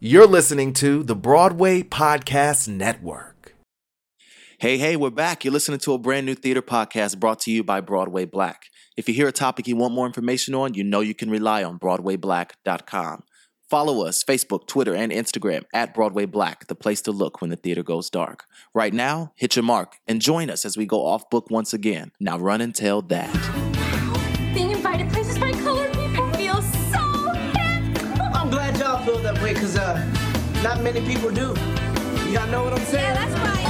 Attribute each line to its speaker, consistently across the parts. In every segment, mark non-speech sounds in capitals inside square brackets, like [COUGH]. Speaker 1: You're listening to the Broadway Podcast Network. Hey, hey, we're back. You're listening to a brand new theater podcast brought to you by Broadway Black. If you hear a topic you want more information on, you know you can rely on BroadwayBlack.com. Follow us Facebook, Twitter, and Instagram at Broadway Black, the place to look when the theater goes dark. Right now, hit your mark and join us as we go off book once again. Now run and tell that.
Speaker 2: Being invited places by colored people feels so good.
Speaker 3: I'm glad y'all feel that way, cause uh, not many people do. Y'all know what I'm saying?
Speaker 2: Yeah, that's right.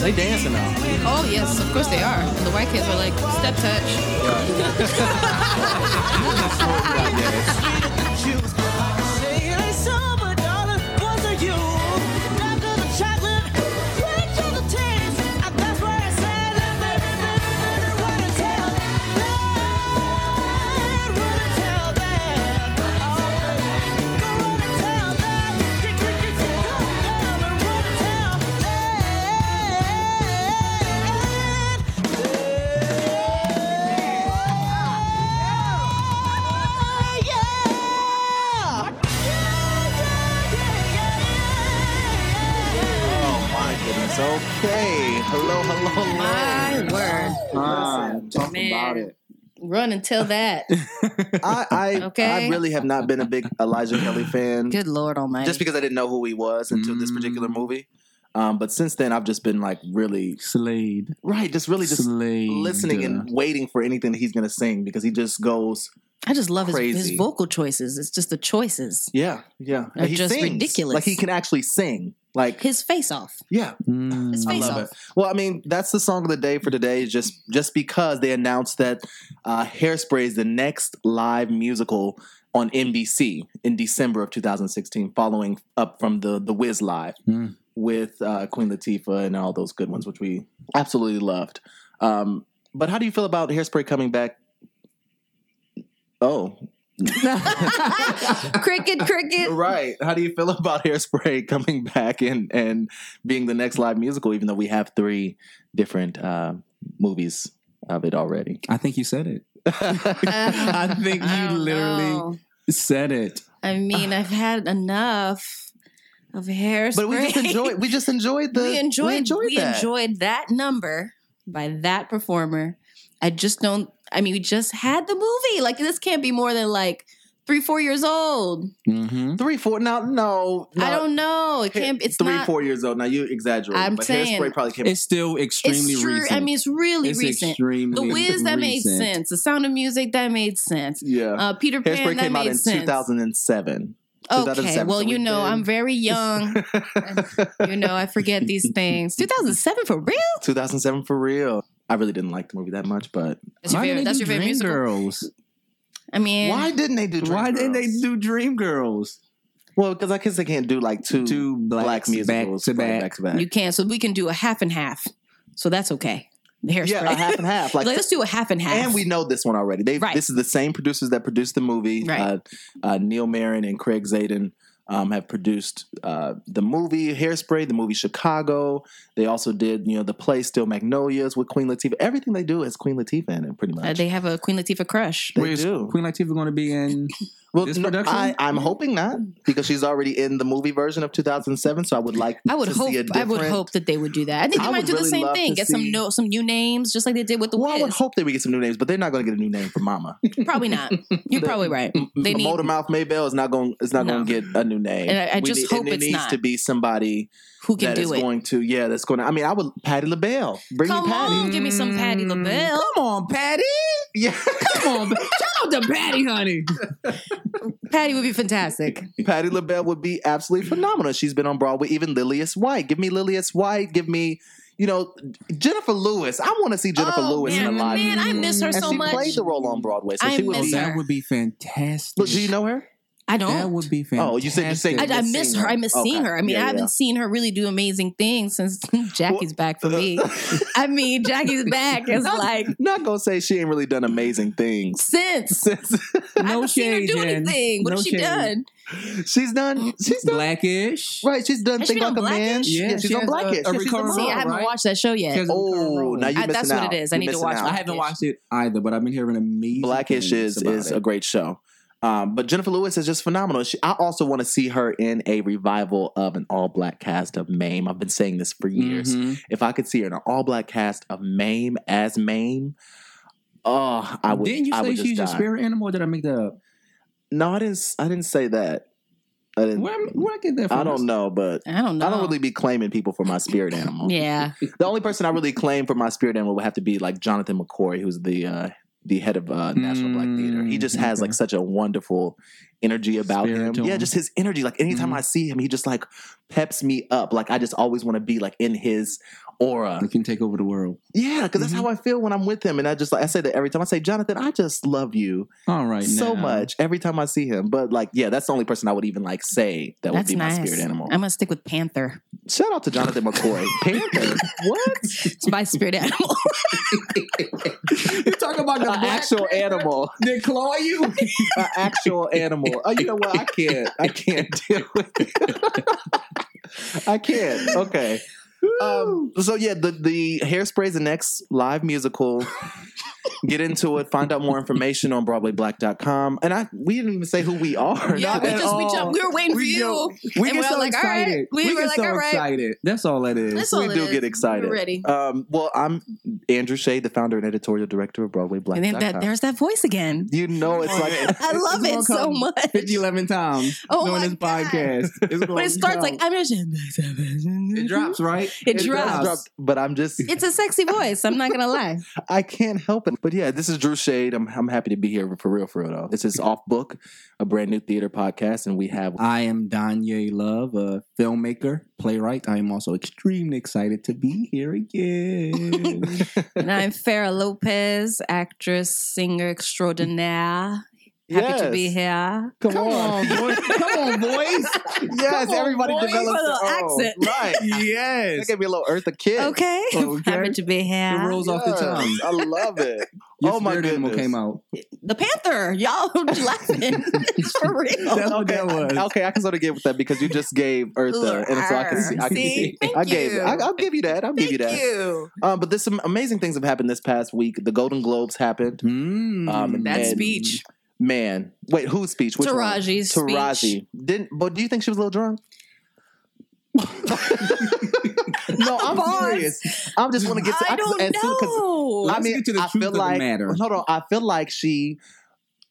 Speaker 1: They dancing now.
Speaker 4: Oh yes, of course they are. The white kids were like step touch.
Speaker 1: Oh my goodness. Okay. Hello, hello, hello.
Speaker 4: My word.
Speaker 3: Fine, talk
Speaker 4: Man.
Speaker 3: about it.
Speaker 4: Run until that.
Speaker 3: I, I
Speaker 4: [LAUGHS] Okay.
Speaker 1: I really have not been a big Elijah Kelly fan.
Speaker 4: [LAUGHS] Good Lord Almighty.
Speaker 1: just because I didn't know who he was until this particular movie. Um, but since then, I've just been like really
Speaker 5: Slade.
Speaker 1: right, just really just
Speaker 5: Slade.
Speaker 1: listening and waiting for anything that he's gonna sing because he just goes,
Speaker 4: I just love his, his
Speaker 1: Crazy.
Speaker 4: vocal choices. It's just the choices.
Speaker 1: yeah, yeah,
Speaker 4: They're
Speaker 1: And he
Speaker 4: just ridiculous.
Speaker 1: Like he can actually sing. Like
Speaker 4: His face off.
Speaker 1: yeah,
Speaker 5: Mm.
Speaker 4: His
Speaker 1: I
Speaker 4: face
Speaker 1: love
Speaker 4: off.
Speaker 1: it. Well, I mean, that's the song of the day for today. is Just just because they announced that uh, Hairspray is the next live musical on NBC in December of 2016, following up from the the Wiz Live
Speaker 5: Mm.
Speaker 1: with uh, Queen Latifah and all those good ones, which we absolutely loved. Um, but how do you feel about Hairspray coming back?
Speaker 4: [LAUGHS]
Speaker 1: Oh, [LAUGHS]
Speaker 4: cricket, cricket.
Speaker 1: right. How do you feel [LAUGHS] about Hairspray coming back and and being the next live musical? Even though we have three different uh, movies of it already. [LAUGHS]
Speaker 5: I think you said it.
Speaker 4: [LAUGHS] Uh-huh. I
Speaker 5: think you
Speaker 4: don't
Speaker 5: literally-
Speaker 4: know.
Speaker 5: Said it.
Speaker 4: I mean, I've had enough of hairspray.
Speaker 1: but we just
Speaker 4: [LAUGHS]
Speaker 1: enjoyed. We just enjoyed the.
Speaker 4: we enjoyed, we enjoyed,
Speaker 1: that.
Speaker 4: that number by that performer. I just don't. I mean, we just had the movie. Like this can't be more than like three, four years old.
Speaker 5: Mm-hmm.
Speaker 1: three, four. Now, no, no.
Speaker 4: I don't know. It can't. It's
Speaker 1: three,
Speaker 4: not.
Speaker 1: four years old. Now you exaggerate.
Speaker 4: I'm
Speaker 1: but
Speaker 4: saying-
Speaker 1: Hairspray probably came.
Speaker 5: It's still extremely
Speaker 4: It's true.
Speaker 5: recent.
Speaker 4: I mean, it's really
Speaker 5: It's
Speaker 4: recent.
Speaker 5: extremely
Speaker 4: The Wiz that made
Speaker 5: recent.
Speaker 4: sense. The Sound of Music that made sense.
Speaker 1: yeah.
Speaker 4: Uh, Peter Pan
Speaker 1: Hairspray
Speaker 4: that
Speaker 1: came
Speaker 4: made
Speaker 1: out in
Speaker 4: sense.
Speaker 1: 2007.
Speaker 4: Okay,
Speaker 1: 2007,
Speaker 4: well,
Speaker 1: so
Speaker 4: you
Speaker 1: we
Speaker 4: know,
Speaker 1: did-
Speaker 4: I'm
Speaker 1: [LAUGHS]
Speaker 4: very young. you know, I forget these things. 2007 for real?
Speaker 1: 2007 for real. I really didn't like the movie that much, but
Speaker 4: That's your
Speaker 5: Why
Speaker 4: favorite.
Speaker 5: didn't they
Speaker 4: That's
Speaker 5: do
Speaker 4: your favorite
Speaker 5: Dream
Speaker 4: musical.
Speaker 5: Girls?
Speaker 4: I mean,
Speaker 1: why didn't they do? Dreamgirls?
Speaker 5: Why didn't they do Dream Girls?
Speaker 1: Well, because I guess they can't do like two
Speaker 5: Two
Speaker 1: black,
Speaker 5: blacks
Speaker 1: musicals
Speaker 5: back to
Speaker 1: right,
Speaker 5: back.
Speaker 1: to back.
Speaker 4: You can. So we can do a half and half. So that's okay. The hairspray.
Speaker 1: yeah, a half and half. Like,
Speaker 4: Like, let's do a half and half.
Speaker 1: and we know this one already. They
Speaker 4: Right.
Speaker 1: this is the same producers that produced the movie.
Speaker 4: Right.
Speaker 1: Uh, uh, Neil Marin and Craig Zaden um, have produced uh, the movie Hairspray, the movie Chicago. They also did you know the play Still Magnolias with Queen Latifah. Everything they do is Queen Latifah in it, pretty much.
Speaker 4: Uh, they have a Queen Latifah crush.
Speaker 1: They
Speaker 5: Wait, is
Speaker 1: do.
Speaker 5: Queen Latifah going to be
Speaker 4: [LAUGHS]
Speaker 5: in?
Speaker 1: well,
Speaker 5: this
Speaker 1: no,
Speaker 5: production?
Speaker 1: I, I'm hoping not because she's already in the movie version of 2007. So I would like
Speaker 4: I would
Speaker 1: to
Speaker 4: hope.
Speaker 1: See a
Speaker 4: I would
Speaker 1: different-
Speaker 4: hope that they would do that. I think they
Speaker 1: I
Speaker 4: might
Speaker 1: would
Speaker 4: do the
Speaker 1: really
Speaker 4: same
Speaker 1: love
Speaker 4: thing.
Speaker 1: to
Speaker 4: Get some
Speaker 1: see-
Speaker 4: no, some new names, just like they did with the
Speaker 1: Well, I would
Speaker 4: Wiz.
Speaker 1: hope that we get some new names, but they're not going to get a new name from Mama. [LAUGHS]
Speaker 4: Probably not. You're probably right. They need.
Speaker 1: Motor Mouth Maybell is not going. It's not
Speaker 4: No.
Speaker 1: going to get a new name.
Speaker 4: And I- I
Speaker 1: We
Speaker 4: just
Speaker 1: need-
Speaker 4: hope
Speaker 1: and it
Speaker 4: it's
Speaker 1: needs
Speaker 4: not.
Speaker 1: to be somebody
Speaker 4: who can
Speaker 1: that is
Speaker 4: do it?
Speaker 1: going to. Yeah, that's going. to I mean, I would Patty LaBelle. Bring
Speaker 4: Come
Speaker 1: me Patty. Mm.
Speaker 4: on, give me some Patty LaBelle.
Speaker 5: Come on, Patty.
Speaker 1: [LAUGHS] Yeah,
Speaker 5: Come on, shout out to Patty, honey.
Speaker 4: Patty would be fantastic.
Speaker 1: Patty LaBelle would be absolutely phenomenal. She's been on Broadway. Even Lilius White. Give me Lilius White. Give me. You know, Jennifer Lewis. I want to see Jennifer
Speaker 4: Oh,
Speaker 1: Lewis
Speaker 4: man,
Speaker 1: in a live.
Speaker 4: man, I
Speaker 1: musical.
Speaker 4: miss her
Speaker 1: and
Speaker 4: so
Speaker 1: she
Speaker 4: much.
Speaker 1: played the role on Broadway, so
Speaker 4: I
Speaker 1: she was.
Speaker 4: miss
Speaker 5: Oh,
Speaker 4: Yes,
Speaker 5: that
Speaker 4: sir.
Speaker 5: would be fantastic.
Speaker 1: Look, do you know her?
Speaker 4: I don't.
Speaker 5: That would be fantastic.
Speaker 1: Oh, you said- you said-
Speaker 4: I, I
Speaker 1: You've
Speaker 4: miss
Speaker 1: seen
Speaker 4: her. I
Speaker 1: her.
Speaker 4: miss
Speaker 1: Okay.
Speaker 4: seeing her. I mean,
Speaker 1: Yeah,
Speaker 4: I haven't
Speaker 1: yeah.
Speaker 4: seen her really do amazing things since [LAUGHS] Jackie's back for me. I mean, Jackie's back is like
Speaker 1: [LAUGHS] Not gonna say she ain't really done amazing things. [LAUGHS]
Speaker 4: since I haven't seen her
Speaker 5: shade,
Speaker 4: do
Speaker 5: Jen.
Speaker 4: anything. What
Speaker 5: No
Speaker 4: has she
Speaker 5: shade.
Speaker 4: done?
Speaker 1: she's done. She's done.
Speaker 5: Blackish.
Speaker 1: Right. She's done.
Speaker 4: Has
Speaker 1: Think
Speaker 4: she
Speaker 1: like
Speaker 4: been
Speaker 1: a
Speaker 4: on
Speaker 1: man.
Speaker 4: Blackish?
Speaker 1: Yeah,
Speaker 5: Yeah,
Speaker 1: she's
Speaker 5: she
Speaker 1: on
Speaker 5: has a-
Speaker 1: Blackish.
Speaker 5: a
Speaker 1: Yeah, she's
Speaker 5: recurring
Speaker 1: on
Speaker 4: See, I
Speaker 5: role.
Speaker 1: Blackish.
Speaker 4: haven't
Speaker 5: right?
Speaker 4: watched that show
Speaker 5: She has
Speaker 4: yet.
Speaker 5: a recurring
Speaker 1: Oh,
Speaker 5: role.
Speaker 1: now you
Speaker 4: I-
Speaker 1: missing
Speaker 4: that's
Speaker 1: out.
Speaker 4: what it is. I
Speaker 1: You
Speaker 4: need to
Speaker 1: missing
Speaker 4: watch
Speaker 1: out.
Speaker 4: Blackish.
Speaker 5: I haven't watched it either, but I've been hearing amazing.
Speaker 1: Blackish
Speaker 5: things
Speaker 1: is
Speaker 5: about
Speaker 1: is
Speaker 5: it.
Speaker 1: a great show. Um, but Jennifer Lewis is just phenomenal. She, I also want to see her in a revival of an all black cast of MAME. I've been saying this for years.
Speaker 5: Mhm.
Speaker 1: If I could see her in an all black cast of MAME as MAME, oh, I would.
Speaker 5: Didn't you
Speaker 1: I
Speaker 5: say
Speaker 1: would just
Speaker 5: she's your
Speaker 1: die.
Speaker 5: spirit animal? Or did I make that up?
Speaker 1: No, I didn't. s- I didn't say that. I didn't.
Speaker 5: Where, where I get that from?
Speaker 1: I don't know, but
Speaker 4: I don't know.
Speaker 1: I don't really be claiming people for my spirit animal.
Speaker 4: Yeah,
Speaker 1: The only person I really claim for my spirit animal would have to be like Jonathan McCory, who's the uh, the head of uh, National Black
Speaker 5: Mm,
Speaker 1: Theater. He just has
Speaker 5: okay.
Speaker 1: like such a wonderful energy about
Speaker 5: Spirit to
Speaker 1: him. Yeah,
Speaker 5: him.
Speaker 1: just his energy. Like anytime
Speaker 5: Mhm.
Speaker 1: I see him, he just like peps me up. Like I just always want to be like in his aura.
Speaker 5: You can take over the world.
Speaker 1: Yeah, because that's
Speaker 5: Mhm.
Speaker 1: how I feel when I'm with him. And I just like I say that every time I say Jonathan, I just love you
Speaker 5: All right,
Speaker 1: so
Speaker 5: now.
Speaker 1: much every time I see him. But like, yeah, that's the only person I would even like say that
Speaker 4: that's
Speaker 1: would be
Speaker 4: nice.
Speaker 1: my spirit animal.
Speaker 4: I'm gonna stick with Panther.
Speaker 1: Shout out to Jonathan
Speaker 5: [LAUGHS]
Speaker 1: McCoy. Panther. What?
Speaker 4: It's my
Speaker 1: [LAUGHS]
Speaker 4: spirit animal.
Speaker 1: You talk about an
Speaker 5: black
Speaker 1: actual
Speaker 4: [LAUGHS]
Speaker 1: animal.
Speaker 5: They claw
Speaker 1: [LAUGHS]
Speaker 5: you.
Speaker 1: An actual animal. Oh, you know what? I can't. I can't [LAUGHS] deal with it. I can't. Okay. Um, so yeah, the the hairspray is the next live musical. Get into it. Find out more information on BroadwayBlack.com. And I we didn't even say who [LAUGHS] we are.
Speaker 4: yeah,
Speaker 1: Not
Speaker 4: we
Speaker 1: at
Speaker 4: just we
Speaker 1: all.
Speaker 4: jumped. We were waiting for
Speaker 5: We
Speaker 4: you.
Speaker 5: don't- We
Speaker 4: And
Speaker 5: get
Speaker 4: we're
Speaker 5: so
Speaker 4: like, all right.
Speaker 5: excited.
Speaker 4: We were
Speaker 5: get
Speaker 4: like,
Speaker 5: so
Speaker 4: all right.
Speaker 5: excited. That's all that is.
Speaker 4: That's
Speaker 1: we
Speaker 4: all it
Speaker 1: do
Speaker 4: is.
Speaker 1: get excited.
Speaker 4: We're ready.
Speaker 1: Um, well, I'm Andrew Shea, the founder and editorial director of BroadwayBlack.com.
Speaker 4: and then that, there's Oh, that
Speaker 1: [LAUGHS]
Speaker 4: voice again.
Speaker 1: you know it's [LAUGHS] like
Speaker 4: I love
Speaker 5: gonna
Speaker 4: it so
Speaker 5: come
Speaker 4: much.
Speaker 5: 50, 11 times
Speaker 4: [LAUGHS] Oh
Speaker 5: doing
Speaker 4: my
Speaker 5: this
Speaker 4: God. [LAUGHS]
Speaker 5: podcast. It's
Speaker 4: When
Speaker 5: gonna
Speaker 4: it starts,
Speaker 5: come.
Speaker 4: like I'm just. It
Speaker 5: it drops, right?
Speaker 4: It
Speaker 1: It does
Speaker 4: drops.
Speaker 1: drop, but I'm
Speaker 4: [LAUGHS]
Speaker 1: just
Speaker 4: It's a sexy voice. I'm not
Speaker 1: [LAUGHS]
Speaker 4: gonna lie.
Speaker 1: I can't help it. But yeah, this is Drew Shade. I'm I'm happy to be here for real, for real though. This is Off Book, a brand new theater podcast, and we have
Speaker 5: I am Danye Love, a filmmaker, playwright. I am also extremely excited to be
Speaker 4: [LAUGHS]
Speaker 5: here again.
Speaker 1: [LAUGHS]
Speaker 4: And I'm Farah Lopez, actress, singer extraordinaire. Happy to be
Speaker 1: Yes.
Speaker 4: here.
Speaker 1: Come, on, boy.
Speaker 5: Come on, boys.
Speaker 1: yes, everybody
Speaker 4: boy.
Speaker 1: develops
Speaker 4: With a
Speaker 1: their
Speaker 4: little
Speaker 1: own.
Speaker 4: accent. [LAUGHS]
Speaker 1: Right, that
Speaker 5: Yes.
Speaker 1: gave me a little Eartha Kid.
Speaker 4: Okay. [LAUGHS]
Speaker 5: Okay.
Speaker 4: Happy to be
Speaker 5: It
Speaker 4: here.
Speaker 5: rolls off the
Speaker 1: Yes,
Speaker 5: tongue.
Speaker 1: I love [LAUGHS] it.
Speaker 5: Your
Speaker 1: Oh my
Speaker 5: spirit animal
Speaker 1: goodness.
Speaker 5: came [LAUGHS] out.
Speaker 4: The Panther. Y'all
Speaker 1: [LAUGHS]
Speaker 4: [LAUGHS] laughing. For
Speaker 5: That's
Speaker 4: real.
Speaker 5: what Oh, that was.
Speaker 1: Okay, I can sort of get with that because you just gave Eartha,
Speaker 4: Little
Speaker 1: and so I can see. I can
Speaker 4: See?
Speaker 1: see.
Speaker 4: Thank
Speaker 1: I gave.
Speaker 4: you.
Speaker 1: It. I, I'll give you that. I'll give you that.
Speaker 4: you.
Speaker 1: Um, but there's some amazing things have happened this past week. The Golden Globes happened.
Speaker 5: Mm.
Speaker 1: Um,
Speaker 4: That
Speaker 1: And-
Speaker 4: speech.
Speaker 1: Man, wait, whose speech? Which one?
Speaker 4: Taraji's speech.
Speaker 1: Taraji didn't. But do you think she was a little
Speaker 4: [LAUGHS]
Speaker 1: drunk? no, I'm
Speaker 4: Bars.
Speaker 1: serious. I just want to get to.
Speaker 4: I don't
Speaker 1: as soon- 'cause
Speaker 4: know.
Speaker 1: I
Speaker 5: Let's
Speaker 1: mean,
Speaker 5: get to the
Speaker 1: I
Speaker 5: truth
Speaker 1: feel
Speaker 5: of the
Speaker 1: like
Speaker 5: matter.
Speaker 1: hold on. I feel like she,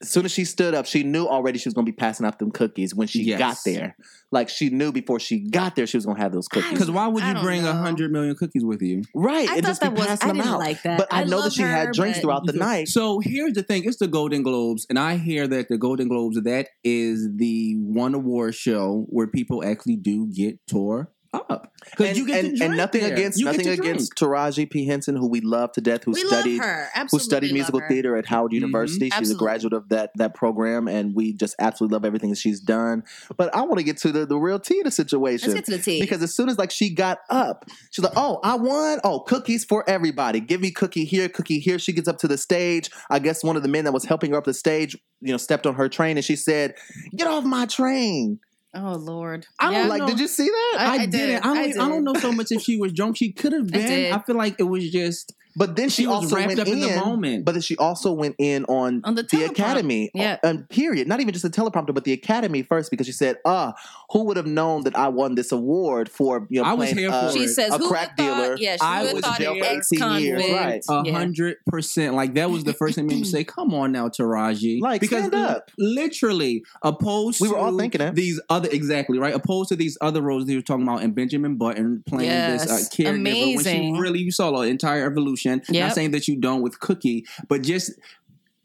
Speaker 1: as soon as she stood up, she knew already she was going to be passing out them cookies when she
Speaker 5: Yes.
Speaker 1: got there. Like she knew before she got there she was going to have those cookies.
Speaker 5: Because why would
Speaker 4: I
Speaker 5: you
Speaker 4: don't
Speaker 5: bring
Speaker 4: know.
Speaker 5: a hundred million cookies with you?
Speaker 1: right,
Speaker 4: I
Speaker 1: and
Speaker 4: thought
Speaker 1: just be
Speaker 4: that was. I
Speaker 1: passing
Speaker 4: didn't
Speaker 1: them out.
Speaker 4: like that.
Speaker 1: But I, know
Speaker 4: love
Speaker 1: that she
Speaker 4: her,
Speaker 1: had drinks
Speaker 4: but-
Speaker 1: throughout the night.
Speaker 5: So here's the thing: it's the Golden Globes, and I hear that the Golden Globes that is the one award show where people actually do get tore up
Speaker 1: and,
Speaker 5: because you get to
Speaker 1: and- and
Speaker 5: drink
Speaker 1: nothing
Speaker 5: there.
Speaker 1: against
Speaker 5: You get
Speaker 1: nothing
Speaker 5: to drink.
Speaker 1: against Taraji P Henson, who we love to death, who
Speaker 4: We
Speaker 1: studied
Speaker 4: love her. Absolutely
Speaker 1: who studied musical
Speaker 4: love her.
Speaker 1: theater at Howard University. She's a
Speaker 4: Absolutely.
Speaker 1: graduate of that that program, and we just absolutely love everything that she's done. But I want to get to the, the real tea of the situation.
Speaker 4: Let's get to the tea.
Speaker 1: because as soon as like she got up, she's like, "Oh, I won! Oh, cookies for everybody! Give me cookie here, cookie here." She gets up to the stage. I guess one of the men that was helping her up the stage, you know, stepped on her train, and she said, "Get off my train!"
Speaker 4: oh Lord,
Speaker 5: I don't
Speaker 4: Yeah.
Speaker 1: like,
Speaker 5: know.
Speaker 1: did you see that?
Speaker 5: I,
Speaker 4: I
Speaker 5: didn't.
Speaker 4: did.
Speaker 5: I, don't, e,
Speaker 4: I
Speaker 5: I, don't
Speaker 4: did.
Speaker 5: know so much if she was drunk. She could have
Speaker 4: did.
Speaker 5: been. I, feel like it was just
Speaker 1: But then she,
Speaker 5: she, was
Speaker 1: also
Speaker 5: wrapped
Speaker 1: went
Speaker 5: up in
Speaker 1: in,
Speaker 5: the moment.
Speaker 1: but then she also went in on
Speaker 4: on the,
Speaker 1: the
Speaker 4: teleprompter.
Speaker 1: Academy, uh,
Speaker 4: Yeah.
Speaker 1: and period. Not even just the teleprompter, but the Academy first, because she said, "Ah, who would have known that I won this award for you know
Speaker 5: I was
Speaker 1: playing,
Speaker 5: here
Speaker 1: uh,
Speaker 5: for
Speaker 4: She
Speaker 5: it.
Speaker 4: says,
Speaker 1: a
Speaker 4: "Who
Speaker 1: crack
Speaker 4: would've
Speaker 1: dealer.
Speaker 4: Thought, yeah, she
Speaker 5: I
Speaker 4: would've
Speaker 5: was
Speaker 4: thought
Speaker 1: jailed
Speaker 4: an
Speaker 1: for 18 years,
Speaker 4: ex-convict.
Speaker 1: right.
Speaker 5: A
Speaker 4: Yeah.
Speaker 5: hundred percent. Like that was the first thing made
Speaker 4: [CLEARS THROAT]
Speaker 5: me say, "Come on now, Taraji."
Speaker 1: Like, stand up.
Speaker 5: li- literally, opposed
Speaker 1: We were
Speaker 5: to
Speaker 1: all thinking that.
Speaker 5: these other exactly right, opposed to these other roles that you were talking about, and Benjamin Button playing this
Speaker 4: Yes.
Speaker 5: uh, caregiver
Speaker 4: Amazing.
Speaker 5: when she really you saw the entire evolution.
Speaker 4: Yep.
Speaker 5: Not saying that you don't with Cookie, but just.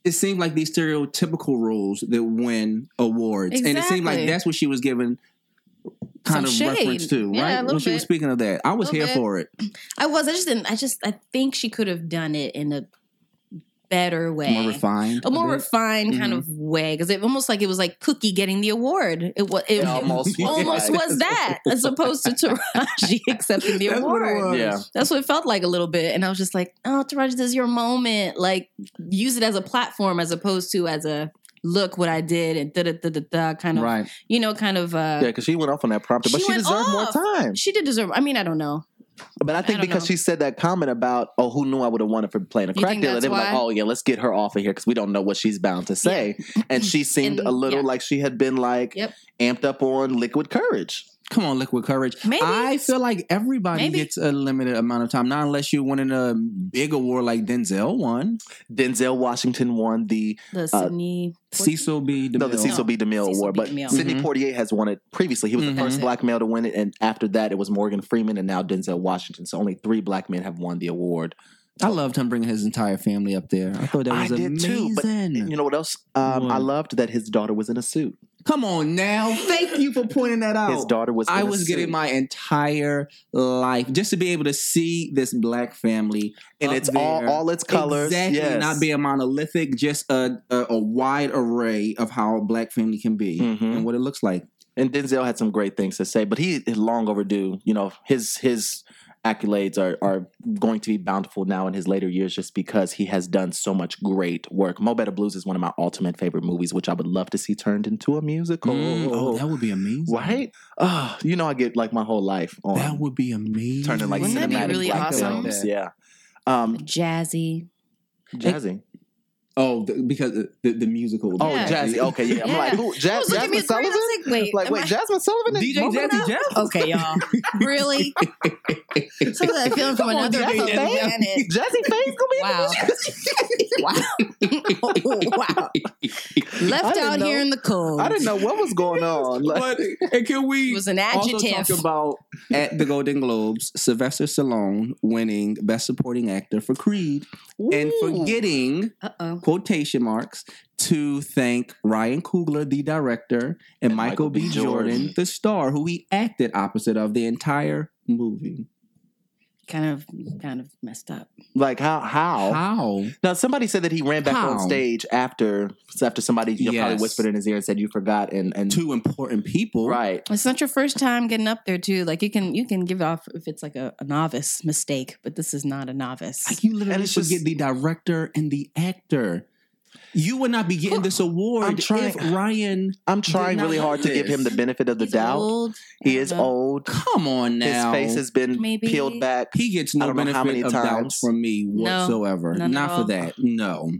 Speaker 5: It seemed like these stereotypical roles that win awards, and it seemed
Speaker 4: Exactly.
Speaker 5: like that's what she was given
Speaker 4: Some
Speaker 5: kind of
Speaker 4: shade.
Speaker 5: reference to,
Speaker 4: Yeah, a
Speaker 5: right?
Speaker 4: little
Speaker 5: When she was
Speaker 4: bit.
Speaker 5: speaking of that, I was
Speaker 4: Little
Speaker 5: here
Speaker 4: bit.
Speaker 5: for it.
Speaker 4: I was. I just didn't. I just. I think she could have done it in a better way.
Speaker 5: more refined.
Speaker 4: a more
Speaker 5: bit. Mm-hmm.
Speaker 4: refined kind of way because it almost like it was like Cookie getting the award. It was it,
Speaker 1: It almost was
Speaker 4: [LAUGHS] almost
Speaker 1: that.
Speaker 5: [LAUGHS]
Speaker 4: was that as opposed to Taraji [LAUGHS] accepting the
Speaker 5: That's what it
Speaker 4: award.
Speaker 5: was.
Speaker 1: Yeah.
Speaker 4: That's what it felt like a little bit, and I was just like, "Oh, Taraji, this is your moment. Like, use it as a platform as opposed to as a look what I did and da da da da da kind of
Speaker 5: Right.
Speaker 4: you know kind of uh
Speaker 1: Yeah, because she went off on that prompter, but
Speaker 4: She
Speaker 1: she
Speaker 4: went
Speaker 1: deserved
Speaker 4: off.
Speaker 1: more time.
Speaker 4: she did deserve. I mean, I don't know.
Speaker 1: But I think
Speaker 4: I don't
Speaker 1: because
Speaker 4: know.
Speaker 1: she said that comment about, oh, who knew I would have won if for playing a
Speaker 4: You
Speaker 1: crack
Speaker 4: think
Speaker 1: dealer,
Speaker 4: that's
Speaker 1: they were like,
Speaker 4: why?
Speaker 1: oh, yeah, let's get her off of here because we don't know what she's bound to say. And
Speaker 4: [CLEARS THROAT]
Speaker 1: she seemed
Speaker 4: And-
Speaker 1: a little
Speaker 4: yeah.
Speaker 1: like she had been like
Speaker 4: Yep.
Speaker 1: amped up on liquid courage.
Speaker 5: Come on, liquid courage.
Speaker 4: Maybe.
Speaker 5: I feel like everybody
Speaker 4: Maybe.
Speaker 5: gets a limited amount of time, not unless you're winning a big award like Denzel won.
Speaker 1: Denzel Washington won the,
Speaker 5: uh,
Speaker 4: The Sydney
Speaker 5: Cecil B. DeMille.
Speaker 1: no, the Cecil B. DeMille
Speaker 4: Cecil
Speaker 1: Award,
Speaker 4: B.
Speaker 1: but
Speaker 4: DeMille.
Speaker 1: Sidney
Speaker 5: Mhm.
Speaker 1: Portier has won it previously. He was
Speaker 5: Mhm.
Speaker 1: the first
Speaker 4: That's it.
Speaker 1: black male to win it, and after that, it was Morgan Freeman and now Denzel Washington. So only three black men have won the award.
Speaker 5: I loved him bringing his entire family up there. I thought that
Speaker 1: I
Speaker 5: was
Speaker 1: did
Speaker 5: amazing.
Speaker 1: too, but You know what else? Um,
Speaker 5: What?
Speaker 1: I loved that his daughter was in a suit.
Speaker 5: Come on now. Thank you for pointing that out.
Speaker 1: His daughter was.
Speaker 5: Oh, I
Speaker 1: in a
Speaker 5: was
Speaker 1: suit.
Speaker 5: getting my entire life just to be able to see this black family
Speaker 1: and
Speaker 5: up
Speaker 1: it's all
Speaker 5: there.
Speaker 1: all its colors.
Speaker 5: Exactly,
Speaker 1: yes.
Speaker 5: not being monolithic, just a, a a wide array of how a black family can be
Speaker 1: Mhm.
Speaker 5: and what it looks like.
Speaker 1: And Denzel had some great things to say, but he is long overdue. You know, his his accolades are are going to be bountiful now in his later years, just because he has done so much great work. Mo Better Blues is one of my ultimate favorite movies, which I would love to see turned into a musical.
Speaker 5: oh, that would be amazing.
Speaker 1: right? Oh, you know, I get like my whole life on
Speaker 5: That would be amazing.
Speaker 1: turning like
Speaker 4: Wouldn't that be
Speaker 1: cinematic
Speaker 4: really
Speaker 1: black
Speaker 4: awesome?
Speaker 1: films. Yeah. Um,
Speaker 4: jazzy.
Speaker 1: Jazzy.
Speaker 5: Oh, the, because the, the, the musical.
Speaker 1: Oh,
Speaker 4: Yeah.
Speaker 1: Jazzy. Okay, yeah. I'm
Speaker 4: Yeah.
Speaker 1: like, who?
Speaker 4: I
Speaker 1: Jazz,
Speaker 4: was looking at
Speaker 1: Jasmine
Speaker 4: me with weird, I
Speaker 1: Sullivan?
Speaker 4: was like, wait,
Speaker 1: Like,
Speaker 4: am
Speaker 1: wait,
Speaker 4: I- Oh.
Speaker 1: Jasmine Sullivan? is
Speaker 5: DJ
Speaker 1: moving
Speaker 5: Jazzy
Speaker 1: up?
Speaker 5: Jeff. [LAUGHS]
Speaker 4: Okay, y'all. [LAUGHS] Really? Some of that feeling from
Speaker 5: Come on,
Speaker 4: another
Speaker 5: Jazzy
Speaker 4: fucking
Speaker 5: Faye.
Speaker 4: planet.
Speaker 1: Jazzy Faye's gonna be in
Speaker 4: Wow. wow. [LAUGHS] wow.
Speaker 1: I
Speaker 4: Left
Speaker 1: didn't
Speaker 4: out
Speaker 1: know-
Speaker 4: here in the cold.
Speaker 1: I didn't know what was
Speaker 3: [LAUGHS]
Speaker 1: going on. Like,
Speaker 5: But and can we
Speaker 4: It was an
Speaker 5: also
Speaker 4: adjective.
Speaker 5: talk about at the Golden Globes, Sylvester Stallone winning Best Supporting Actor for Creed and forgetting
Speaker 4: Uh oh.
Speaker 5: quotation marks to thank Ryan Coogler, the director, and, Michael, B. Jordan, the star, who he acted opposite of the entire movie.
Speaker 4: Kind of, kind of messed up.
Speaker 1: like how, how
Speaker 5: How?
Speaker 1: Now somebody said that he ran back on
Speaker 5: How?
Speaker 1: stage after after somebody you know, probably
Speaker 5: Yes.
Speaker 1: whispered in his ear and said you forgot and and
Speaker 5: Two important people.
Speaker 1: right.
Speaker 4: It's not your first time getting up there, too. Like you can, you can give it off if it's like a, a novice mistake, but this is not a novice.
Speaker 5: Like you literally
Speaker 1: And it's
Speaker 5: forget
Speaker 1: just-
Speaker 5: the director and the actor. You would not be getting this
Speaker 1: I'm
Speaker 5: award
Speaker 1: trying-
Speaker 5: if Ryan.
Speaker 1: I'm trying
Speaker 5: not
Speaker 1: really
Speaker 5: like
Speaker 1: hard to give
Speaker 5: this.
Speaker 1: him the benefit of the
Speaker 4: He's
Speaker 1: doubt.
Speaker 4: old. I
Speaker 1: He
Speaker 4: don't
Speaker 1: is
Speaker 4: know.
Speaker 1: old.
Speaker 5: Come on now.
Speaker 1: His face has been
Speaker 4: Maybe.
Speaker 1: peeled back.
Speaker 5: He gets
Speaker 1: I
Speaker 5: no
Speaker 1: don't know
Speaker 5: benefit
Speaker 1: how many
Speaker 5: of
Speaker 1: times.
Speaker 5: doubts from me
Speaker 4: No,
Speaker 5: whatsoever.
Speaker 4: none at
Speaker 5: not
Speaker 4: all.
Speaker 5: for that. No.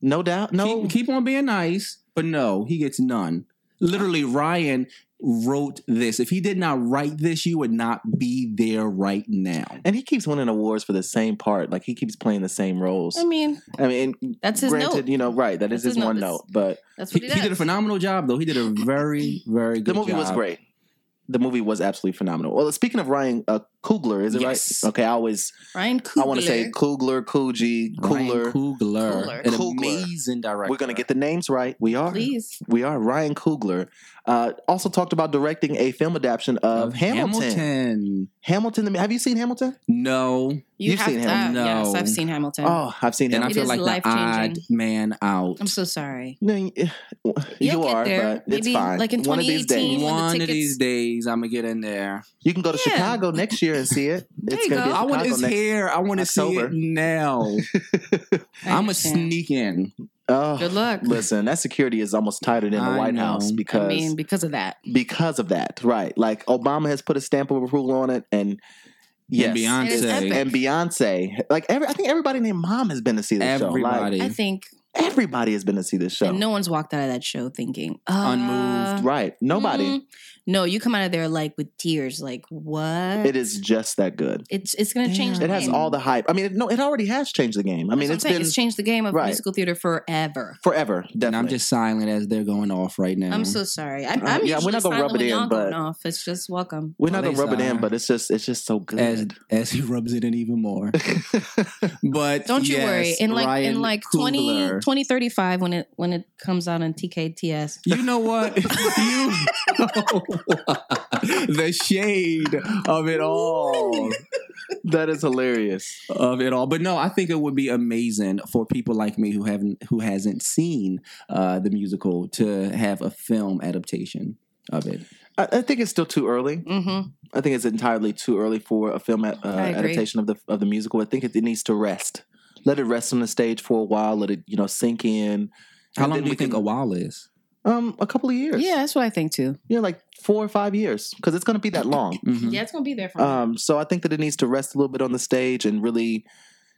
Speaker 1: No doubt. No.
Speaker 5: Keep, keep on being nice, but no, he gets none. Literally, Ryan wrote this. If he did not write this, you would not be there right now.
Speaker 1: and he keeps winning awards for the same part. Like he keeps playing the same roles.
Speaker 4: I mean,
Speaker 1: I mean, and
Speaker 4: that's his
Speaker 1: granted,
Speaker 4: note.
Speaker 1: you know, right? That is his
Speaker 4: That's his
Speaker 1: one
Speaker 4: note.
Speaker 1: note, but
Speaker 4: That's
Speaker 5: He,
Speaker 4: what he,
Speaker 5: he
Speaker 4: does.
Speaker 5: did a phenomenal job, though. He did a very, very
Speaker 1: the
Speaker 5: good
Speaker 1: movie was
Speaker 5: job.
Speaker 1: great. The movie was absolutely phenomenal. Well, speaking of Ryan uh, Coogler, is it
Speaker 5: Yes.
Speaker 1: right? Okay, I always
Speaker 4: Ryan Coogler.
Speaker 1: I want to say Coogler, Coogee,
Speaker 5: Ryan
Speaker 1: Cooler.
Speaker 5: Coogler,
Speaker 4: Coogler.
Speaker 5: an
Speaker 1: Coogler.
Speaker 5: amazing director.
Speaker 1: We're gonna get the names right. We are.
Speaker 4: Please.
Speaker 1: We are. Ryan Coogler uh, also talked about directing a film adaptation of, uh, Hamilton. Hamilton.
Speaker 5: Hamilton.
Speaker 1: the- have you seen Hamilton?
Speaker 5: No,
Speaker 4: You
Speaker 1: You've
Speaker 4: have
Speaker 1: seen
Speaker 4: to.
Speaker 1: Hamilton.
Speaker 4: Yes,
Speaker 5: No.
Speaker 4: I've seen Hamilton.
Speaker 1: Oh, I've seen
Speaker 5: and I
Speaker 1: Hamilton.
Speaker 5: feel
Speaker 4: is
Speaker 5: like the odd
Speaker 4: life-changing.
Speaker 5: man out.
Speaker 4: I'm so sorry.
Speaker 1: No, [LAUGHS] you- you
Speaker 4: get
Speaker 1: are,
Speaker 4: there.
Speaker 1: but it's
Speaker 4: Maybe,
Speaker 1: fine.
Speaker 4: like, in
Speaker 1: One of these
Speaker 4: 2018.
Speaker 1: days,
Speaker 4: when the
Speaker 5: One of
Speaker 4: tickets-
Speaker 5: these days, I'm gonna get in there.
Speaker 1: you can go to
Speaker 4: Yeah. [LAUGHS]
Speaker 1: Chicago next year and see it.
Speaker 4: There
Speaker 1: it's
Speaker 4: you
Speaker 1: gonna
Speaker 4: go.
Speaker 1: be
Speaker 5: I
Speaker 1: in
Speaker 5: want his
Speaker 1: Chicago next.
Speaker 5: hair. I want to see
Speaker 1: October.
Speaker 5: it now.
Speaker 1: [LAUGHS]
Speaker 4: I
Speaker 5: I'm a
Speaker 4: understand.
Speaker 5: sneak in.
Speaker 1: Oh,
Speaker 4: Good luck.
Speaker 1: Listen, that security is almost tighter than the
Speaker 5: I
Speaker 1: White
Speaker 5: know.
Speaker 1: House
Speaker 5: I
Speaker 1: because
Speaker 4: I mean, because of that.
Speaker 1: because of that, right? Like Obama has put a stamp of approval on it, and yes,
Speaker 4: It is
Speaker 5: Beyonce.
Speaker 4: epic.
Speaker 1: and Beyonce, like every, I think everybody named mom has been to see the show. Like,
Speaker 5: Everybody.
Speaker 4: I think
Speaker 1: everybody has been to see this show.
Speaker 4: and no one's walked out of that show thinking uh,
Speaker 5: Unmoved.
Speaker 1: right. Nobody.
Speaker 4: mm, no, you come out of there like with tears, like what?
Speaker 1: It is just that good.
Speaker 4: It's it's going to change.
Speaker 5: Damn.
Speaker 4: The
Speaker 1: It has
Speaker 4: game.
Speaker 1: all the hype. I mean, it, no, it already has changed the game. I mean, it's
Speaker 4: That's what I'm saying.
Speaker 1: been
Speaker 4: it's changed the game of
Speaker 1: Right.
Speaker 4: musical theater forever.
Speaker 1: forever. Definitely.
Speaker 5: and I'm just silent as they're going off right now.
Speaker 4: I'm so sorry. I, I'm
Speaker 1: Uh, yeah,
Speaker 4: usually
Speaker 1: we're not gonna
Speaker 4: silent
Speaker 1: rub it
Speaker 4: when
Speaker 1: in,
Speaker 4: y'all going
Speaker 1: but-
Speaker 4: off. It's just welcome.
Speaker 1: we're not
Speaker 5: Well,
Speaker 1: gonna
Speaker 5: they
Speaker 1: rub it in,
Speaker 5: sigh.
Speaker 1: but it's just it's just so good. [LAUGHS]
Speaker 5: as as he rubs it in even more. But
Speaker 4: Don't you
Speaker 5: yes,
Speaker 4: worry. In like
Speaker 5: Ryan
Speaker 4: in like
Speaker 5: Coogler.
Speaker 4: 20, 2035 when it when it comes out on TKTS.
Speaker 5: You
Speaker 1: [LAUGHS]
Speaker 5: know what? you [LAUGHS] the shade of it all.
Speaker 1: that is hilarious.
Speaker 5: of it all. But no, I think it would be amazing for people like me who haven't who hasn't seen uh, the musical to have a film adaptation of it.
Speaker 1: I, I think it's still too early.
Speaker 4: Mm-hmm.
Speaker 1: I think it's entirely too early for a film uh,
Speaker 4: I agree.
Speaker 1: adaptation of the of the musical. I think it, it needs to rest. Let it rest on the stage for a while. Let it you know sink in.
Speaker 5: How
Speaker 1: And
Speaker 5: long
Speaker 1: then
Speaker 5: do
Speaker 1: we
Speaker 5: you think
Speaker 1: can-
Speaker 5: a while is?
Speaker 1: Um, a couple of years.
Speaker 4: Yeah, that's what I think too.
Speaker 1: yeah, like four or five years because it's going to be that long.
Speaker 5: Mhm.
Speaker 4: it's gonna be there for
Speaker 1: Mm-hmm. Um, so I think that it needs to rest a little bit on the stage and really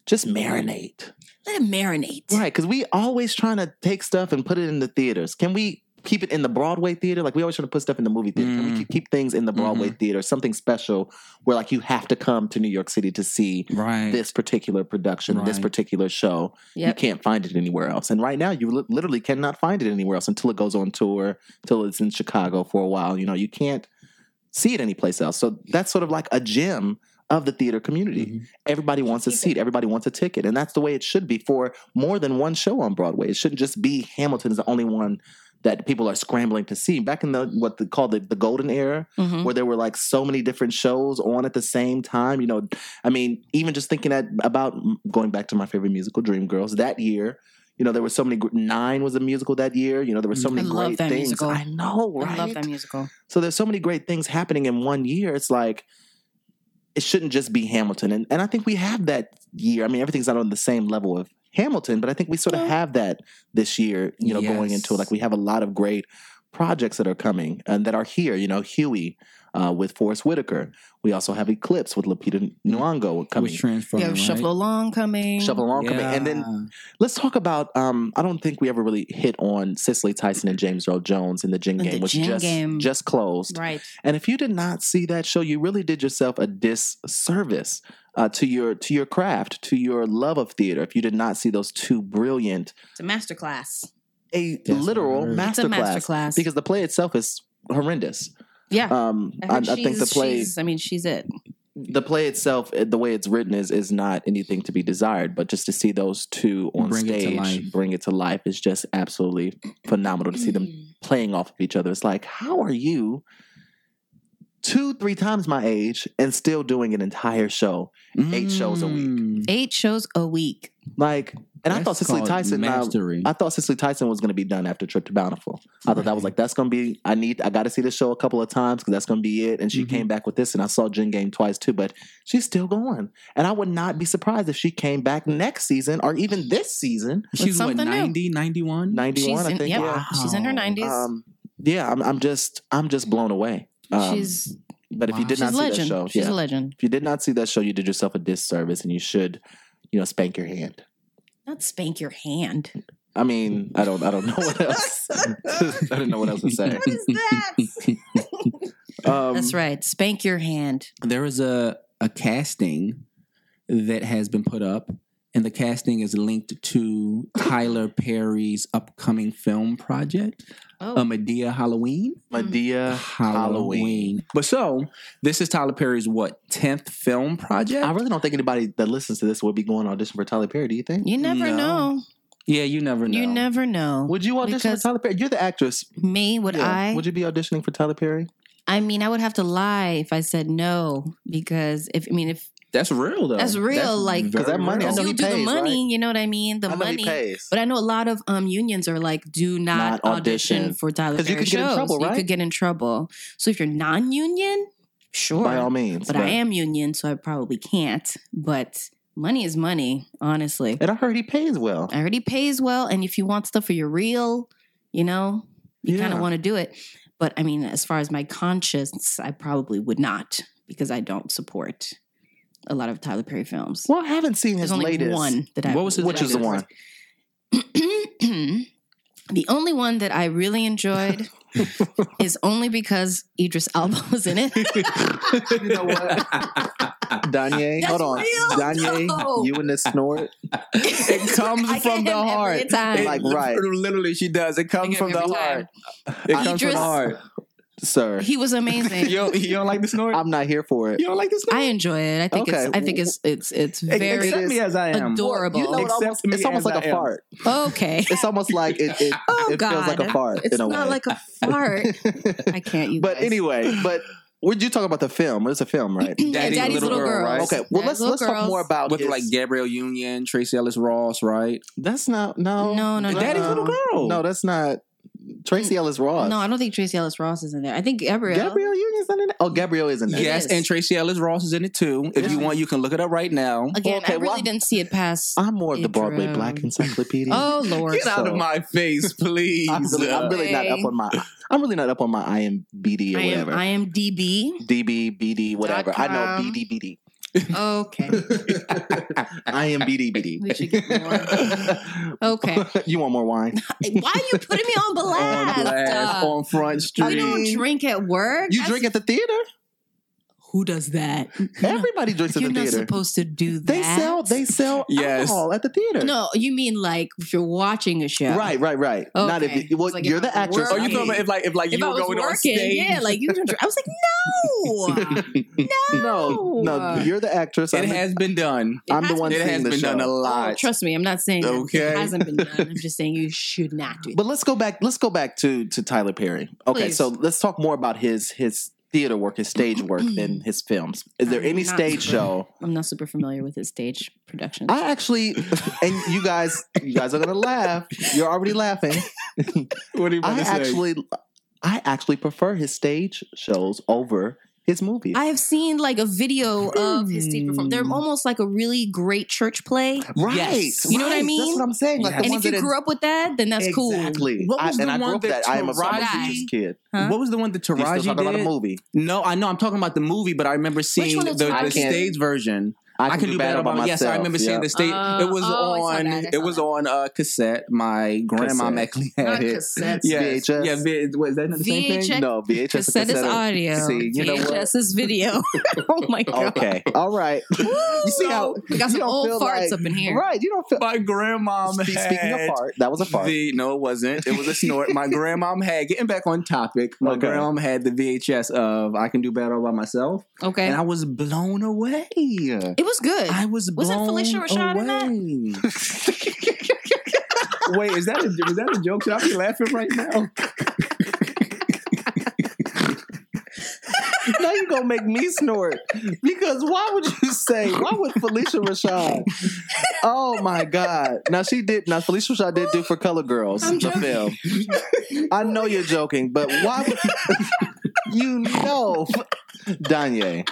Speaker 1: just marinate.
Speaker 4: Let it marinate.
Speaker 1: Right, because we always trying to take stuff and put it in the theaters. Can we keep it in the Broadway theater? Like we always trying to put stuff in the movie theater. Can we
Speaker 5: Mm. Mm-hmm.
Speaker 1: keep, keep things in the Broadway theater? Something special where like you have to come to New York City to see
Speaker 5: Right.
Speaker 1: this particular production, this
Speaker 5: Right.
Speaker 1: particular show. You
Speaker 4: Yep.
Speaker 1: can't find it anywhere else. And right now, you li- literally cannot find it anywhere else until it goes on tour, until it's in Chicago for a while. You know, you can't see it anyplace else. So that's sort of like a gem of the theater community.
Speaker 5: Mhm.
Speaker 1: Everybody wants a seat, everybody wants a ticket. And that's the way it should be for more than one show on Broadway. It shouldn't just be Hamilton is the only one that people are scrambling to see. Back in the what they call the, the golden era,
Speaker 4: Mhm.
Speaker 1: where there were like so many different shows on at the same time. You know, I mean, even just thinking at about mm, going back to my favorite musical, Dreamgirls, that year. You know, there were so many. gr- Nine was a musical that year. You know, there were so
Speaker 5: Mm.
Speaker 1: many
Speaker 4: Mm-hmm. I love
Speaker 1: great
Speaker 4: that
Speaker 1: things.
Speaker 4: musical.
Speaker 1: I know, right?
Speaker 4: I love that musical.
Speaker 1: So there's so many great things happening in one year. It's like it shouldn't just be Hamilton, and and I think we have that year. I mean, everything's not on the same level of Hamilton, but I think we sort of
Speaker 4: Yeah.
Speaker 1: have that this year. You know, going into it,
Speaker 5: Yes.
Speaker 1: like we have a lot of great projects that are coming and that are here. You know, Huey uh, with Forrest Whitaker. We also have Eclipse with Lupita
Speaker 4: Mm.
Speaker 1: Nyong'o coming.
Speaker 5: With transforming.
Speaker 4: Yeah,
Speaker 5: right?
Speaker 4: Shuffle Along coming.
Speaker 1: Shuffle along coming, and then Let's talk about. Um, I don't think we ever really hit on Cicely Tyson and James Earl Jones in the Gin
Speaker 4: In the
Speaker 1: Game, which
Speaker 4: Gin
Speaker 1: just
Speaker 4: Game.
Speaker 1: just closed.
Speaker 4: Right.
Speaker 1: And if you did not see that show, you really did yourself a disservice uh, to your to your craft, to your love of theater. If you did not see those two brilliant,
Speaker 4: It's a masterclass.
Speaker 1: a
Speaker 5: Yes,
Speaker 1: literal
Speaker 5: sir.
Speaker 4: It's a
Speaker 1: masterclass,
Speaker 4: masterclass.
Speaker 1: because the play itself is horrendous.
Speaker 4: yeah.
Speaker 1: Um, I,
Speaker 4: heard
Speaker 1: I think the
Speaker 4: she's-
Speaker 1: play
Speaker 4: she's- I mean, she's it.
Speaker 1: the play itself, uh, the way it's written, is is not anything to be desired. But just to see those two on
Speaker 5: Bring it to
Speaker 1: stage,
Speaker 5: life.
Speaker 1: bring it to life, is just absolutely phenomenal to see them
Speaker 4: Mm-hmm.
Speaker 1: playing off of each other. It's like, how are you two, three times my age and still doing an entire show? Eight shows a week.
Speaker 5: Mm.
Speaker 4: Eight shows a week.
Speaker 1: Like, and I
Speaker 5: That's
Speaker 1: thought Cicely
Speaker 5: called
Speaker 1: Tyson. uh,
Speaker 5: Mastery.
Speaker 1: I thought Cicely Tyson was going to be done after Trip to Bountiful. I thought that was
Speaker 5: Right.
Speaker 1: like that's going to be. I need. I got to see this show a couple of times because that's going to be it. And she
Speaker 5: Mhm.
Speaker 1: came back with this, and I saw Jen Game twice too. But she's still going, and I would not be surprised if she came back next season or even this season,
Speaker 5: She's what,
Speaker 4: something new.
Speaker 5: 90, 91?
Speaker 1: ninety
Speaker 4: She's
Speaker 1: one. I
Speaker 4: in,
Speaker 1: think.
Speaker 4: yep,
Speaker 1: Yeah.
Speaker 4: she's in her
Speaker 5: Wow.
Speaker 4: 90s.
Speaker 1: Um, yeah. I'm, I'm just. I'm just blown away. Um,
Speaker 4: she's
Speaker 1: But if you
Speaker 5: wow.
Speaker 1: did
Speaker 4: she's a
Speaker 1: not see that
Speaker 4: legend.
Speaker 1: show,
Speaker 4: she's
Speaker 1: yeah.
Speaker 4: a legend.
Speaker 1: if you did not see that show, you did yourself a disservice, and you should, you know, spank your hand.
Speaker 4: Not spank your hand.
Speaker 1: I mean, I don't. I don't know what else. [LAUGHS] I didn't know what else to
Speaker 5: [LAUGHS]
Speaker 1: say.
Speaker 4: is that?
Speaker 1: Um,
Speaker 4: [LAUGHS] That's right. Spank your hand.
Speaker 5: there is a a casting that has been put up and the casting is linked to Tyler Perry's upcoming film project,
Speaker 1: um,
Speaker 4: Oh,
Speaker 5: A Medea Halloween.
Speaker 4: Mm.
Speaker 1: Medea Halloween.
Speaker 5: But so, this is Tyler Perry's what, 10th film project?
Speaker 1: I really don't think anybody that listens to this would be going to audition for Tyler Perry. Do you think?
Speaker 4: you never
Speaker 5: no.
Speaker 4: know.
Speaker 5: yeah, you never know.
Speaker 4: You never know.
Speaker 1: Would you audition
Speaker 4: Because-
Speaker 1: for Tyler Perry? You're the actress.
Speaker 4: Me? Would
Speaker 1: Yeah.
Speaker 4: I?
Speaker 1: Would you be auditioning for Tyler Perry?
Speaker 4: I mean, I would have to lie if I said no because if I mean if
Speaker 5: That's real though.
Speaker 4: That's real, like-
Speaker 1: 'Cause that
Speaker 5: very
Speaker 1: money- I
Speaker 5: real.
Speaker 1: know
Speaker 4: you
Speaker 1: he
Speaker 4: do the
Speaker 1: pays,
Speaker 4: money, you know what I mean, the
Speaker 1: I know he
Speaker 4: money.
Speaker 1: pays.
Speaker 4: But I know a lot of um unions are like, do not,
Speaker 1: Not audition.
Speaker 4: audition. for Tyler
Speaker 1: 'Cause you
Speaker 4: Perry
Speaker 1: could
Speaker 4: shows.
Speaker 1: get in trouble,
Speaker 4: You
Speaker 1: right?
Speaker 4: could get in trouble. So if you're non-union, sure,
Speaker 1: By all means.
Speaker 4: but I am union, so I probably can't. But money is money, honestly.
Speaker 1: And I heard he pays well.
Speaker 4: I already pays well, and if you want stuff for your real, you know, you kind
Speaker 1: Yeah.
Speaker 4: of want to do it. But I mean, as far as my conscience, I probably would not because I don't support a lot of Tyler Perry films.
Speaker 1: Well, I haven't seen his
Speaker 4: There's only
Speaker 1: latest.
Speaker 4: one that I
Speaker 5: What was his
Speaker 1: Which is the one?
Speaker 5: latest?
Speaker 4: [CLEARS THROAT] the only one that I really enjoyed is only because Idris Elba was in it.
Speaker 1: you know what? Danye,
Speaker 4: That's
Speaker 1: hold on.
Speaker 4: real,
Speaker 1: Danye,
Speaker 4: [LAUGHS] though.
Speaker 1: you and this snort.
Speaker 5: [LAUGHS] It comes
Speaker 4: I get
Speaker 5: from the
Speaker 4: him every
Speaker 5: heart.
Speaker 4: time.
Speaker 5: It-
Speaker 1: Like, right.
Speaker 5: Literally, she does. It
Speaker 4: I
Speaker 5: comes
Speaker 4: get
Speaker 5: from
Speaker 4: him
Speaker 5: the
Speaker 4: every time.
Speaker 5: heart. It comes from
Speaker 4: Idris-
Speaker 5: the heart.
Speaker 1: Sir,
Speaker 4: He was amazing.
Speaker 5: You don't, you don't like the snort?
Speaker 1: I'm not here for it.
Speaker 5: you don't like the snort?
Speaker 4: I enjoy it. I think it's.
Speaker 1: Okay.
Speaker 4: I think it's. It's. It's very
Speaker 5: Accept me as I am.
Speaker 4: adorable.
Speaker 1: You know, it
Speaker 5: Accept
Speaker 1: almost,
Speaker 5: me
Speaker 1: it's almost
Speaker 5: as
Speaker 1: like a
Speaker 5: I am.
Speaker 1: fart.
Speaker 4: okay.
Speaker 1: It's almost like it, it,
Speaker 4: Oh
Speaker 1: it
Speaker 4: God!
Speaker 1: feels like a fart
Speaker 4: It's
Speaker 1: in a
Speaker 4: not
Speaker 1: way. [LAUGHS]
Speaker 4: [LAUGHS] like a fart. I can't. You
Speaker 1: but
Speaker 4: [CLEARS THROAT] guys.
Speaker 1: anyway, but Where did you talk about the film? It's a film,
Speaker 4: [CLEARS THROAT]
Speaker 1: right?
Speaker 4: Yeah, Daddy's, Little, Girl.
Speaker 5: Girls.
Speaker 1: Okay, well let's
Speaker 4: Daddy's Little
Speaker 1: let's talk
Speaker 4: Girls.
Speaker 1: more about
Speaker 5: with
Speaker 1: his-
Speaker 5: like Gabrielle Union, Tracy Ellis Ross, right?
Speaker 1: That's not no
Speaker 4: No, no, no.
Speaker 5: Daddy's Little Girl.
Speaker 1: Uh-huh. No, that's not Tracy Ellis Ross.
Speaker 4: No, I don't think Tracy Ellis Ross is in there. I think Gabrielle.
Speaker 1: Gabrielle Union's not in it. Oh, Gabrielle is in it.
Speaker 5: Yes,
Speaker 4: is.
Speaker 5: and Tracy Ellis Ross is in it too. If you
Speaker 1: Yeah.
Speaker 5: want, you can look it up right now.
Speaker 4: Again,
Speaker 1: Okay,
Speaker 4: I really
Speaker 1: well-
Speaker 4: didn't see it pass.
Speaker 1: I'm more of the Broadway
Speaker 4: Intro.
Speaker 1: Black Encyclopedia.
Speaker 4: Oh Lord!
Speaker 5: Get out of my face, please.
Speaker 1: I'm really, I'm really not up
Speaker 4: Okay.
Speaker 1: on my I'm really not up on my IMBD or
Speaker 4: I am
Speaker 1: whatever.
Speaker 4: I am DB.
Speaker 1: DB, BD, whatever. I know
Speaker 4: com.
Speaker 1: BD, BD.
Speaker 4: Okay,
Speaker 1: I am BD,
Speaker 4: [LAUGHS] we should get more.
Speaker 1: BD.
Speaker 4: Okay,
Speaker 1: [LAUGHS] you want more wine?
Speaker 4: [LAUGHS] why are you putting me on blast?
Speaker 5: on blast, on Front Street.
Speaker 4: we don't drink at work.
Speaker 1: You
Speaker 4: That's-
Speaker 1: drink at the theater.
Speaker 4: Who does that?
Speaker 1: Everybody drinks at
Speaker 4: You're
Speaker 1: the
Speaker 4: not
Speaker 1: theater.
Speaker 4: supposed to do that.
Speaker 1: They sell. They sell
Speaker 5: Yes.
Speaker 1: alcohol at the theater.
Speaker 4: No, you mean like if you're watching a show,
Speaker 1: Right, right, right. Not
Speaker 4: Okay.
Speaker 1: if you, well,
Speaker 4: It's like
Speaker 1: you're
Speaker 4: if
Speaker 1: the
Speaker 4: I
Speaker 1: actress.
Speaker 4: work-
Speaker 5: Oh, you talking about if like if like
Speaker 4: If
Speaker 5: you
Speaker 4: I
Speaker 5: were
Speaker 4: was
Speaker 5: going on
Speaker 4: working,
Speaker 5: stage?
Speaker 4: yeah, like you can drink. I was like, no,
Speaker 1: [LAUGHS] no,
Speaker 4: no,
Speaker 1: [LAUGHS] no, you're the actress.
Speaker 5: it
Speaker 1: I'm the-
Speaker 5: has been done.
Speaker 1: I'm the
Speaker 4: has
Speaker 1: one
Speaker 5: It
Speaker 1: seeing
Speaker 5: has
Speaker 1: the
Speaker 5: been
Speaker 1: show.
Speaker 5: done a lot.
Speaker 4: Oh, trust me, I'm not saying that
Speaker 5: Okay.
Speaker 4: it hasn't been done. I'm just saying you should not do
Speaker 1: [LAUGHS]
Speaker 4: that.
Speaker 1: But let's go back. Let's go back to to Tyler Perry. Okay,
Speaker 4: Please.
Speaker 1: so let's talk more about his his theater work, his stage work,
Speaker 4: [CLEARS THROAT]
Speaker 1: than his films. Is there
Speaker 4: I'm
Speaker 1: any
Speaker 4: not
Speaker 1: stage
Speaker 4: sure.
Speaker 1: show?
Speaker 4: I'm not super familiar with his stage production.
Speaker 1: I actually, and you guys, you guys are gonna laugh. You're already laughing.
Speaker 5: What are you
Speaker 1: I actually, I actually prefer his stage shows over his movies.
Speaker 4: I have seen like a video of his stage performance. They're
Speaker 5: Hmm.
Speaker 4: almost like a really great church play.
Speaker 1: right?
Speaker 5: Yes.
Speaker 4: You know what I
Speaker 1: right, That's
Speaker 4: mean?
Speaker 1: what I'm saying. Like
Speaker 5: Yes.
Speaker 1: the
Speaker 4: and
Speaker 1: ones
Speaker 4: if you
Speaker 1: that
Speaker 4: grew up with that, then that's cool.
Speaker 1: Exactly.
Speaker 5: What
Speaker 1: I-
Speaker 5: was
Speaker 1: and
Speaker 5: the
Speaker 1: I grew
Speaker 5: one
Speaker 1: up with
Speaker 5: that
Speaker 1: that I am a summer
Speaker 5: Taraji-
Speaker 1: teacher's kid.
Speaker 4: Huh?
Speaker 5: What was the one that
Speaker 1: You
Speaker 5: Taraji
Speaker 1: still talking about a
Speaker 5: did?
Speaker 1: movie?
Speaker 5: No, I know. I'm talking about the movie, but I remember seeing
Speaker 4: one
Speaker 5: the,
Speaker 4: is
Speaker 5: the,
Speaker 1: I can't-
Speaker 5: stage version. I can, do, better by
Speaker 1: by
Speaker 5: myself. Yes, I remember seeing the stage.
Speaker 4: Uh,
Speaker 5: it was
Speaker 4: oh, I saw
Speaker 5: on.
Speaker 4: that, I
Speaker 5: It
Speaker 4: saw
Speaker 5: was
Speaker 4: that.
Speaker 5: on uh, cassette. My grandma
Speaker 1: Cassette.
Speaker 5: actually had
Speaker 4: Not
Speaker 5: it.
Speaker 4: cassettes.
Speaker 5: Yes.
Speaker 1: VHS.
Speaker 5: Yeah. V- was that not the same thing?
Speaker 4: VHS.
Speaker 1: No, VHS
Speaker 4: Cassette is audio.
Speaker 1: See, you know what?
Speaker 4: VHS is
Speaker 1: [LAUGHS]
Speaker 4: video. oh my god.
Speaker 5: [LAUGHS]
Speaker 1: Okay. All right. you see how
Speaker 4: [LAUGHS] We got
Speaker 1: you
Speaker 4: some
Speaker 1: don't
Speaker 4: old
Speaker 1: feel
Speaker 4: farts
Speaker 1: like-
Speaker 4: up in here.
Speaker 1: Right. You don't feel.
Speaker 5: [LAUGHS] My grandma
Speaker 1: Spe-
Speaker 5: had.
Speaker 1: Speaking of fart, that was a fart.
Speaker 5: The, no, it wasn't. It was a snort. My grandma had, getting back on topic, my
Speaker 1: Okay.
Speaker 5: grandma had the VHS of I Can Do Better All by Myself.
Speaker 4: Okay.
Speaker 5: And I was blown away.
Speaker 4: it was good.
Speaker 5: I was
Speaker 4: Wasn't
Speaker 5: blown
Speaker 4: Felicia Rashad in that?
Speaker 5: away. Wait, is that a, was that a joke? Should I be laughing right now?
Speaker 1: [LAUGHS] now you're gonna make me snort because why would you say? Why would Felicia Rashad? Oh my God! Now she did. Now Felicia Rashad did do for Color Girls
Speaker 4: I'm
Speaker 1: the
Speaker 4: joking.
Speaker 1: film. I know you're joking, but why would you know, Danye?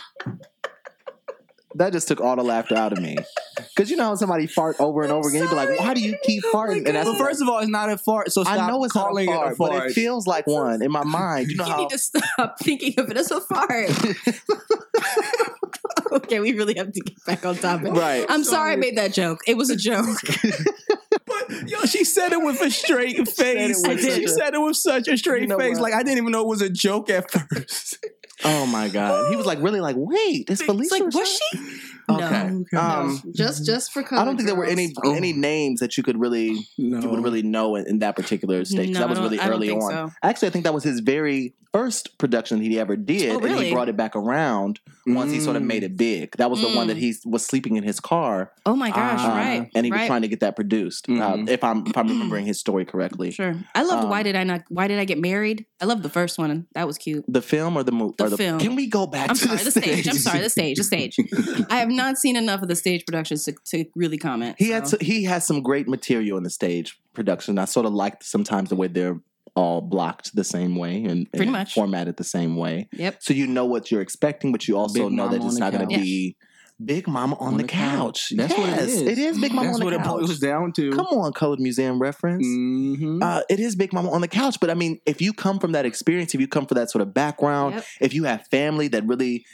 Speaker 1: That just took all the laughter out of me. Because you know how somebody fart over and
Speaker 4: I'm
Speaker 1: over again, you'd be like,
Speaker 4: sorry.
Speaker 1: "Why do you keep
Speaker 4: Oh my
Speaker 1: farting?" And that's
Speaker 5: Well, first of all, it's not a fart, so stop
Speaker 1: I know it's not a
Speaker 5: calling
Speaker 1: fart,
Speaker 5: it a fart.
Speaker 1: but it feels like one in my mind. You know
Speaker 4: you
Speaker 1: how
Speaker 4: need to stop [LAUGHS] thinking of it as
Speaker 1: [LAUGHS]
Speaker 4: a fart. okay, we really have to get back on topic.
Speaker 1: Right.
Speaker 4: I'm sorry I made that joke. It was a joke.
Speaker 5: But yo, she said it with a straight face.
Speaker 1: with
Speaker 5: She
Speaker 1: such a-
Speaker 5: said it with such a straight
Speaker 1: You know
Speaker 5: face.
Speaker 1: what?
Speaker 5: Like I didn't even know it was a joke
Speaker 1: [LAUGHS]
Speaker 5: at first.
Speaker 1: Oh my god. He was like really like, wait, it's
Speaker 4: It's
Speaker 1: Felicia.
Speaker 4: like,
Speaker 1: Rashad?
Speaker 4: was she?
Speaker 1: Okay.
Speaker 4: No.
Speaker 1: Um,
Speaker 4: just just for color.
Speaker 1: I don't think there were any
Speaker 5: Oh.
Speaker 1: any names that you could really
Speaker 5: No.
Speaker 1: you would really know in, in that particular stage. 'cause
Speaker 4: [LAUGHS] No,
Speaker 1: that
Speaker 4: I
Speaker 1: was
Speaker 4: don't-
Speaker 1: really
Speaker 4: I don't
Speaker 1: early
Speaker 4: think
Speaker 1: on.
Speaker 4: so.
Speaker 1: Actually, I think that was his very first production he ever did,
Speaker 4: Oh,
Speaker 1: and he
Speaker 4: really? Mm.
Speaker 1: brought it back around once he sort of made it big. That was the one that he was sleeping in his car,
Speaker 4: Oh my gosh!
Speaker 5: Ah.
Speaker 4: right.
Speaker 1: Uh, and he
Speaker 4: right. Mm-hmm.
Speaker 1: was trying to get that produced.
Speaker 5: Mhm.
Speaker 1: Uh, if I'm if
Speaker 4: [CLEARS THROAT]
Speaker 1: I'm remembering his story correctly,
Speaker 4: Sure. I loved
Speaker 1: Um,
Speaker 4: why did I not why did I get married? I loved the first one. That was cute.
Speaker 1: the film or the movie?
Speaker 4: The
Speaker 1: or the,
Speaker 4: film.
Speaker 1: Can we go back
Speaker 4: I'm
Speaker 1: to
Speaker 4: sorry, the stage. I'm sorry, the stage, the stage. I have not seen enough of the stage productions to, to really comment.
Speaker 1: He
Speaker 4: so.
Speaker 1: had s- he has some great material in the stage production. I sort of liked sometimes the way they're all blocked the same way and,
Speaker 4: Pretty
Speaker 1: and
Speaker 4: much.
Speaker 1: formatted the same way,
Speaker 4: Yep.
Speaker 1: so you know what you're expecting, but you also
Speaker 5: Big
Speaker 1: know
Speaker 5: Mama
Speaker 1: that it's
Speaker 5: on the
Speaker 1: not going to
Speaker 5: couch.
Speaker 1: be Big Mama on, the, couch.
Speaker 5: That's what it
Speaker 1: Yes,
Speaker 5: is.
Speaker 1: It is Big Mama
Speaker 5: That's
Speaker 1: on
Speaker 5: what
Speaker 1: the
Speaker 5: it
Speaker 1: couch.
Speaker 5: boils down to.
Speaker 1: Come on, Colored Museum reference.
Speaker 5: Mhm.
Speaker 4: Mm-hmm.
Speaker 1: Uh, it is Big Mama on the couch, but I mean, if you come from that experience, if you come from that sort of background,
Speaker 4: Yep.
Speaker 1: if you have family that really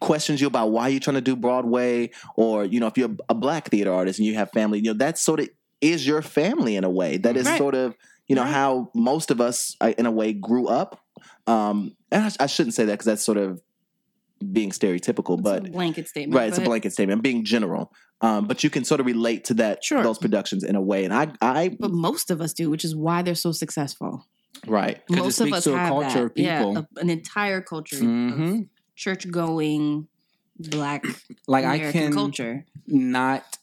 Speaker 1: questions you about why you're trying to do Broadway, or you know, if you're a black theater artist and you have family, you know, that sort of is your family in a way. That is
Speaker 4: Right.
Speaker 1: sort of you know
Speaker 4: Right.
Speaker 1: how most of us, uh, in a way, grew up. Um, and I, sh- I shouldn't say that because that's sort of being stereotypical, but
Speaker 4: it's a blanket statement.
Speaker 1: Right, it's a
Speaker 4: but-
Speaker 1: blanket statement. I'm being general, um, but you can sort of relate to that
Speaker 4: Sure.
Speaker 1: those productions in a way. And I, I
Speaker 4: But most of us do, which is why they're so successful.
Speaker 1: right,
Speaker 5: 'Cause it
Speaker 4: Most of
Speaker 5: speaks
Speaker 4: us
Speaker 5: to a
Speaker 4: have
Speaker 5: culture
Speaker 4: that.
Speaker 5: of
Speaker 4: Yeah,
Speaker 5: people.
Speaker 4: a- an entire culture of
Speaker 5: Mhm.
Speaker 4: church going black
Speaker 5: [CLEARS THROAT] Like I
Speaker 4: American
Speaker 5: can
Speaker 4: culture. Mm.
Speaker 5: not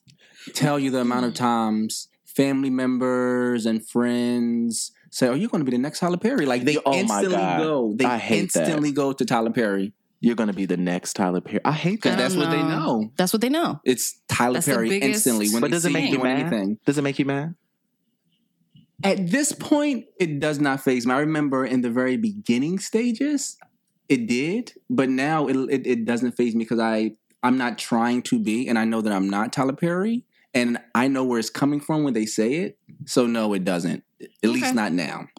Speaker 5: tell you the amount of times family members and friends say, "Oh, you're going to be the next Tyler Perry." Like they
Speaker 1: Oh my
Speaker 5: instantly
Speaker 1: God.
Speaker 5: go, they
Speaker 1: I hate that.
Speaker 5: instantly go to Tyler Perry.
Speaker 1: You're gonna be the next Tyler Perry. I hate
Speaker 5: because
Speaker 1: that.
Speaker 4: I don't
Speaker 5: that's what they
Speaker 4: know.
Speaker 5: know.
Speaker 4: That's what they know.
Speaker 5: It's Tyler
Speaker 4: That's the
Speaker 5: Perry
Speaker 4: biggest
Speaker 5: instantly when
Speaker 4: But
Speaker 5: they
Speaker 1: does it
Speaker 5: see
Speaker 1: make
Speaker 5: you
Speaker 1: you
Speaker 5: on
Speaker 1: mad?
Speaker 5: anything.
Speaker 1: Does it make you mad?
Speaker 5: At this point, it does not phase me. I remember in the very beginning stages, it did, but now it it, it doesn't phase me because I I'm not trying to be, and I know that I'm not Tyler Perry, and I know where it's coming from when they say it. So no, it doesn't. At
Speaker 4: Okay.
Speaker 5: least not now.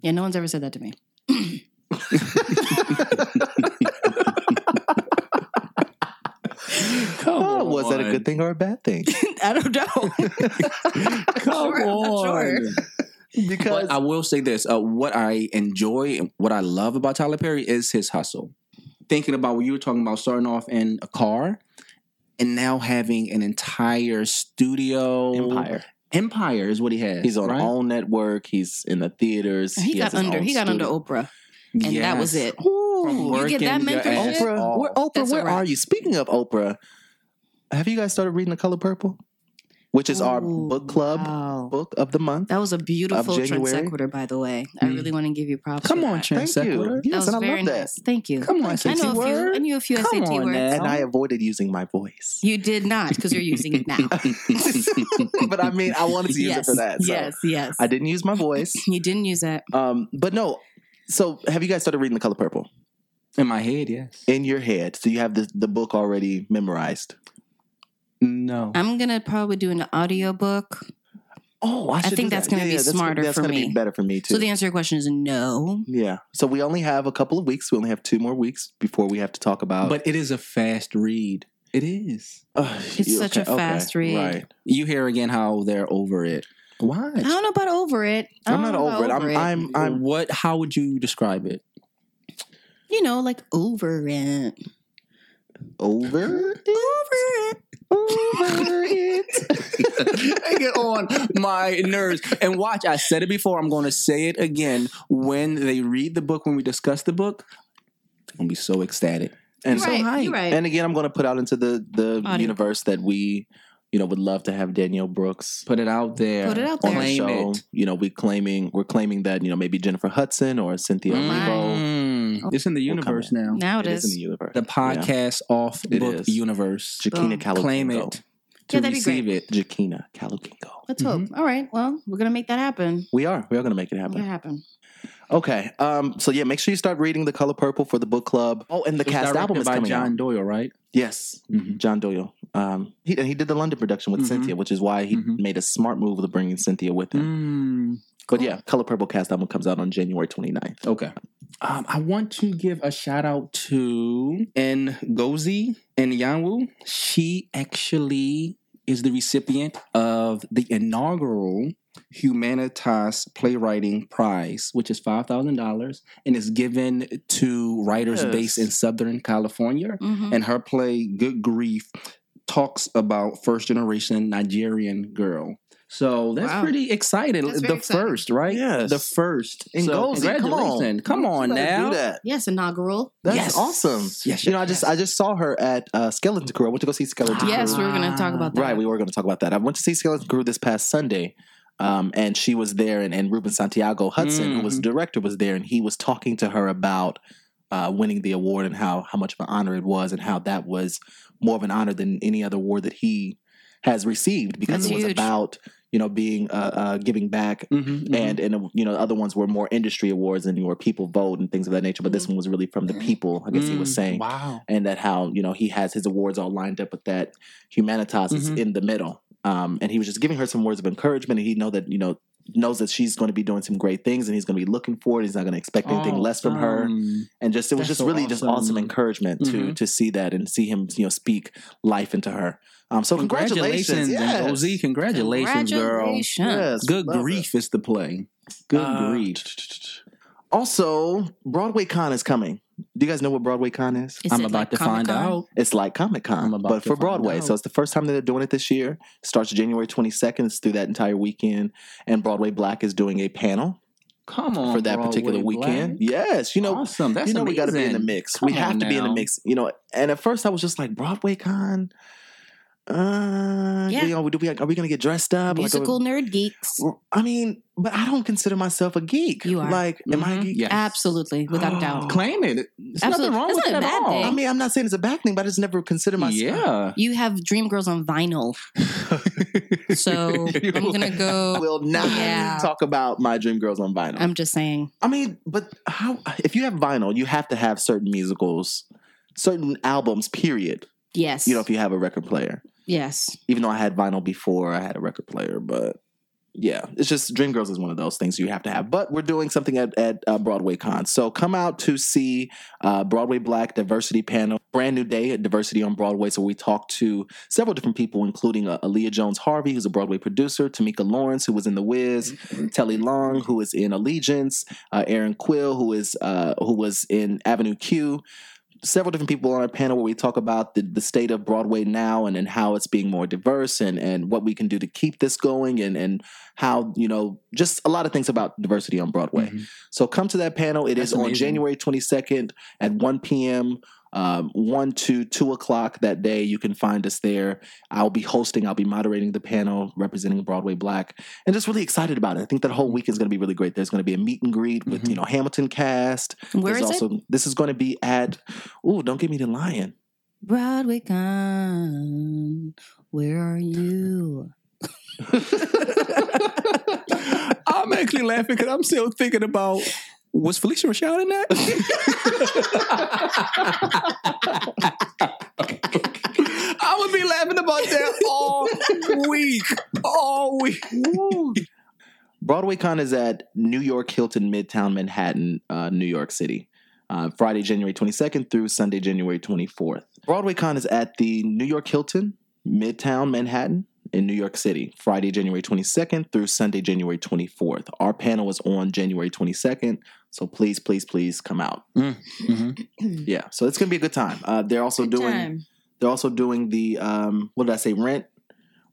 Speaker 4: Yeah, no one's ever said that to
Speaker 5: [LAUGHS]
Speaker 4: me. [LAUGHS]
Speaker 5: Come
Speaker 1: Oh, was that a good thing or a bad thing?
Speaker 4: I don't know.
Speaker 5: [LAUGHS] Come
Speaker 4: Sure, I'm not sure.
Speaker 5: on.
Speaker 1: [LAUGHS] Because
Speaker 5: But I will say this: uh, what I enjoy and what I love about Tyler Perry is his hustle. Thinking about what you were talking about, starting off in a car, and now having an entire studio
Speaker 1: Empire.
Speaker 5: Empire is what he has.
Speaker 1: He's on
Speaker 5: right?
Speaker 1: all network. He's in the theaters.
Speaker 4: he
Speaker 1: has
Speaker 4: got
Speaker 1: his
Speaker 4: under.
Speaker 1: own
Speaker 4: He got under
Speaker 1: studio.
Speaker 4: Oprah, and that was
Speaker 5: Yes.
Speaker 4: it.
Speaker 1: Ooh,
Speaker 4: You get that
Speaker 5: Working your
Speaker 4: mentorship?
Speaker 5: ass
Speaker 1: Oprah,
Speaker 5: off.
Speaker 1: where, Oprah,
Speaker 4: That's a
Speaker 1: where
Speaker 4: wrap.
Speaker 1: are you? Speaking of Oprah, have you guys started reading The Color Purple? Which is our
Speaker 4: Ooh,
Speaker 1: book club
Speaker 4: wow.
Speaker 1: book of the month.
Speaker 4: That was a beautiful
Speaker 1: January.
Speaker 4: transequitur, by the the way. I
Speaker 5: Mm.
Speaker 4: really want to give you props.
Speaker 5: Come
Speaker 4: for
Speaker 5: on,
Speaker 4: that.
Speaker 5: Trent.
Speaker 1: Thank you.
Speaker 5: Sequitur.
Speaker 4: That
Speaker 1: Yes,
Speaker 4: was
Speaker 1: and I
Speaker 4: very
Speaker 1: love that.
Speaker 4: nice. Thank you.
Speaker 5: Come on,
Speaker 4: I know a
Speaker 5: SAT
Speaker 4: few. I
Speaker 5: word.
Speaker 4: knew a few
Speaker 5: Come
Speaker 4: SAT
Speaker 5: on
Speaker 4: words.
Speaker 5: now.
Speaker 1: And I avoided using my voice.
Speaker 4: [LAUGHS] You did not because you're
Speaker 1: [LAUGHS]
Speaker 4: using it now.
Speaker 1: but I mean, I wanted to use it
Speaker 4: yes.
Speaker 1: for that. So
Speaker 4: yes. Yes.
Speaker 1: I didn't use my voice.
Speaker 4: You didn't use that.
Speaker 1: Um, but no. So have you guys started reading The Color Purple
Speaker 5: In my head, yes.
Speaker 1: in your head? So you have the, the book already memorized.
Speaker 5: No.
Speaker 4: I'm gonna probably do an audiobook.
Speaker 1: Oh, I, should
Speaker 4: think
Speaker 1: do
Speaker 4: that's
Speaker 1: that.
Speaker 4: gonna be
Speaker 1: that's-
Speaker 4: smarter
Speaker 1: that's
Speaker 4: for
Speaker 1: gonna
Speaker 4: me.
Speaker 1: Be better for me too.
Speaker 4: So the answer to your question is no.
Speaker 1: yeah. So we only have a couple of weeks. We only have two more weeks before we have to talk about.
Speaker 5: But it is a fast read. It is.
Speaker 1: Ugh,
Speaker 4: It's
Speaker 1: you-
Speaker 4: such a fast read.
Speaker 1: Right.
Speaker 5: You hear again how they're over it. Why?
Speaker 4: I don't know about over it. I
Speaker 1: I'm
Speaker 4: don't
Speaker 1: not
Speaker 4: know
Speaker 1: over it.
Speaker 4: about
Speaker 1: I'm, I'm. I'm.
Speaker 5: what? How would you describe it?
Speaker 4: you know, like over it.
Speaker 1: over.
Speaker 4: Over it.
Speaker 5: [LAUGHS]
Speaker 1: Over it.
Speaker 5: I get on my nerves. And watch, I said it before. I'm going to say it again. When they read the book, when we discuss the book, I'm going to be so ecstatic.
Speaker 1: and
Speaker 4: You're
Speaker 1: so,
Speaker 4: right. You're
Speaker 5: hyped.
Speaker 4: right.
Speaker 1: and again, I'm going to put out into the the
Speaker 4: Audio.
Speaker 1: universe that we, you know, would love to have Danielle Brooks
Speaker 5: Put it out there.
Speaker 4: Put it out
Speaker 1: on
Speaker 4: there.
Speaker 1: the
Speaker 5: Claim
Speaker 1: show.
Speaker 5: it.
Speaker 1: You know, we claiming we're claiming that you know maybe Jennifer Hudson or Cynthia
Speaker 4: Mm.
Speaker 1: Erivo.
Speaker 5: Mm. It's in the
Speaker 1: We'll
Speaker 5: universe
Speaker 1: come
Speaker 5: now.
Speaker 4: now it
Speaker 1: It is
Speaker 4: is.
Speaker 1: in the universe.
Speaker 5: The podcast off
Speaker 1: It
Speaker 5: book
Speaker 1: is.
Speaker 5: universe.
Speaker 1: Jakina
Speaker 4: Boom.
Speaker 1: Calokingo.
Speaker 5: Claim it. To
Speaker 4: Yeah, that'd be
Speaker 5: receive it.
Speaker 1: Jakina Calokingo.
Speaker 4: Let's hope. All right. Well, we're gonna make that happen.
Speaker 1: We are. We are going to make it
Speaker 4: Make it
Speaker 1: Mm-hmm. happen.
Speaker 4: happen.
Speaker 1: Okay. Um. So yeah, make sure you start reading The Color Purple for the book club. Oh, and the
Speaker 5: It was
Speaker 1: cast
Speaker 5: directed
Speaker 1: album is
Speaker 5: by
Speaker 1: coming out. Mm-hmm.
Speaker 5: John Doyle, right?
Speaker 1: Yes,
Speaker 5: Mhm.
Speaker 1: John Doyle. Um, he and he did the London production with
Speaker 5: Mhm.
Speaker 1: Cynthia, which is why he
Speaker 5: Mhm.
Speaker 1: made a smart move of bringing Cynthia with him.
Speaker 5: Mm.
Speaker 1: But yeah, Color Purple cast album comes out on January 29th.
Speaker 5: Okay. Um, I want to give a shout out to Ngozi and Yanwu. She actually is the recipient of the inaugural Humanitas Playwriting Prize, which is five thousand dollars, and is given to writers
Speaker 1: Yes.
Speaker 5: based in Southern California.
Speaker 1: Mm-hmm.
Speaker 4: Mhm.
Speaker 5: And her play Good Grief talks about first generation Nigerian girl. So that's
Speaker 4: Wow.
Speaker 5: pretty exciting.
Speaker 4: That's
Speaker 5: the
Speaker 4: very exciting.
Speaker 5: first, right?
Speaker 1: Yes.
Speaker 5: The first.
Speaker 1: And
Speaker 5: so,
Speaker 1: Gozi, come on,
Speaker 5: congratulations. Come on
Speaker 1: You better
Speaker 5: now.
Speaker 1: do that.
Speaker 4: Yes, inaugural.
Speaker 1: That's
Speaker 5: Yes.
Speaker 1: awesome.
Speaker 5: Yes,
Speaker 1: you know, I just I just saw her at uh, Skeleton Crew. I went to go see Skeleton Crew.
Speaker 4: Yes, we were gonna talk about that.
Speaker 1: Right, we were going to talk about that. I went to see Skeleton Crew this past Sunday, um, and she was there, and, and Ruben Santiago Hudson, who was
Speaker 4: Mm-hmm.
Speaker 5: Mhm.
Speaker 1: director, was there, and he was talking to her about uh, winning the award and how how much of an honor it was, and how that was more of an honor than any other award that he has received because
Speaker 4: That's
Speaker 1: it was
Speaker 4: huge.
Speaker 1: about you know being uh, uh, giving back.
Speaker 4: Mm-hmm.
Speaker 5: Mhm,
Speaker 1: And and you know other ones were more industry awards and where people vote and things of that nature, but
Speaker 4: Mm-hmm.
Speaker 1: this one was really from the people. I guess he was
Speaker 5: Mm,
Speaker 1: saying,
Speaker 5: wow.
Speaker 1: and that how you know he has his awards all lined up, but that Humanitas is
Speaker 5: Mhm.
Speaker 1: in the middle. Um, and he was just giving her some words of encouragement, and he know that you know knows that she's going to be doing some great things, and he's going to be looking for it. He's not going to expect anything less from her,
Speaker 5: Awesome.
Speaker 1: and just it was
Speaker 5: that's
Speaker 1: just
Speaker 5: so
Speaker 1: really just
Speaker 5: awesome.
Speaker 1: awesome encouragement to
Speaker 5: Mhm.
Speaker 1: to see that and see him you know speak life into her. Um, so congratulations,
Speaker 5: Congratulations,
Speaker 1: yes.
Speaker 5: Ngozi. Congratulations, girl.
Speaker 4: Congratulations.
Speaker 1: Yes,
Speaker 5: Good
Speaker 1: love it.
Speaker 5: grief is the play. Good
Speaker 1: Uh,
Speaker 5: grief.
Speaker 1: Also, Broadway Con is coming. Do you guys know what Broadway Con is?
Speaker 4: Is
Speaker 5: I'm
Speaker 4: it
Speaker 5: about
Speaker 4: like
Speaker 5: to find
Speaker 4: Comic-Con?
Speaker 5: out.
Speaker 1: It's like Comic
Speaker 5: I'm
Speaker 1: Con,
Speaker 5: about
Speaker 1: but
Speaker 5: to
Speaker 1: for
Speaker 5: find
Speaker 1: Broadway.
Speaker 5: out.
Speaker 1: So it's the first time that they're doing it this year. Starts January 22nd. It's through that entire weekend. And Broadway Black is doing a panel
Speaker 5: Come on.
Speaker 1: for that particular
Speaker 5: Uh, Broadway
Speaker 1: weekend.
Speaker 5: Black.
Speaker 1: Yes, you know,
Speaker 5: awesome. That's
Speaker 1: you know, we got to be in the
Speaker 5: amazing.
Speaker 1: mix. we
Speaker 5: Come
Speaker 1: have
Speaker 5: on
Speaker 1: to be in the
Speaker 5: now.
Speaker 1: mix. You know, and at first I was just like Broadway Con. uh,
Speaker 4: Yeah.
Speaker 1: you know, do we, are we going to get dressed up? Like, are we-
Speaker 4: Musical nerd geeks.
Speaker 1: I mean, but I don't consider myself a geek.
Speaker 4: You are.
Speaker 1: Like, am I a
Speaker 5: Mhm.
Speaker 1: geek?
Speaker 5: Yes.
Speaker 4: Absolutely,
Speaker 1: [GASPS]
Speaker 4: without doubt.
Speaker 5: Claim it. There's nothing
Speaker 4: Absolutely.
Speaker 5: wrong
Speaker 4: That's
Speaker 5: with
Speaker 4: not a
Speaker 5: that
Speaker 4: bad
Speaker 5: at all.
Speaker 4: thing.
Speaker 1: I mean, I'm not saying it's a bad thing, but I just never consider myself.
Speaker 5: yeah.
Speaker 4: You have Dreamgirls
Speaker 1: [LAUGHS]
Speaker 4: on vinyl,
Speaker 5: [LAUGHS]
Speaker 4: so I'm gonna
Speaker 1: I [LAUGHS]
Speaker 4: go.
Speaker 1: will not
Speaker 4: Yeah.
Speaker 1: talk about my dream girls on vinyl.
Speaker 4: I'm just saying.
Speaker 1: I mean, but how? If you have vinyl, you have to have certain musicals, certain albums. Period.
Speaker 4: Yes.
Speaker 1: You know, if you have a record player.
Speaker 4: yes.
Speaker 1: Even though I had vinyl before, I had a record player, but. Yeah, it's just Dreamgirls is one of those things you have to have. But we're doing something at, at uh, Broadway Con. So come out to see uh, Broadway Black Diversity Panel, brand new day at Diversity on Broadway. So we talked to several different people, including uh, Aaliyah Jones Harvey, who's a Broadway producer, Tamika Lawrence, who was in The Wiz, Telly Long, who is in Allegiance, uh, Aaron Quill, who is uh, who was in Avenue Q. Several different people on our panel where we talk about the, the state of Broadway now and, and how it's being more diverse and, and what we can do to keep this going and, and how, you know, just a lot of things about diversity on Broadway.
Speaker 5: [LAUGHS] Mhm.
Speaker 1: So come to that panel. It is
Speaker 5: That's
Speaker 1: on
Speaker 5: amazing.
Speaker 1: January 22nd at 1 p.m. Um, 1 to 2 o'clock that day. You can find us there. I'll be hosting, I'll be moderating the panel representing Broadway Black and just really excited about it. I think that whole weekend's going to be really great. There's going to be a meet and greet with,
Speaker 5: Mhm.
Speaker 1: you know, Hamilton cast.
Speaker 4: Where
Speaker 1: There's
Speaker 4: is it?
Speaker 1: also, This is going to be at, ooh, don't give me the lion.
Speaker 4: Broadway Con. Where are you?
Speaker 5: I'm actually laughing because I'm still thinking about was Felicia Rashad in that? [LAUGHS] I would be laughing about that all week, all week.
Speaker 1: BroadwayCon is at New York Hilton Midtown Manhattan, uh, New York City, uh, Friday, January 22nd through Sunday, January 24th. BroadwayCon is at the New York Hilton Midtown Manhattan in New York City, Friday, January 22nd through Sunday, January 24th. Our panel is on January 22nd, so please, please, please come out.
Speaker 5: Mm-hmm.
Speaker 1: Yeah, so it's gonna be a good time. Uh, they're also
Speaker 4: Good
Speaker 1: doing
Speaker 4: time.
Speaker 1: they're also doing the um, what did I say? Rent.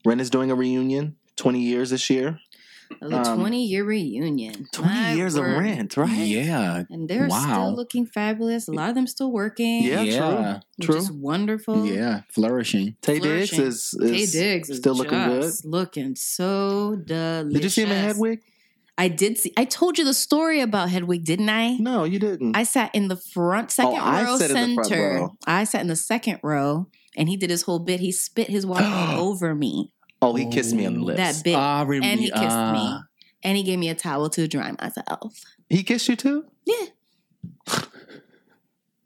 Speaker 1: Rent is doing a reunion. 20 years this year.
Speaker 4: The
Speaker 1: um,
Speaker 4: 20 year reunion.
Speaker 1: 20
Speaker 4: My
Speaker 1: years
Speaker 4: word.
Speaker 1: of rent, right?
Speaker 5: Yeah.
Speaker 4: And they're
Speaker 5: Wow.
Speaker 4: still looking fabulous. A lot of them still working.
Speaker 1: Yeah,
Speaker 4: which
Speaker 1: true.
Speaker 4: is wonderful.
Speaker 5: Yeah. Flourishing.
Speaker 1: Tay Diggs
Speaker 4: Flourishing.
Speaker 1: is,
Speaker 4: Tay
Speaker 1: is
Speaker 4: Diggs is
Speaker 1: still looking good.
Speaker 4: just Looking so delicious.
Speaker 1: Did you see him in Hedwig?
Speaker 4: I did see. I told you the story about Hedwig, didn't I?
Speaker 1: No, you didn't.
Speaker 4: I sat in the front second
Speaker 1: I
Speaker 4: row
Speaker 1: sat in the
Speaker 4: center.
Speaker 1: front row.
Speaker 4: I sat in the second row, and he did his whole bit. He spit his water
Speaker 1: [GASPS]
Speaker 4: all over me.
Speaker 1: oh, he kissed me on the lips.
Speaker 4: Mm, That bit,
Speaker 5: Ah, rem-
Speaker 4: and he kissed me,
Speaker 5: ah.
Speaker 4: and he gave me a towel to dry myself.
Speaker 1: he kissed you too?
Speaker 4: Yeah.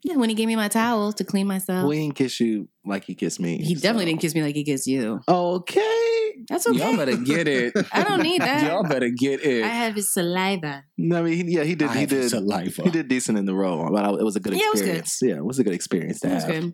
Speaker 4: Yeah, when he gave me my towel to clean myself,
Speaker 1: Well, he didn't kiss you like he kissed me.
Speaker 4: Uh, he definitely
Speaker 1: so.
Speaker 4: didn't kiss me like he kissed you.
Speaker 1: Okay.
Speaker 4: That's okay.
Speaker 5: Y'all better get it.
Speaker 4: I don't need that.
Speaker 5: [LAUGHS] Y'all better get
Speaker 4: I
Speaker 5: it.
Speaker 4: have his saliva.
Speaker 1: No, I mean, he, yeah, he did.
Speaker 5: I
Speaker 1: he
Speaker 5: have
Speaker 1: did.
Speaker 5: Saliva.
Speaker 1: He did decent in the row, but I, it was a good
Speaker 4: Yeah, it was good.
Speaker 1: experience. Yeah, it was a good experience to
Speaker 4: That was
Speaker 1: have.
Speaker 4: good.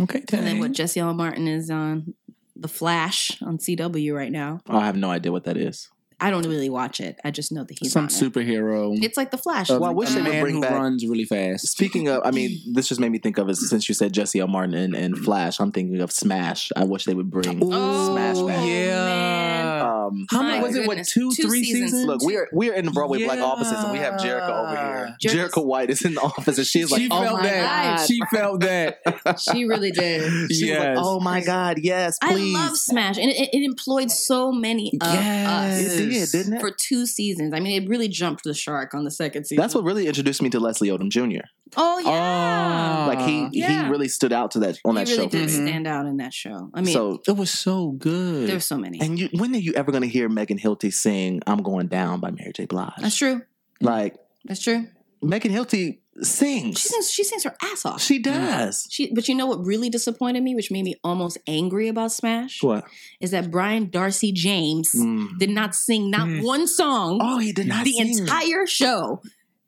Speaker 5: Okay.
Speaker 4: And then
Speaker 5: dang.
Speaker 4: what Jesse L. Martin is on The Flash on CW right now.
Speaker 1: I have no idea what that is.
Speaker 4: I don't really watch it. I just know that he's
Speaker 5: Some um,
Speaker 4: on it.
Speaker 5: superhero.
Speaker 4: It's like The Flash.
Speaker 1: Well, I wish
Speaker 5: a
Speaker 1: they would
Speaker 5: man
Speaker 1: bring
Speaker 5: who
Speaker 1: back-
Speaker 5: runs really fast.
Speaker 1: Speaking of, I mean, this just made me think of it since you said Jesse L. Martin and, and Flash. I'm thinking of Smash. I wish they would bring.
Speaker 4: Oh,
Speaker 1: Smash back.
Speaker 4: man.
Speaker 1: Um,
Speaker 5: Uh, How many
Speaker 4: My
Speaker 5: was it? What
Speaker 4: goodness.
Speaker 5: two,
Speaker 4: Two
Speaker 5: three
Speaker 4: seasons.
Speaker 5: seasons?
Speaker 1: Look, we are we are in the Broadway Black
Speaker 5: Yeah.
Speaker 1: offices, and we have Jericho over here.
Speaker 4: Jericho's-
Speaker 1: Jericho White is in the office, and she's like,
Speaker 5: she
Speaker 1: "Oh
Speaker 5: felt
Speaker 1: my
Speaker 5: that.
Speaker 1: god!"
Speaker 5: She
Speaker 1: [LAUGHS]
Speaker 5: felt that.
Speaker 4: she really did.
Speaker 1: She was like,
Speaker 5: yes.
Speaker 1: "Oh my god, yes,
Speaker 4: I
Speaker 1: please."
Speaker 4: love Smash, and it, it employed so many of
Speaker 5: Yes.
Speaker 4: us
Speaker 1: it did, didn't it?
Speaker 4: for two seasons. I mean, it really jumped the shark on the second season.
Speaker 1: That's what really introduced me to Leslie Odom Jr.
Speaker 4: Oh yeah,
Speaker 5: Oh,
Speaker 1: Like he
Speaker 4: yeah.
Speaker 1: he really stood out to that on that
Speaker 4: he really
Speaker 1: show. for
Speaker 4: did
Speaker 1: me.
Speaker 5: Mhm.
Speaker 4: stand out in that show. I mean,
Speaker 1: so,
Speaker 5: it was so good.
Speaker 4: there's so many.
Speaker 1: and you, when are you ever going to hear Megan Hilty sing "I'm Going Down" by Mary J. Blige?
Speaker 4: That's true.
Speaker 1: Like
Speaker 4: That's true.
Speaker 1: Megan Hilty sings,
Speaker 4: She sings. She sings her ass off.
Speaker 1: she does.
Speaker 4: She, but you know what really disappointed me, which made me almost angry about Smash,
Speaker 1: What?
Speaker 4: is that Brian Darcy James
Speaker 1: Mm.
Speaker 4: did not sing not
Speaker 5: Mm.
Speaker 4: one song
Speaker 1: Oh, he did not
Speaker 4: the
Speaker 1: sing.
Speaker 4: entire show,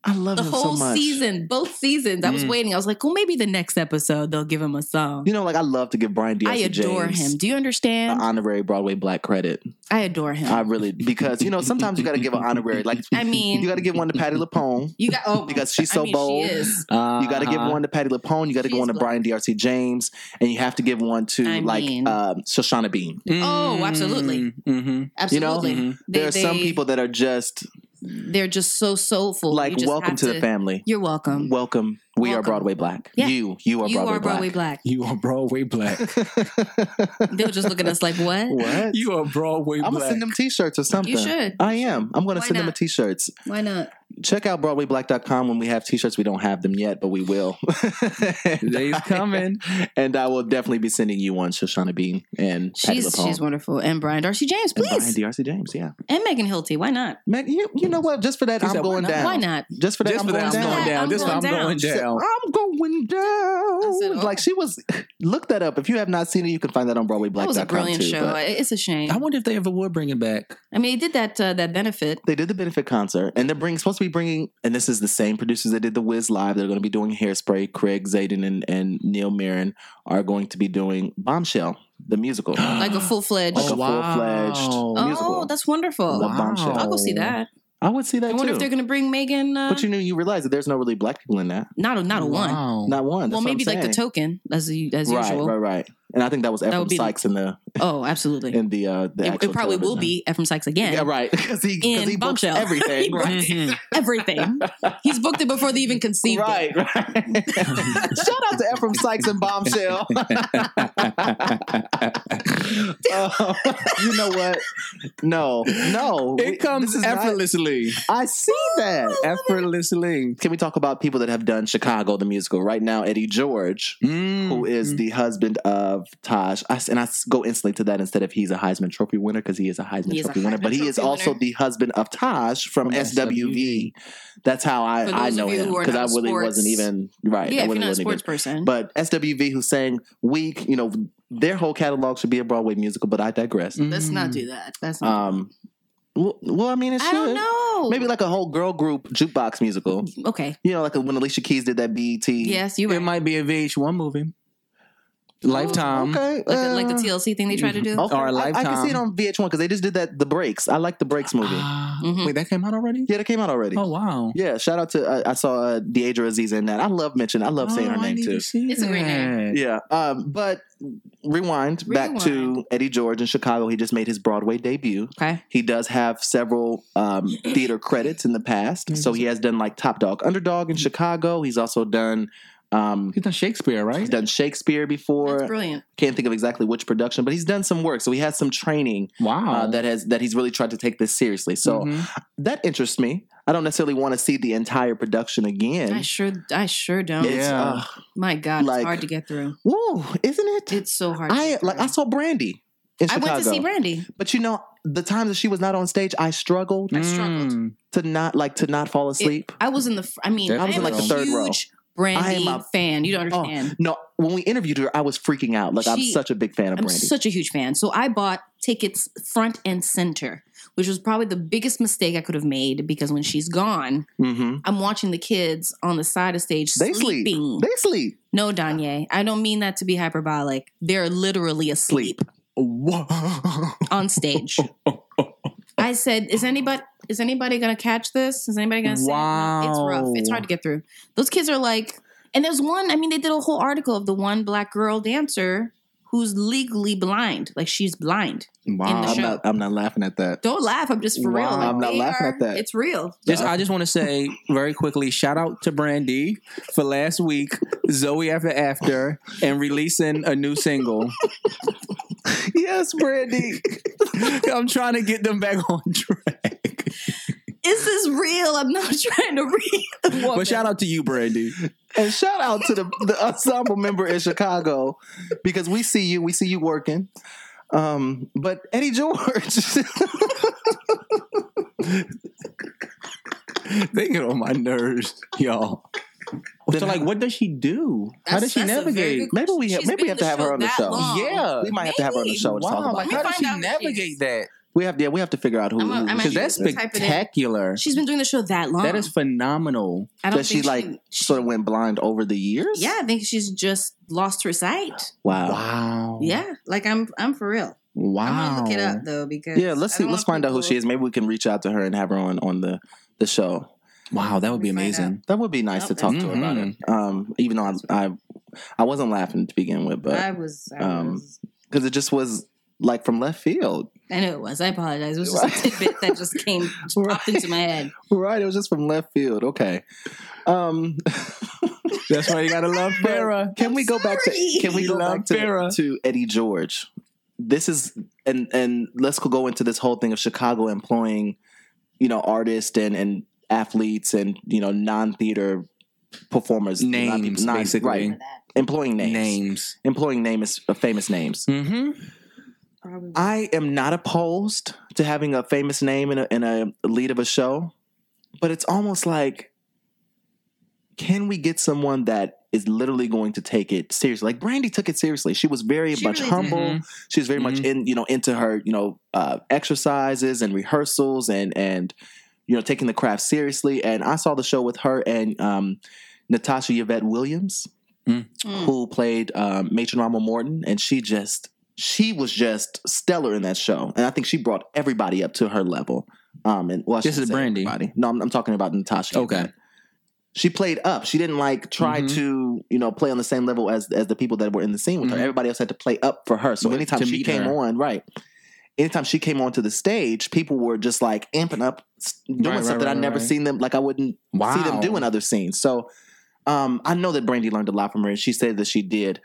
Speaker 1: I love
Speaker 4: the
Speaker 1: him
Speaker 4: whole
Speaker 1: so much.
Speaker 4: season, both seasons. I was
Speaker 5: Mm.
Speaker 4: waiting. I was like, well, maybe the next episode they'll give him a song.
Speaker 1: You know, like I love to give Brian D.
Speaker 4: I adore him. Do you understand?
Speaker 1: an honorary Broadway black credit.
Speaker 4: I adore him.
Speaker 1: I
Speaker 4: I,
Speaker 1: really because you know sometimes you got to
Speaker 4: [LAUGHS]
Speaker 1: give an honorary like [LAUGHS]
Speaker 4: mean,
Speaker 1: you
Speaker 4: you
Speaker 1: got
Speaker 4: got,
Speaker 1: to give one to Patty Lapone. [LAUGHS]
Speaker 4: oh,
Speaker 1: Because she's so
Speaker 4: I mean,
Speaker 1: bold.
Speaker 4: She is.
Speaker 1: [LAUGHS] You got to
Speaker 5: Uh-huh.
Speaker 1: give one to Patty Lapone. You got to give
Speaker 4: Uh-huh. She's
Speaker 1: one to
Speaker 4: black.
Speaker 1: Brian DRC James, and you have to give one to
Speaker 4: I
Speaker 1: like
Speaker 4: mean-
Speaker 1: um, Shoshana Bean.
Speaker 4: Oh, absolutely.
Speaker 5: Mm-hmm.
Speaker 4: Absolutely. They-
Speaker 5: mhm.
Speaker 1: Mm-hmm. there are some
Speaker 4: they-
Speaker 1: people that are just
Speaker 4: they're just so soulful. You
Speaker 1: Like,
Speaker 4: just
Speaker 1: welcome
Speaker 4: have
Speaker 1: to, the family.
Speaker 4: You're welcome.
Speaker 1: Welcome. We are
Speaker 4: Welcome.
Speaker 1: Broadway Black.
Speaker 4: Yeah.
Speaker 1: You, you are
Speaker 4: you
Speaker 1: Broadway
Speaker 4: are Broadway
Speaker 1: Black.
Speaker 4: Black.
Speaker 5: You are
Speaker 1: [LAUGHS]
Speaker 5: Broadway black.
Speaker 4: They'll just look at us like, what?
Speaker 1: what?
Speaker 5: [LAUGHS] you are Broadway
Speaker 1: I'm gonna
Speaker 5: black.
Speaker 1: send [LAUGHS] them T-shirts or something.
Speaker 4: You should.
Speaker 1: I am. I'm gonna
Speaker 4: Why
Speaker 1: send them a
Speaker 4: not?
Speaker 1: T-shirts.
Speaker 4: Why not?
Speaker 1: Check out BroadwayBlack.com when we have T-shirts. We don't have them yet, but we will. [LAUGHS]
Speaker 5: They's coming.
Speaker 1: and I will definitely be sending you one, Shoshana Bean and Patty
Speaker 4: She's
Speaker 1: LuPone.
Speaker 4: she's wonderful. And Brian Darcy James,
Speaker 1: and
Speaker 4: please.
Speaker 1: Brian
Speaker 4: And,
Speaker 1: DRC James. Yeah,
Speaker 4: Megan Hilty. Why not?
Speaker 1: Meg, you, you know what? Just for that,
Speaker 5: She
Speaker 1: I'm
Speaker 5: said, why
Speaker 1: going
Speaker 5: not?
Speaker 1: down.
Speaker 4: Why not?
Speaker 1: Just for that,
Speaker 5: Just
Speaker 1: I'm
Speaker 5: for that,
Speaker 1: going
Speaker 5: I'm
Speaker 1: down.
Speaker 5: going down.
Speaker 4: I'm
Speaker 5: This one, I'm
Speaker 4: going
Speaker 5: going
Speaker 1: She said,
Speaker 5: down.
Speaker 1: I'm going down.
Speaker 4: I said, oh.
Speaker 1: Like she was. Look that up if you have not seen it. You can find that on BroadwayBlack.com
Speaker 4: That was a brilliant
Speaker 1: too.
Speaker 4: show.
Speaker 1: but-
Speaker 4: I- It's a shame.
Speaker 5: I wonder if they ever would bring it back.
Speaker 4: I mean, they did that uh, that benefit.
Speaker 1: they did the benefit concert, and they're bringing supposed to be bringing, and this is the same producers that did the Wiz live. They're going to be doing Hairspray. Craig Zaden and, and Neil Mirren are going to be doing Bombshell, the
Speaker 4: [GASPS]
Speaker 1: musical, like [GASPS]
Speaker 4: Like a full fledged.
Speaker 1: a full fledged
Speaker 5: wow.
Speaker 1: musical.
Speaker 4: oh, that's wonderful.
Speaker 1: The bombshell.
Speaker 4: I'll go see that.
Speaker 1: I would see that
Speaker 4: I
Speaker 1: too.
Speaker 4: wonder if they're going to bring Megan. Uh,
Speaker 1: but you knew you realized that there's no really black people in that.
Speaker 4: not a not a one. [LAUGHS]
Speaker 5: Wow.
Speaker 1: Not one.
Speaker 4: Well,
Speaker 1: That's what I'm
Speaker 4: maybe like the
Speaker 1: saying.
Speaker 4: token as u- as
Speaker 1: right,
Speaker 4: usual.
Speaker 1: right, right. And I think that was
Speaker 4: would
Speaker 1: Ephraim
Speaker 4: be the-
Speaker 1: Sykes in the
Speaker 4: Oh, absolutely.
Speaker 1: in the uh, the
Speaker 4: it,
Speaker 1: actual
Speaker 4: it probably will
Speaker 1: television.
Speaker 4: be Ephraim Sykes again.
Speaker 1: Yeah, right. Because he, 'cause
Speaker 4: In
Speaker 1: he books
Speaker 4: Bombshell.
Speaker 1: everything.
Speaker 4: [LAUGHS]
Speaker 1: right.
Speaker 5: Mhm.
Speaker 4: Everything. He's booked it before
Speaker 1: [LAUGHS]
Speaker 4: they even conceived it.
Speaker 1: Right, right. [LAUGHS] Shout out to Ephraim Sykes and
Speaker 4: [LAUGHS]
Speaker 1: Bombshell. Uh, [LAUGHS] you know what? No, no.
Speaker 5: it
Speaker 1: We-
Speaker 5: comes
Speaker 1: this is not-
Speaker 5: effortlessly.
Speaker 1: I see that.
Speaker 5: effortlessly.
Speaker 1: Can we talk about people that have done Chicago the musical right now? Eddie George,
Speaker 4: Mm-hmm.
Speaker 1: who is the husband of Taj, I s and I s- go instantly to that instead of he's a Heisman Trophy winner because he is a Heisman
Speaker 4: He is a
Speaker 1: Trophy winner,
Speaker 4: Heisman
Speaker 1: but he is
Speaker 4: Trophy
Speaker 1: also
Speaker 4: winner.
Speaker 1: the husband of Taj from,
Speaker 5: From
Speaker 1: SWV. That's how I,
Speaker 4: For
Speaker 1: I
Speaker 4: those of
Speaker 1: know
Speaker 4: you
Speaker 1: him
Speaker 4: who are
Speaker 1: because I
Speaker 4: not
Speaker 1: really wasn't
Speaker 4: sports-
Speaker 1: even right.
Speaker 4: Yeah,
Speaker 1: I
Speaker 4: if you're
Speaker 1: wasn't
Speaker 4: not a
Speaker 1: really
Speaker 4: sports person.
Speaker 1: but SWV, who sang Weak, you know, their whole catalog should be a Broadway musical, but I digress.
Speaker 4: let's not do that. That's
Speaker 5: Mm.
Speaker 4: not.
Speaker 1: Um, well, well, mm, I mean, it should.
Speaker 4: I don't know.
Speaker 1: Maybe like a whole girl group jukebox musical.
Speaker 4: okay.
Speaker 1: You know, like when Alicia Keys did that E BET.
Speaker 4: Yes, you
Speaker 5: It
Speaker 4: were
Speaker 5: might be a VH1 movie.
Speaker 4: Oh,
Speaker 5: Lifetime.
Speaker 1: Okay.
Speaker 4: like, the, like the
Speaker 1: uh,
Speaker 4: TLC thing
Speaker 1: [LAUGHS]
Speaker 4: they tried to do.
Speaker 1: okay. I-
Speaker 5: Or
Speaker 1: I, can see
Speaker 5: Lifetime.
Speaker 1: it on VH1 because they just did that, The Breaks. I like The Breaks movie.
Speaker 5: Ah,
Speaker 4: Mhm.
Speaker 5: Wait, that came out already?
Speaker 1: yeah, that came out already.
Speaker 5: Oh, wow.
Speaker 1: Yeah, shout out to, uh, I saw uh, Deidre Aziza in that. I love mentioning, I love saying her
Speaker 5: Oh, I
Speaker 1: name
Speaker 5: need
Speaker 1: too.
Speaker 5: to see
Speaker 4: It's a great name.
Speaker 5: that.
Speaker 1: Yeah. Um, but rewind, back to
Speaker 4: Rewind.
Speaker 1: Eddie George in Chicago. He just made his Broadway debut.
Speaker 4: Okay.
Speaker 1: He does have several um, theater credits in the past. So he has done like Top Dog, Underdog
Speaker 5: Mm-hmm.
Speaker 1: in Chicago. He's also done. Um,
Speaker 5: He's done Shakespeare, right?
Speaker 1: He's done Shakespeare
Speaker 4: That's
Speaker 1: before.
Speaker 4: brilliant.
Speaker 1: Can't think of exactly which production, but he's done some work. So he has some training
Speaker 5: Wow.
Speaker 1: uh, that has that he's really tried to take this seriously. So
Speaker 5: Mhm.
Speaker 1: that interests me. I don't necessarily want to see the entire production
Speaker 4: I
Speaker 1: again.
Speaker 4: sure, I sure don't.
Speaker 1: It's,
Speaker 5: Yeah.
Speaker 1: uh,
Speaker 4: My God,
Speaker 1: Like-
Speaker 4: it's hard to get through.
Speaker 1: woo, isn't it?
Speaker 4: It's so hard. to
Speaker 1: I
Speaker 4: get
Speaker 1: like
Speaker 4: through.
Speaker 1: I saw Brandy in
Speaker 4: I
Speaker 1: Chicago.
Speaker 4: went to see Brandy.
Speaker 1: But you know, the times that she was not on stage, I struggled
Speaker 4: I struggled.
Speaker 5: Mm.
Speaker 1: to not like to not fall asleep.
Speaker 4: I was in the. fr- I mean,
Speaker 5: Definitely.
Speaker 4: I was in like the third
Speaker 1: row.
Speaker 4: huge
Speaker 1: I am
Speaker 4: Brandy
Speaker 1: a-
Speaker 4: fan. You don't
Speaker 1: oh
Speaker 4: understand.
Speaker 1: no! When we interviewed her, I was freaking out. Like I'm
Speaker 4: She-
Speaker 1: such a big fan of
Speaker 4: I'm
Speaker 1: Brandy.
Speaker 4: such a huge fan. So I bought tickets front and center, which was probably the biggest mistake I could have made because when she's gone,
Speaker 1: hmm
Speaker 4: I'm watching the kids on the side of stage
Speaker 1: They sleep.
Speaker 4: sleeping.
Speaker 1: They sleep.
Speaker 4: No, Danye, I don't mean that to be hyperbolic. They're literally asleep
Speaker 1: [LAUGHS]
Speaker 4: on stage. I said, "Is anybody is anybody gonna catch this? Is anybody gonna say anything?" it's rough?
Speaker 5: Wow.
Speaker 4: It's hard to get through. Those kids are like, and there's one. I mean, they did a whole article of the one black girl dancer who's legally blind. Like she's blind.
Speaker 5: Wow.
Speaker 4: the
Speaker 1: I'm
Speaker 4: show.
Speaker 1: not. I'm not laughing at that.
Speaker 4: Don't laugh. I'm just for real.
Speaker 1: Wow.
Speaker 4: Like,
Speaker 1: I'm not
Speaker 4: they
Speaker 1: laughing at that.
Speaker 4: It's real.
Speaker 5: Just, I just want to say very quickly, shout out to Brandy for last week, Zoe After After, and releasing a new single.
Speaker 1: yes, Brandy.
Speaker 5: [LAUGHS] I'm trying to get them back on track.
Speaker 4: Is this real? I'm not [LAUGHS] trying to read. The woman.
Speaker 5: But shout out to you, Brandy.
Speaker 1: and shout out to the, the ensemble member in Chicago because we see you. We see you working. Um, but Eddie
Speaker 5: [LAUGHS]
Speaker 1: George.
Speaker 5: They get on my nerves, y'all. So, like, what does she do? How
Speaker 4: That's-
Speaker 5: does she
Speaker 4: that's a very
Speaker 5: navigate?
Speaker 4: good
Speaker 1: Maybe we have-
Speaker 4: She's
Speaker 1: maybe we have
Speaker 4: been in
Speaker 1: to have her on the
Speaker 4: that
Speaker 1: show.
Speaker 4: long.
Speaker 5: Yeah.
Speaker 1: we might have to have her on the
Speaker 4: Maybe.
Speaker 1: show and talk
Speaker 5: Wow,
Speaker 1: about
Speaker 5: like,
Speaker 1: it.
Speaker 5: how
Speaker 4: Let me
Speaker 5: does she
Speaker 4: find out who she
Speaker 5: navigate
Speaker 4: is.
Speaker 5: that?
Speaker 1: We have yeah, we have to figure out who.
Speaker 4: I'm a-
Speaker 1: who-
Speaker 4: I'm
Speaker 1: who
Speaker 4: actually
Speaker 5: Because
Speaker 1: she
Speaker 5: that's
Speaker 1: is.
Speaker 4: Type it in.
Speaker 5: spectacular.
Speaker 4: She's been doing the show that long.
Speaker 5: That is phenomenal.
Speaker 4: I don't
Speaker 1: Does she
Speaker 4: think
Speaker 1: like sort of went blind over the years?
Speaker 4: Yeah, I think she's just lost her sight.
Speaker 1: Wow.
Speaker 5: Wow.
Speaker 4: Yeah, like I'm. I'm for real.
Speaker 5: Wow.
Speaker 4: I'm gonna look it up though because
Speaker 1: Yeah. Let's
Speaker 4: I
Speaker 1: see.
Speaker 4: don't
Speaker 1: Let's
Speaker 4: want
Speaker 1: find out who
Speaker 4: people-
Speaker 1: she is. Maybe we can reach out to her and have her on on the the show.
Speaker 5: Wow, that would be
Speaker 4: Let me find
Speaker 5: amazing.
Speaker 1: That would be nice
Speaker 4: Oh,
Speaker 1: to talk to her about it.
Speaker 5: mhm.
Speaker 1: Um, even though I, I I wasn't laughing to begin with,
Speaker 4: I
Speaker 1: but
Speaker 4: was. I
Speaker 1: um,
Speaker 4: was
Speaker 1: because it just was like from left field. [LAUGHS]
Speaker 4: I know it was. I apologize. It was just a tidbit that just came just popped into my head.
Speaker 1: Right, it was just from left field. Okay. Um [LAUGHS] That's why you gotta love Farrah. Can we go back to
Speaker 4: sorry.
Speaker 1: can we go
Speaker 6: Love
Speaker 1: back to,
Speaker 6: Farrah.
Speaker 1: to Eddie George? This is and and let's go into this whole thing of Chicago employing, you know, artists and and athletes and you know non theater performers, non-
Speaker 5: Names,
Speaker 1: non-
Speaker 5: basically.
Speaker 1: right, employing names,
Speaker 5: Names.
Speaker 1: employing names, famous names.
Speaker 5: Mm-hmm.
Speaker 4: Um,
Speaker 1: I am not opposed to having a famous name in a, in a lead of a show, but it's almost like, can we get someone that is literally going to take it seriously? Like Brandy took it seriously. She was very
Speaker 4: She
Speaker 1: much
Speaker 4: really
Speaker 1: humble. She was very much in you know into her you know uh, exercises and rehearsals and and you know taking the craft seriously. And I saw the show with her and um, Natasha Yvette Williams
Speaker 4: Mm.
Speaker 1: who played um, Matron Rama Morton, and she just she was just stellar in that show, and I think she brought everybody up to her level. Um, and well, I
Speaker 5: This
Speaker 1: shouldn't
Speaker 5: is
Speaker 1: say
Speaker 5: Brandy.
Speaker 1: everybody. No, I'm, I'm talking about Natasha.
Speaker 5: Okay.
Speaker 1: She played up. She didn't like try
Speaker 5: Mhm.
Speaker 1: to, you know, play on the same level as as the people that were in the scene with
Speaker 5: Mhm.
Speaker 1: her. Everybody else had to play up for her. So
Speaker 5: Right,
Speaker 1: anytime
Speaker 5: to
Speaker 1: she
Speaker 5: meet
Speaker 1: came
Speaker 5: her.
Speaker 1: on, right. Anytime she came onto the stage, people were just like amping up, s- doing
Speaker 5: Right, right,
Speaker 1: something
Speaker 5: right,
Speaker 1: I'd
Speaker 5: right,
Speaker 1: never
Speaker 5: right.
Speaker 1: seen them. Like I wouldn't see them doing other scenes. So um, I know that Brandy learned a lot from her, and she said that she did.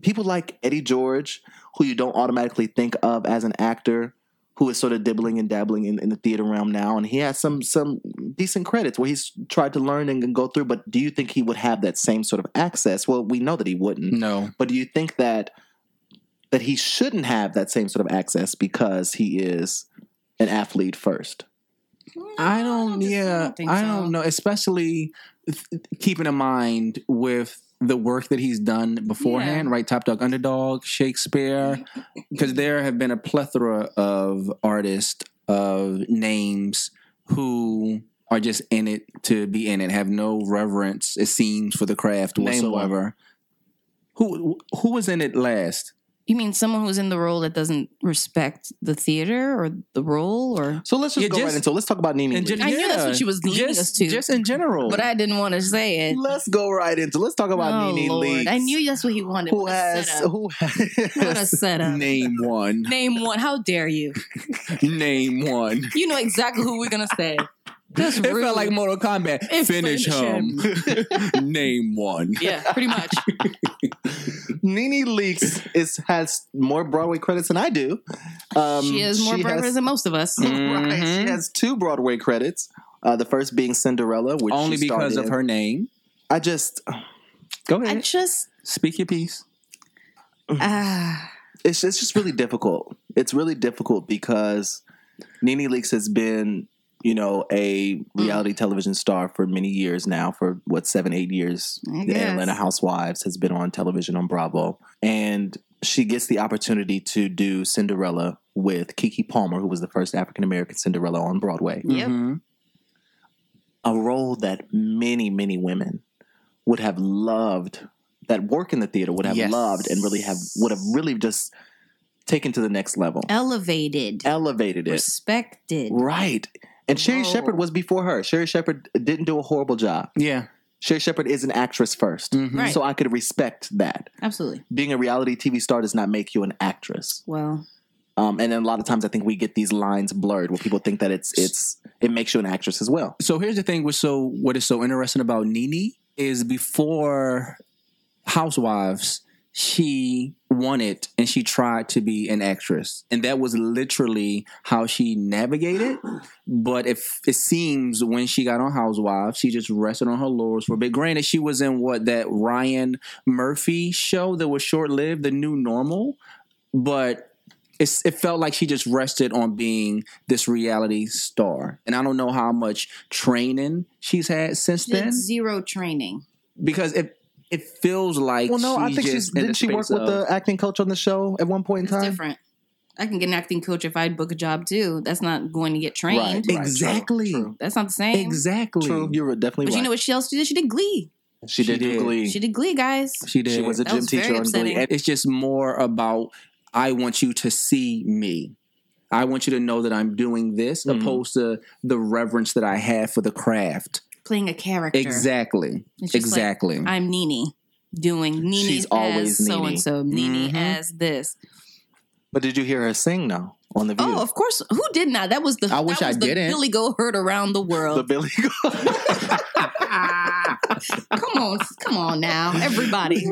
Speaker 1: People like Eddie George, who you don't automatically think of as an actor, who is sort of dibbling and dabbling in, in the theater realm now, and he has some some decent credits where he's tried to learn and, go through. But do you think he would have that same sort of access? Well, we know that he wouldn't.
Speaker 5: No.
Speaker 1: But do you think that that he shouldn't have that same sort of access because he is an athlete first?
Speaker 5: I don't.
Speaker 4: think-
Speaker 5: yeah, I don't,
Speaker 4: think so.
Speaker 5: know. Especially th- keeping in mind with the work that he's done beforehand, right? Top Dog, Underdog, Shakespeare, because there have been a plethora of artists of names who are just in it to be in it, have no reverence. It seems for the craft
Speaker 1: Name one.
Speaker 5: whatsoever. Who who was in it last?
Speaker 4: You mean someone who's in the role that doesn't respect the theater or the role or
Speaker 1: So let's just
Speaker 5: Yeah,
Speaker 1: go
Speaker 5: just-
Speaker 1: right into. Let's talk about Nene.
Speaker 5: In
Speaker 1: Leakes.
Speaker 5: gen-
Speaker 4: I knew that's what she was leading
Speaker 5: just,
Speaker 4: us to.
Speaker 5: Just in
Speaker 1: Oh.
Speaker 5: general,
Speaker 4: but I didn't want to say
Speaker 1: [LAUGHS]
Speaker 4: it.
Speaker 1: Let's go right into. Let's talk about
Speaker 4: oh,
Speaker 1: Nene
Speaker 4: Lord.
Speaker 1: Leakes.
Speaker 4: I knew that's what he wanted.
Speaker 1: who
Speaker 4: What a
Speaker 1: has
Speaker 4: setup.
Speaker 1: who
Speaker 4: What
Speaker 5: [LAUGHS]
Speaker 4: a
Speaker 1: has
Speaker 4: setup.
Speaker 5: name
Speaker 4: [LAUGHS]
Speaker 5: one,
Speaker 4: Name one. How dare you?
Speaker 5: name one.
Speaker 4: [LAUGHS] You know exactly who we're gonna say. That's
Speaker 5: It
Speaker 4: rude.
Speaker 1: [LAUGHS]
Speaker 5: felt like Mortal Kombat.
Speaker 4: It
Speaker 5: Finish, him. [LAUGHS] Name
Speaker 4: [LAUGHS]
Speaker 5: one.
Speaker 4: yeah, pretty much.
Speaker 1: [LAUGHS] Nene Leakes is has more Broadway credits than I do. Um,
Speaker 4: she has more
Speaker 1: she [LAUGHS]
Speaker 4: brothers than most of us.
Speaker 1: right, She
Speaker 5: Mhm.
Speaker 1: has two Broadway credits. Uh, the first being Cinderella, which
Speaker 5: Only
Speaker 1: she starred
Speaker 5: because of
Speaker 1: in.
Speaker 5: her name.
Speaker 1: I just
Speaker 5: Go
Speaker 4: I
Speaker 5: ahead.
Speaker 4: just
Speaker 5: Speak your piece.
Speaker 4: ah,
Speaker 1: it's it's just really difficult. It's really difficult because Nene Leakes has been, you know, a reality television star for many years now. For what seven, eight years, the
Speaker 4: I guess.
Speaker 1: Atlanta Housewives has been on television on Bravo, and she gets the opportunity to do Cinderella with Kiki Palmer, who was the first African American Cinderella on Broadway
Speaker 4: Yep.
Speaker 5: Mhm.
Speaker 1: a role that many, many women would have loved, that work in the theater would have
Speaker 5: Yes.
Speaker 1: loved and really have would have really just taken to the next level,
Speaker 4: elevated,
Speaker 1: elevated it.
Speaker 4: respected.
Speaker 1: Right. And Sherry
Speaker 4: Whoa.
Speaker 1: Shepard was before her. Sherry Shepard didn't do a horrible job.
Speaker 5: Yeah.
Speaker 1: Sherry Shepard is an actress 1st
Speaker 5: Mhm.
Speaker 4: Right.
Speaker 1: So I could respect that.
Speaker 4: Absolutely.
Speaker 1: Being a reality TV star does not make you an actress.
Speaker 4: Well,
Speaker 1: Um, and then a lot of times I think we get these lines blurred where people think that it's it's it makes you an actress as well.
Speaker 5: So here's the thing. What's so what is so interesting about Nene is before Housewives, she wanted and she tried to be an actress, and that was literally how she navigated. But if it seems when she got on Housewives, she just rested on her laurels for a bit. Granted, she was in what that Ryan Murphy show that was short lived, the New Normal, but. It's, it felt like she just rested on being this reality star, and I don't know how much training she's had since
Speaker 4: she did
Speaker 5: then.
Speaker 4: zero training.
Speaker 5: Because it it feels like
Speaker 1: Well, no,
Speaker 5: she's
Speaker 1: I think
Speaker 5: just
Speaker 1: she's
Speaker 5: in the
Speaker 1: didn't she work
Speaker 5: space
Speaker 1: with
Speaker 5: of-
Speaker 1: the acting coach on the show at one point in
Speaker 4: It's
Speaker 1: time?
Speaker 4: different. I can get an acting coach if I book a job too. That's not going to get trained.
Speaker 5: right,
Speaker 1: true,
Speaker 5: exactly
Speaker 1: true.
Speaker 4: That's not the same.
Speaker 5: exactly.
Speaker 1: True, you're definitely
Speaker 4: But
Speaker 1: right.
Speaker 4: you know what she else did? She did Glee.
Speaker 1: she did
Speaker 5: She
Speaker 1: do
Speaker 5: did.
Speaker 1: Glee.
Speaker 4: She did Glee, guys.
Speaker 5: She did.
Speaker 1: She was a
Speaker 4: That
Speaker 1: gym
Speaker 4: was very
Speaker 1: teacher on Glee.
Speaker 4: upsetting.
Speaker 1: And
Speaker 5: it's just more about I want you to see me. I want you to know that I'm doing this,
Speaker 1: Mhm.
Speaker 5: opposed to the reverence that I have for the craft.
Speaker 4: Playing a character.
Speaker 5: Exactly.
Speaker 4: It's just like,
Speaker 5: Exactly.
Speaker 4: I'm Nene doing Nene
Speaker 1: She's
Speaker 4: as
Speaker 1: always Nene.
Speaker 4: so and so, Nene
Speaker 5: Mhm.
Speaker 4: as this.
Speaker 1: But did you hear her sing though on the View?
Speaker 4: Oh, of course. Who did not? That was the.
Speaker 7: I wish
Speaker 4: that
Speaker 7: I
Speaker 4: was the
Speaker 7: didn't.
Speaker 4: Billy Go heard around the
Speaker 1: the
Speaker 4: world.
Speaker 1: Billy.
Speaker 4: [LAUGHS] come on, come on now, everybody.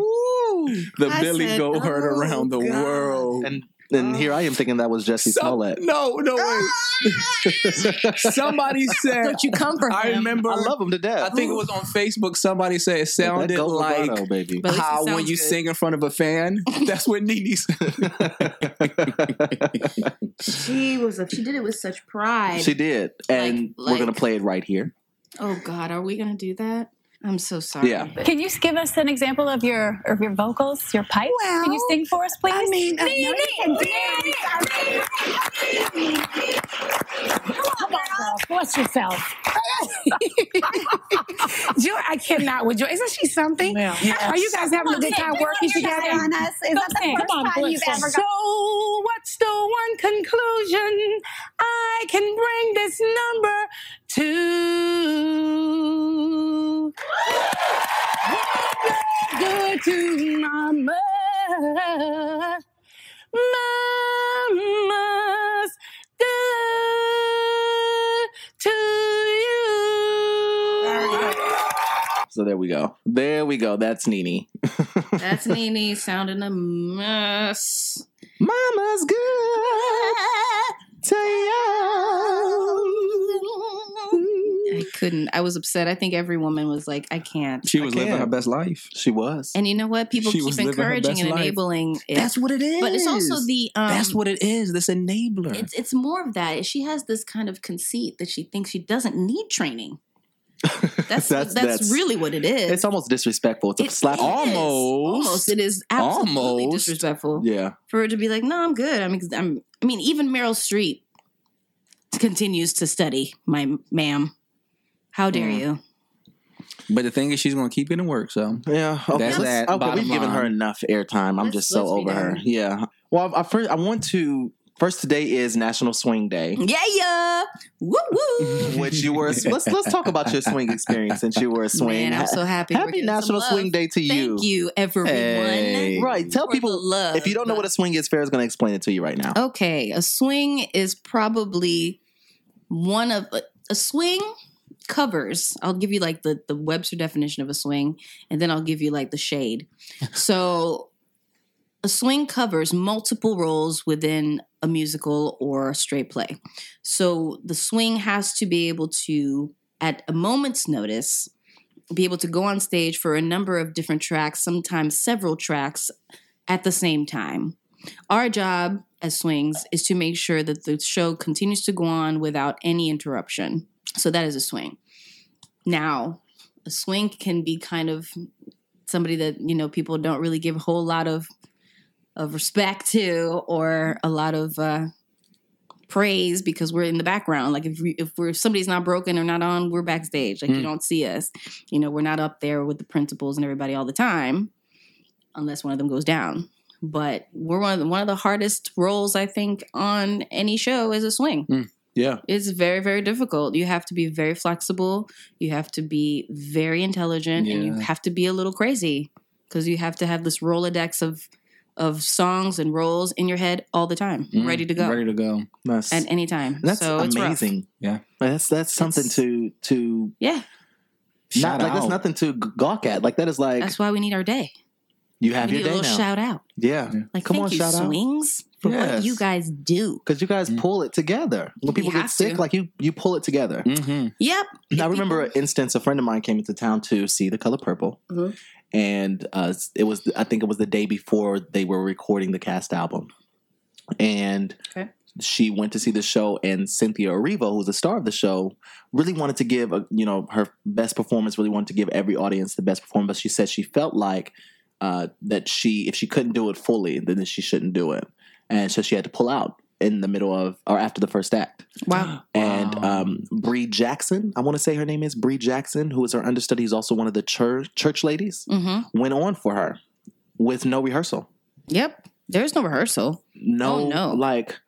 Speaker 7: The
Speaker 4: I
Speaker 7: Billy
Speaker 4: said,
Speaker 7: Go heard
Speaker 4: "Oh,
Speaker 7: around the
Speaker 4: God."
Speaker 7: world.
Speaker 1: and and here I am thinking that was Jesse
Speaker 7: Some- [LAUGHS]
Speaker 1: Smollett.
Speaker 7: no, no
Speaker 4: [LAUGHS]
Speaker 7: way. Somebody said.
Speaker 4: Don't you come for him?
Speaker 7: I remember.
Speaker 1: I love him to
Speaker 7: I
Speaker 1: death.
Speaker 7: think it was on Facebook. Somebody said it
Speaker 1: But that
Speaker 7: sounded
Speaker 1: go
Speaker 7: like
Speaker 1: vibrato, baby.
Speaker 4: But at least it
Speaker 7: how when
Speaker 4: sounds
Speaker 7: you
Speaker 4: good.
Speaker 7: sing in front of a
Speaker 4: [LAUGHS]
Speaker 7: fan. [LAUGHS] That's what Nini's.
Speaker 4: she was. A, she did it with such pride.
Speaker 1: she did, and
Speaker 4: like-
Speaker 1: we're gonna play it right here.
Speaker 4: oh God, are we gonna do that? I'm so sorry.
Speaker 7: Yeah.
Speaker 8: Can you give us an example of your of your vocals, your pipes? Can you sing for us, please? I mean,
Speaker 9: uh,
Speaker 8: Come on, girl, force yourself.
Speaker 9: [LAUGHS] Joy, I cannot with Joy. Isn't she something?
Speaker 8: Yeah.
Speaker 9: Are you guys having a good time working together?
Speaker 8: Is that the first time you've ever
Speaker 9: So, what's the one conclusion I can bring this number to? What good to mama? Mama's good to you.
Speaker 1: So there we go. There we go. That's Nene.
Speaker 4: [LAUGHS] That's Nene sounding a mess.
Speaker 1: Mama's good to you.
Speaker 4: I couldn't. I was upset. I think every woman was like, I can't.
Speaker 7: she was living
Speaker 1: can't.
Speaker 7: her best life.
Speaker 1: She was.
Speaker 4: And you know what? People
Speaker 7: She
Speaker 4: keep
Speaker 7: was living her
Speaker 4: encouraging
Speaker 7: best
Speaker 4: and
Speaker 7: life.
Speaker 4: enabling it.
Speaker 7: That's what it is.
Speaker 4: but it's also the um,
Speaker 7: That's what it is. This enabler.
Speaker 4: it's it's more of that. She has this kind of conceit that she thinks she doesn't need training.
Speaker 7: [LAUGHS]
Speaker 1: [LAUGHS] That's-
Speaker 4: That's that's,
Speaker 1: that's-
Speaker 4: really what it is.
Speaker 1: It's almost disrespectful. It's a
Speaker 4: It
Speaker 1: slap.
Speaker 4: is.
Speaker 7: Almost.
Speaker 4: almost. It is absolutely
Speaker 7: Almost.
Speaker 4: disrespectful
Speaker 1: Yeah.
Speaker 4: for her to be like, "No, I'm good. I'm, ex- I'm I mean, even Meryl Streep continues to study, my ma'am. How dare
Speaker 1: Mm.
Speaker 4: you?
Speaker 7: but the thing is, she's going to keep it in work. So
Speaker 1: Yeah. Okay.
Speaker 7: That's
Speaker 1: let's-
Speaker 7: that
Speaker 1: okay
Speaker 7: bottom
Speaker 1: we've given her
Speaker 7: line.
Speaker 1: enough airtime. I'm
Speaker 4: Let's-
Speaker 1: just so
Speaker 4: let's be
Speaker 1: over her.
Speaker 4: done.
Speaker 1: Yeah. Well, I, I first I want to first today is National Swing Day.
Speaker 4: Yeah, yeah. Woo woo.
Speaker 1: which you were. Let's let's talk about your swing experience since you were a swing.
Speaker 4: Man, I'm so happy. we're
Speaker 1: Happy
Speaker 4: getting some
Speaker 1: National
Speaker 4: love.
Speaker 1: Swing Day to you.
Speaker 4: Thank you, everyone.
Speaker 7: Hey.
Speaker 1: Right. Tell
Speaker 4: for the
Speaker 1: people
Speaker 4: love. Oh,
Speaker 1: if you don't know what a swing is, Farrah's going to explain it to you right now.
Speaker 4: Okay, a swing is probably one of a, a swing covers. I'll give you like the the Webster definition of a swing, and then I'll give you like the shade. So, a swing covers multiple roles within a musical or a straight play. So the swing has to be able to, at a moment's notice, be able to go on stage for a number of different tracks, sometimes several tracks at the same time. Our job as swings is to make sure that the show continues to go on without any interruption. So that is a swing. Now, a swing can be kind of somebody that, you know, people don't really give a whole lot of of respect to or a lot of uh praise because we're in the background like if we, if we're if somebody's not broken or not on we're backstage like you
Speaker 7: Mm.
Speaker 4: don't see us you know we're not up there with the principals and everybody all the time unless one of them goes down but we're one of the, one of the hardest roles I think on any show is a swing.
Speaker 7: Mm, yeah.
Speaker 4: It's very very difficult. You have to be very flexible, you have to be very intelligent and you
Speaker 7: Yeah.
Speaker 4: have to be a little crazy cuz you have to have this Rolodex of of songs and roles in your head all the time,
Speaker 7: Mm,
Speaker 4: ready to go
Speaker 7: Ready to go.
Speaker 1: That's,
Speaker 4: at any time.
Speaker 1: that's
Speaker 4: so it's rough.
Speaker 1: amazing.
Speaker 7: Yeah.
Speaker 1: That's that's something
Speaker 4: It's-
Speaker 1: to to
Speaker 4: Yeah,
Speaker 1: not,
Speaker 7: Shout
Speaker 1: like that's
Speaker 7: out.
Speaker 1: nothing to g- gawk at. Like that is like
Speaker 4: that's why we need our day.
Speaker 1: you
Speaker 4: We
Speaker 1: have
Speaker 4: need
Speaker 1: your
Speaker 4: a
Speaker 1: day
Speaker 4: little
Speaker 1: now.
Speaker 4: shout out.
Speaker 1: yeah.
Speaker 4: Like
Speaker 1: Come
Speaker 4: thank
Speaker 1: on,
Speaker 4: you
Speaker 1: shout out.
Speaker 4: swings for
Speaker 1: Yes.
Speaker 4: what you guys do.
Speaker 1: Because you guys
Speaker 7: Mm.
Speaker 1: pull it together. When
Speaker 4: We
Speaker 1: people get
Speaker 4: have
Speaker 1: sick,
Speaker 4: to.
Speaker 1: like you you pull it together.
Speaker 7: Mm-hmm.
Speaker 4: Yep.
Speaker 1: [CLEARS THROAT] I remember an instance. A friend of mine came into town to see The Color Purple,
Speaker 4: Mhm.
Speaker 1: and uh, it was I think it was the day before they were recording the cast album, and
Speaker 4: Okay.
Speaker 1: she went to see the show. And Cynthia Erivo, who's the star of the show, really wanted to give a, you know her best performance. Really wanted to give every audience the best performance. But she said she felt like uh, that she if she couldn't do it fully, then she shouldn't do it, and so she had to pull out in the middle of or after the first act
Speaker 4: Wow.
Speaker 1: and um, Bree Jackson. I want to say her name is Bree Jackson, who is her understudy. Who's also one of the church church ladies.
Speaker 4: Mhm.
Speaker 1: Went on for her with no rehearsal.
Speaker 4: Yep. There's no rehearsal.
Speaker 1: No,
Speaker 4: Oh, no.
Speaker 1: like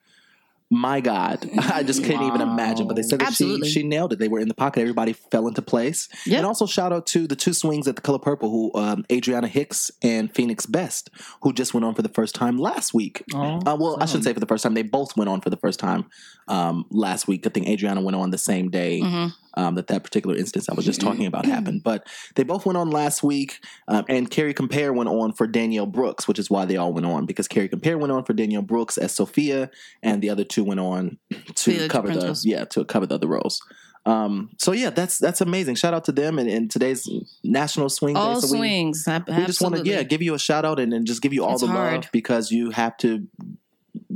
Speaker 1: My God, [LAUGHS] I just couldn't even imagine. But they said that she,
Speaker 4: Absolutely.
Speaker 1: she nailed it. They were in the pocket. Everybody fell into place.
Speaker 4: Yep.
Speaker 1: And also shout out to the two swings at the Color Purple, who um, Adriana Hicks and Phoenix Best, who just went on for the first time last week.
Speaker 4: Oh,
Speaker 1: Uh, well, I shouldn't say for the first time. They both went on for the first time um, last week. I think Adriana went on the same
Speaker 4: Mm-hmm.
Speaker 1: day um, that that particular instance I was just talking about happened. But they both went on last week, um, and Carrie Compare went on for Danielle Brooks, which is why they all went on because Carrie Compare went on for Danielle Brooks as Sophia, and the other two went on to
Speaker 4: Village
Speaker 1: cover
Speaker 4: Principals.
Speaker 1: the yeah to cover the other roles. Um, so yeah, that's that's amazing. Shout out to them and, and today's National Swing
Speaker 4: All
Speaker 1: Day. So we-
Speaker 4: swings. ab-
Speaker 1: we just want to
Speaker 4: absolutely.
Speaker 1: yeah give you a shout out and, and just give you all
Speaker 4: It's
Speaker 1: the
Speaker 4: hard.
Speaker 1: love because you have to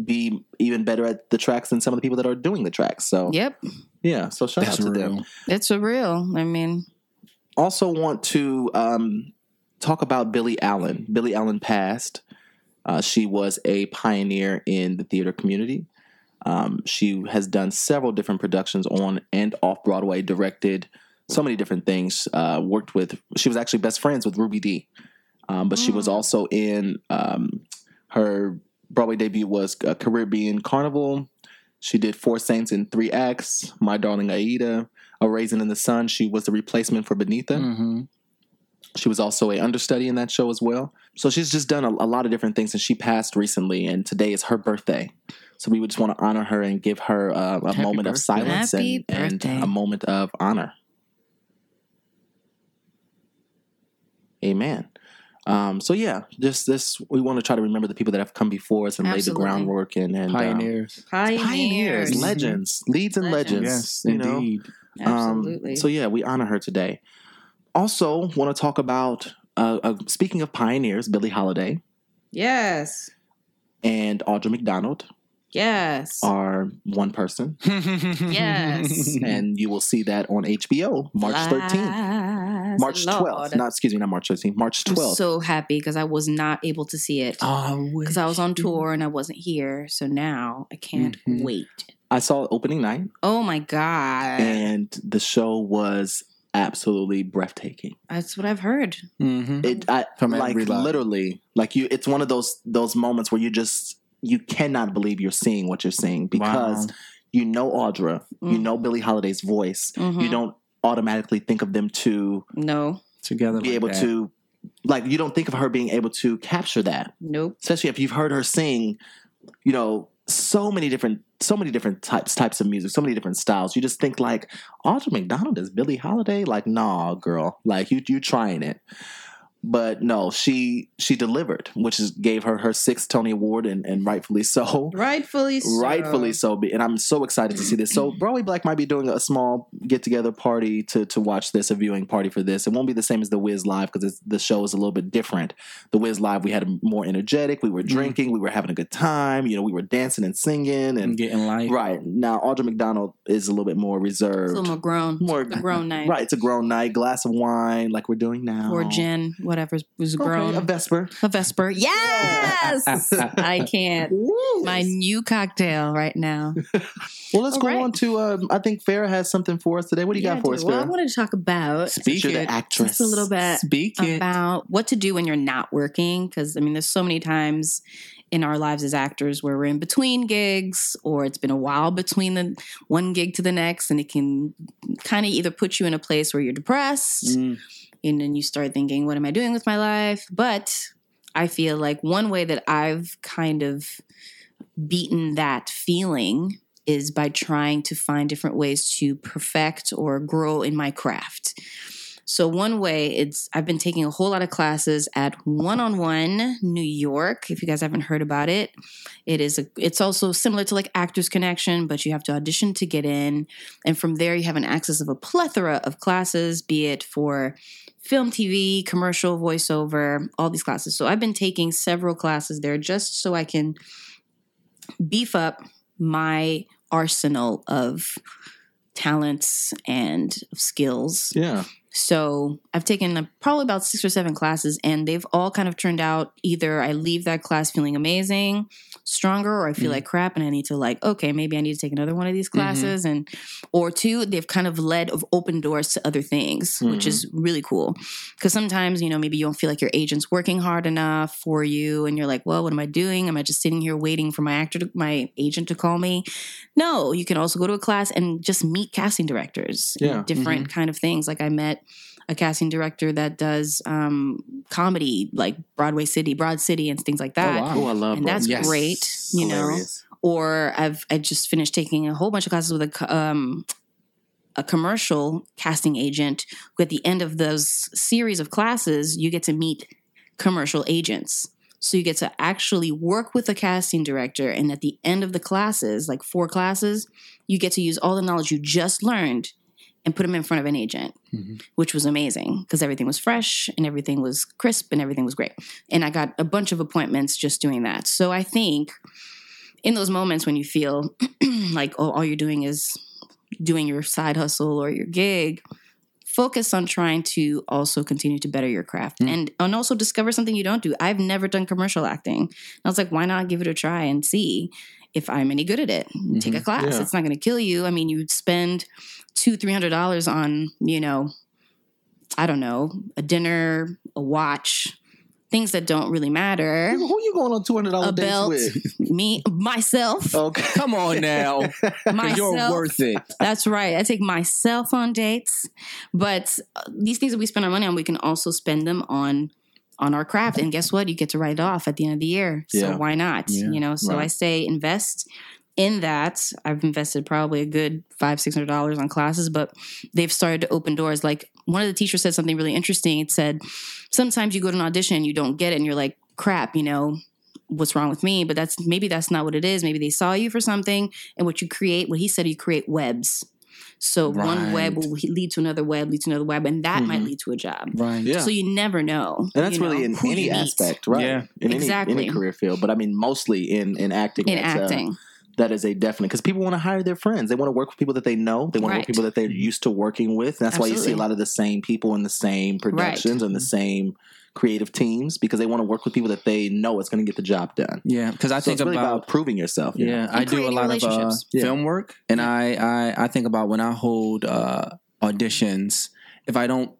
Speaker 1: be even better at the tracks than some of the people that are doing the tracks. So yeah,
Speaker 4: Yep.
Speaker 1: so shout out to them.
Speaker 4: It's a real. I mean,
Speaker 1: Also want to um, talk about Billie Allen. Billie Allen passed. Uh, she was a pioneer in the theater community. Um, she has done several different productions on and off Broadway, directed so many different things. Uh, worked with, she was actually best friends with Ruby Dee, um, but she was also in um, her Broadway debut was uh, Caribbean Carnival. She did Four Saints in Three Acts, My Darling Aida, A Raisin in the Sun. She was the replacement for Benita. She was also a understudy in that show as well. So she's just done a, a lot of different things, and she passed recently. And today is her birthday, so we would just want to honor her and give her uh, a moment of silence and,
Speaker 4: Happy
Speaker 1: and
Speaker 4: birthday.
Speaker 1: a moment of honor. Amen. Um, so yeah, just this we want to try to remember the people that have come before us and
Speaker 4: Absolutely.
Speaker 1: laid the groundwork and, and um,
Speaker 5: Pioneers.
Speaker 4: pioneers.
Speaker 1: pioneers, legends, leads and legends.
Speaker 4: Legends.
Speaker 5: Yes,
Speaker 1: you
Speaker 7: [LAUGHS]
Speaker 1: know?
Speaker 5: indeed.
Speaker 1: Um,
Speaker 4: Absolutely.
Speaker 1: so yeah, we honor her today. Also, want to talk about uh, uh, speaking of pioneers, Billie Holiday
Speaker 4: yes.
Speaker 1: and Audra McDonald
Speaker 4: Yes.
Speaker 1: are one person,
Speaker 4: yes.
Speaker 5: Mm-hmm.
Speaker 1: and you will see that on HBO March thirteenth,
Speaker 4: Bless
Speaker 1: March
Speaker 4: the
Speaker 1: twelfth.
Speaker 4: Lord.
Speaker 1: Not excuse me, not March thirteenth, March
Speaker 4: I'm
Speaker 1: twelfth.
Speaker 4: so happy because I was not able to see it because I was on tour and I wasn't here. So now I can't
Speaker 1: Mm-hmm.
Speaker 5: Mhm.
Speaker 4: wait.
Speaker 1: I saw it opening night,
Speaker 4: Oh my god,
Speaker 1: and the show was absolutely breathtaking.
Speaker 4: that's what I've heard.
Speaker 5: Mhm.
Speaker 1: It I,
Speaker 5: From
Speaker 1: like
Speaker 5: every line.
Speaker 1: literally like you. It's one of those those moments where you just you cannot believe you're seeing what you're seeing because
Speaker 5: Wow.
Speaker 1: you know Audra, you
Speaker 4: Mm.
Speaker 1: know Billie Holiday's voice. You
Speaker 4: Mhm.
Speaker 1: don't automatically think of them to
Speaker 4: No,
Speaker 5: together
Speaker 1: be
Speaker 5: like
Speaker 1: able
Speaker 5: that.
Speaker 1: to like you don't think of her being able to capture that,
Speaker 4: nope.
Speaker 1: especially if you've heard her sing, you know, so many different so many different types types of music, so many different styles. You just think like Audra McDonald is Billie Holiday? Like, nah, girl. Like you you trying it. But no, she she delivered, which is gave her her sixth Tony Award and, and rightfully so.
Speaker 4: Rightfully so.
Speaker 1: Rightfully so, be- and I'm so excited to see this.
Speaker 4: [CLEARS THROAT]
Speaker 1: So Broadway Black might be doing a small get together party to to watch this, a viewing party for this. It won't be the same as the Wiz Live because the show is a little bit different. The Wiz Live, we had a more energetic.
Speaker 4: Mm-hmm.
Speaker 1: We were drinking, we were having a good time. You know, we were dancing and singing,
Speaker 5: and
Speaker 1: and
Speaker 5: getting light.
Speaker 1: right now Audra McDonald is a little bit more
Speaker 4: It's a little more
Speaker 1: reserved.
Speaker 4: grown.
Speaker 1: More-
Speaker 4: More the
Speaker 1: [LAUGHS]
Speaker 4: grown night.
Speaker 1: Right, it's a grown night, glass of wine, like we're doing now,
Speaker 4: Or gin, whatever was
Speaker 1: Okay,
Speaker 4: grown.
Speaker 1: a vesper.
Speaker 4: a
Speaker 1: [LAUGHS]
Speaker 4: Vesper. Yes! I can't.
Speaker 1: Woo!
Speaker 4: My new cocktail right now.
Speaker 1: well, let's
Speaker 4: All
Speaker 1: go
Speaker 4: right.
Speaker 1: on to. Um, I think Farah has something for us today. What do you
Speaker 4: Yeah,
Speaker 1: got for
Speaker 4: I
Speaker 1: us,
Speaker 4: do. Well, I
Speaker 1: Farah?
Speaker 4: wanted to talk about
Speaker 5: Speak
Speaker 1: You're the
Speaker 5: it.
Speaker 1: actress.
Speaker 4: just a little bit
Speaker 5: Speak it.
Speaker 4: about what to do when you're not working because i mean there's so many times in our lives as actors where we're in between gigs or it's been a while between the one gig to the next and it can kind of either put you in a place where you're depressed
Speaker 5: Mm.
Speaker 4: and then you start thinking what am i doing with my life but i feel like one way that i've kind of beaten that feeling is by trying to find different ways to perfect or grow in my craft so one way it's i've been taking a whole lot of classes at one-on-one new york if you guys haven't heard about it it is a, it's also similar to like actors connection but you have to audition to get in and from there you have an access of a plethora of classes be it for film tv commercial voiceover all these classes so i've been taking several classes there just so i can beef up my arsenal of talents and skills
Speaker 1: Yeah,
Speaker 4: So I've taken uh, probably about six or seven classes, and they've all kind of turned out either I leave that class feeling amazing, stronger, or I feel like crap, and I need to like okay, maybe I need to take another one of these classes, and or two, they've kind of led of open doors to other things, which is really cool because sometimes you know maybe you don't feel like your agent's working hard enough for you, and you're like, well, what am I doing? Am I just sitting here waiting for my actor, to, my agent to call me? No, you can also go to a class and just meet casting directors. and
Speaker 5: Yeah. mm-hmm.
Speaker 4: different kind of things. Like I met a casting director that does um, comedy, like Broadway City, Broad City, and things like that.
Speaker 5: Oh, I love
Speaker 4: And
Speaker 5: Broadway.
Speaker 4: that's great, you know. [LAUGHS] Or I've I just finished taking a whole bunch of classes with a co- um, a commercial casting agent. Who at the end of those series of classes, you get to meet commercial agents. So you get to actually work with a casting director, and at the end of the classes, like four classes, you get to use all the knowledge you just learned and put them in front of an agent,
Speaker 5: Mhm.
Speaker 4: which was amazing because everything was fresh and everything was crisp and everything was great. And I got a bunch of appointments just doing that. So I think in those moments when you feel [CLEARS THROAT] like oh, all you're doing is doing your side hustle or your gig, focus on trying to also continue to better your craft
Speaker 5: Mm.
Speaker 4: and and also discover something you don't do. I've never done commercial acting. And I was like, why not give it a try and see if I'm any good at it? Take a class.
Speaker 5: Mm-hmm. Yeah.
Speaker 4: It's not going to kill you. I mean, you would spend two, three hundred dollars on you know, I don't know, a dinner, a watch, things that don't really matter.
Speaker 5: Who are you going on two hundred
Speaker 4: A
Speaker 5: dollars dates
Speaker 4: belt,
Speaker 5: with?
Speaker 4: me, myself,
Speaker 5: Okay,
Speaker 7: Come on now. 'cause
Speaker 4: myself.
Speaker 7: You're worth it.
Speaker 4: That's right. I take myself on dates, but uh, these things that we spend our money on, we can also spend them on on our craft. And guess what? You get to write it off at the end of the year. So
Speaker 5: Yeah.
Speaker 4: why not?
Speaker 5: Yeah,
Speaker 4: You know. So
Speaker 5: right.
Speaker 4: I say invest in that. I've invested probably a good five six hundred dollars on classes, but they've started to open doors. Like one of the teachers said something really interesting. It said sometimes you go to an audition and you don't get it, and you're like, crap, you know. What's wrong with me? But that's maybe that's not what it is. Maybe they saw you for something, and what you create, what he said, you create webs. So one web
Speaker 5: Right.
Speaker 4: will lead to another web, lead to another web, and that might lead to a job.
Speaker 5: right.
Speaker 7: Yeah.
Speaker 4: So you never know.
Speaker 1: Mm-hmm. And that's
Speaker 4: you know,
Speaker 1: really in
Speaker 4: who
Speaker 1: any
Speaker 4: you meet
Speaker 1: aspect, right?
Speaker 7: Yeah.
Speaker 1: In any,
Speaker 4: Exactly.
Speaker 1: any career field. But I mean, mostly in, in acting.
Speaker 4: in
Speaker 1: that's, uh,
Speaker 4: acting.
Speaker 1: that is a definite. Because people want to hire their friends. They want to work with people that they know. They want to work
Speaker 4: Right.
Speaker 1: with people that they're used to working with. That's why you see a
Speaker 4: Absolutely.
Speaker 1: lot of the same people in the same productions
Speaker 7: Mm-hmm.
Speaker 1: and the same creative teams because they want to work with people that they know is going to get the job done.
Speaker 7: Yeah. Because I
Speaker 1: So
Speaker 7: think
Speaker 1: it's really about,
Speaker 7: about
Speaker 1: proving yourself. you know?
Speaker 7: Yeah, I do a
Speaker 4: creating
Speaker 7: lot of uh,
Speaker 4: relationships.
Speaker 1: Yeah.
Speaker 7: film work, and I, I I think about when I hold uh, auditions. If I don't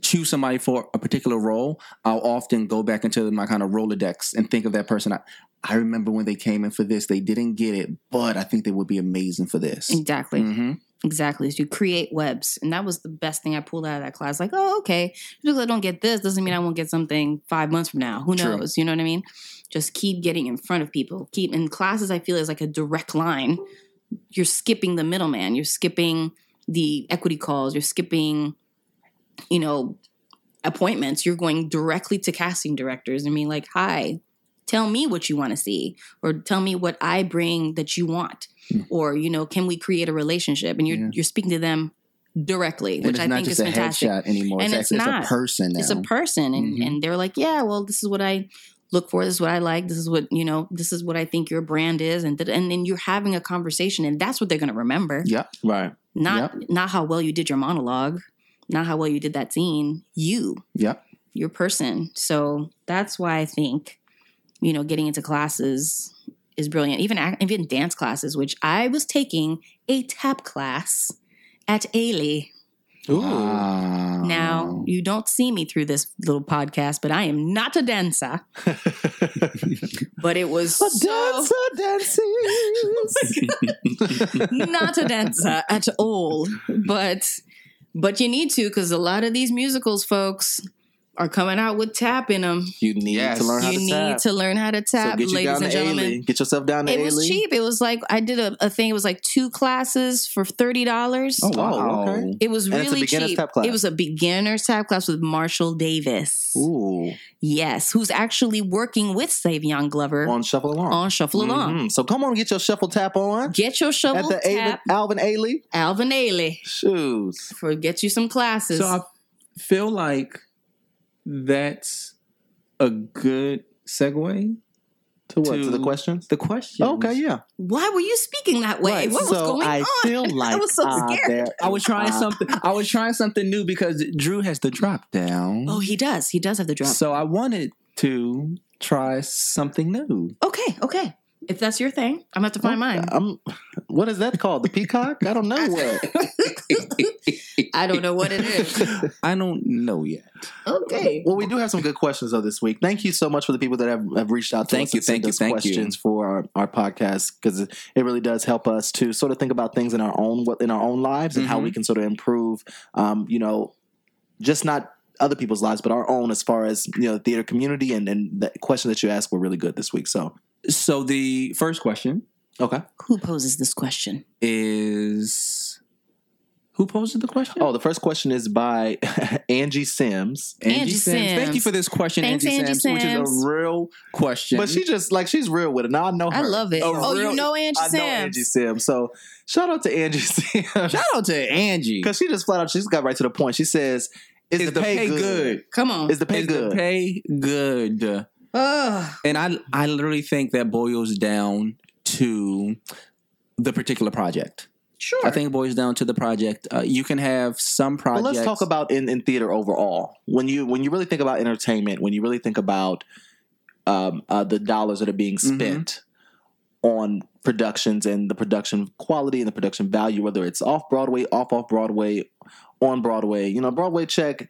Speaker 7: choose somebody for a particular role, I'll often go back into my kind of rolodex and think of that person. I, I remember when they came in for this, they didn't get it, but I think they would be amazing for this.
Speaker 4: Exactly.
Speaker 7: Mm-hmm.
Speaker 4: Exactly. So you create webs. And that was the best thing I pulled out of that class. Like, oh, okay. Just because I don't get this doesn't mean I won't get something five months from now. Who
Speaker 7: True.
Speaker 4: knows? You know what I mean? Just keep getting in front of people. Keep in classes, I feel is like a direct line. You're skipping the middleman. You're skipping the equity calls. You're skipping, you know, appointments. You're going directly to casting directors and being like, hi, tell me what you want to see or tell me what I bring that you want. Or, you know, can we create a relationship? And you're
Speaker 7: Hmm. Yeah.
Speaker 4: you're speaking to them directly,
Speaker 7: And
Speaker 4: which
Speaker 7: it's
Speaker 4: I
Speaker 7: not
Speaker 4: think
Speaker 7: just
Speaker 4: is
Speaker 7: a
Speaker 4: fantastic.
Speaker 7: headshot anymore.
Speaker 4: And
Speaker 7: it's,
Speaker 4: it's
Speaker 7: actually
Speaker 4: not.
Speaker 7: it's a person now.
Speaker 4: It's a person and,
Speaker 7: Mhm.
Speaker 4: and they're like, Yeah, well, this is what I look for, this is what I like, this is what you know, this is what I think your brand is and th- and then you're having a conversation and that's what they're gonna remember
Speaker 7: Yep.
Speaker 1: Right.
Speaker 4: not not how well you did your monologue not how well you did that scene you
Speaker 7: Yep.
Speaker 4: your person so that's why i think you know getting into classes is brilliant even ac- even dance classes which i was taking a tap class at E. ailey
Speaker 5: Ooh.
Speaker 7: Wow.
Speaker 1: Oh.
Speaker 4: now you don't see me through this little podcast but i am not
Speaker 1: [LAUGHS]
Speaker 4: a dancer but it was so [LAUGHS] not a dancer at all but but you need to because a lot of these musicals folks are coming out with tap in them
Speaker 1: You need
Speaker 5: Yes.
Speaker 1: to learn how
Speaker 4: you
Speaker 1: to
Speaker 4: need
Speaker 1: tap.
Speaker 4: to learn how to
Speaker 1: so
Speaker 4: tap
Speaker 1: get you
Speaker 4: ladies
Speaker 1: down to
Speaker 4: and gentlemen
Speaker 1: A-League. Get yourself down to
Speaker 4: it was
Speaker 1: A-League.
Speaker 4: cheap it was like i did a, a thing it was like two classes for $30
Speaker 1: Oh, wow.
Speaker 7: Wow.
Speaker 1: Okay.
Speaker 4: it was
Speaker 1: And it's a
Speaker 4: really
Speaker 1: beginner's
Speaker 4: cheap
Speaker 1: tap class.
Speaker 4: it was a beginner's tap class with marshall davis
Speaker 1: Ooh.
Speaker 4: yes who's actually working with save young glover on,
Speaker 1: On Shuffle Along.
Speaker 4: shuffle along
Speaker 1: Mhm. So come on, get your shuffle tap on.
Speaker 4: get your
Speaker 1: at
Speaker 4: shovel
Speaker 1: the
Speaker 4: tap
Speaker 1: Alvin, Alvin Ailey
Speaker 4: alvin ailey
Speaker 1: shoes.
Speaker 4: for get you some classes
Speaker 1: um,
Speaker 5: So I feel like that's a good segue To what?
Speaker 1: to the questions? Oh,
Speaker 5: The question.
Speaker 1: Okay, yeah.
Speaker 4: Why were you speaking that way?
Speaker 5: Right,
Speaker 4: What was
Speaker 5: so
Speaker 4: going
Speaker 5: I
Speaker 4: on?
Speaker 5: feel
Speaker 4: [LAUGHS] I
Speaker 5: like,
Speaker 4: was so
Speaker 5: uh,
Speaker 4: scared.
Speaker 5: there- I was trying something. I was trying something new because Drew has the drop down.
Speaker 4: Oh, he does. He does have the drop.
Speaker 5: So I wanted to try something
Speaker 1: [LAUGHS]
Speaker 5: new.
Speaker 4: okay, okay. If that's your thing, I'm gonna have to find mine.
Speaker 1: I'm. What is that called? The peacock? I don't
Speaker 4: [LAUGHS]
Speaker 1: know what.
Speaker 4: I don't know what
Speaker 1: [LAUGHS]
Speaker 4: it is.
Speaker 5: I don't know yet.
Speaker 4: Okay.
Speaker 1: Well, we do have some good questions though this week. Thank you so much for the people that have, have reached out to
Speaker 5: Thank
Speaker 1: us
Speaker 5: you,
Speaker 1: and sent
Speaker 5: thank you,
Speaker 1: us
Speaker 5: thank you.
Speaker 1: questions for our, our podcast because it really does help us to sort of think about things in our own in our own lives and how
Speaker 5: Mhm.
Speaker 1: we can sort of improve. Um, you know, just not other people's lives, but our own as far as you know, theater community and and the question that you asked were really good this week. So
Speaker 5: So the first question
Speaker 1: okay.
Speaker 4: Who poses this question?
Speaker 5: is who posted the question?
Speaker 1: Oh, the first question is by [LAUGHS] Angie Sims.
Speaker 4: Angie
Speaker 5: Thank you
Speaker 4: Sims.
Speaker 5: for this question,
Speaker 4: Thanks,
Speaker 5: Angie,
Speaker 4: Angie
Speaker 5: Sims, which is
Speaker 4: Sims.
Speaker 5: a real question.
Speaker 1: But she just like she's real with it. Now I know her.
Speaker 4: I love it.
Speaker 5: A
Speaker 4: Oh,
Speaker 5: real-
Speaker 4: you know Angie
Speaker 1: I
Speaker 4: Sims.
Speaker 1: know Angie Sims. So shout out to Angie [LAUGHS] Sims.
Speaker 5: shout out to Angie.
Speaker 1: Because she just flat out, she's got right to the point. She says, "Is, the, pay, good?
Speaker 4: Come on.
Speaker 1: Is the pay
Speaker 5: Is
Speaker 1: good?"
Speaker 5: the pay good?
Speaker 4: Ugh.
Speaker 5: And I I literally think that boils down to the particular project.
Speaker 4: sure.
Speaker 5: I think it boils down to the project. Uh, you can have some
Speaker 1: But
Speaker 5: projects.
Speaker 1: let's talk about in, in theater overall. When you when you really think about entertainment, when you really think about um, uh, the dollars that are being
Speaker 5: Mhm.
Speaker 1: spent on productions and the production quality and the production value, whether it's off Broadway, off off Broadway, on Broadway, you know, Broadway check.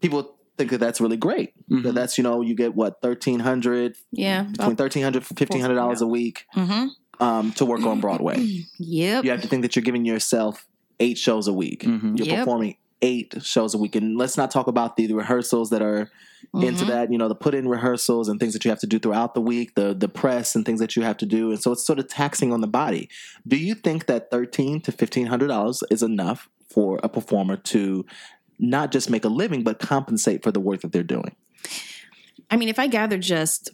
Speaker 1: People think that that's really great.
Speaker 5: Mhm.
Speaker 1: That that's you know you get what thirteen hundred
Speaker 4: yeah.
Speaker 1: between thirteen hundred fifteen hundred dollars a week
Speaker 4: Mm-hmm.
Speaker 1: um, to work on Broadway.
Speaker 4: Yep.
Speaker 1: you have to think that you're giving yourself eight shows a week.
Speaker 5: Mhm.
Speaker 1: You're
Speaker 4: Yep.
Speaker 1: performing eight shows a week, and let's not talk about the, the rehearsals that are into
Speaker 4: Mhm.
Speaker 1: that. You know, the put in rehearsals and things that you have to do throughout the week, the the press and things that you have to do, and so it's sort of taxing on the body. Do you think that thirteen to fifteen hundred dollars is enough for a performer to not just make a living, but compensate for the work that they're doing?
Speaker 4: I mean, if I gather just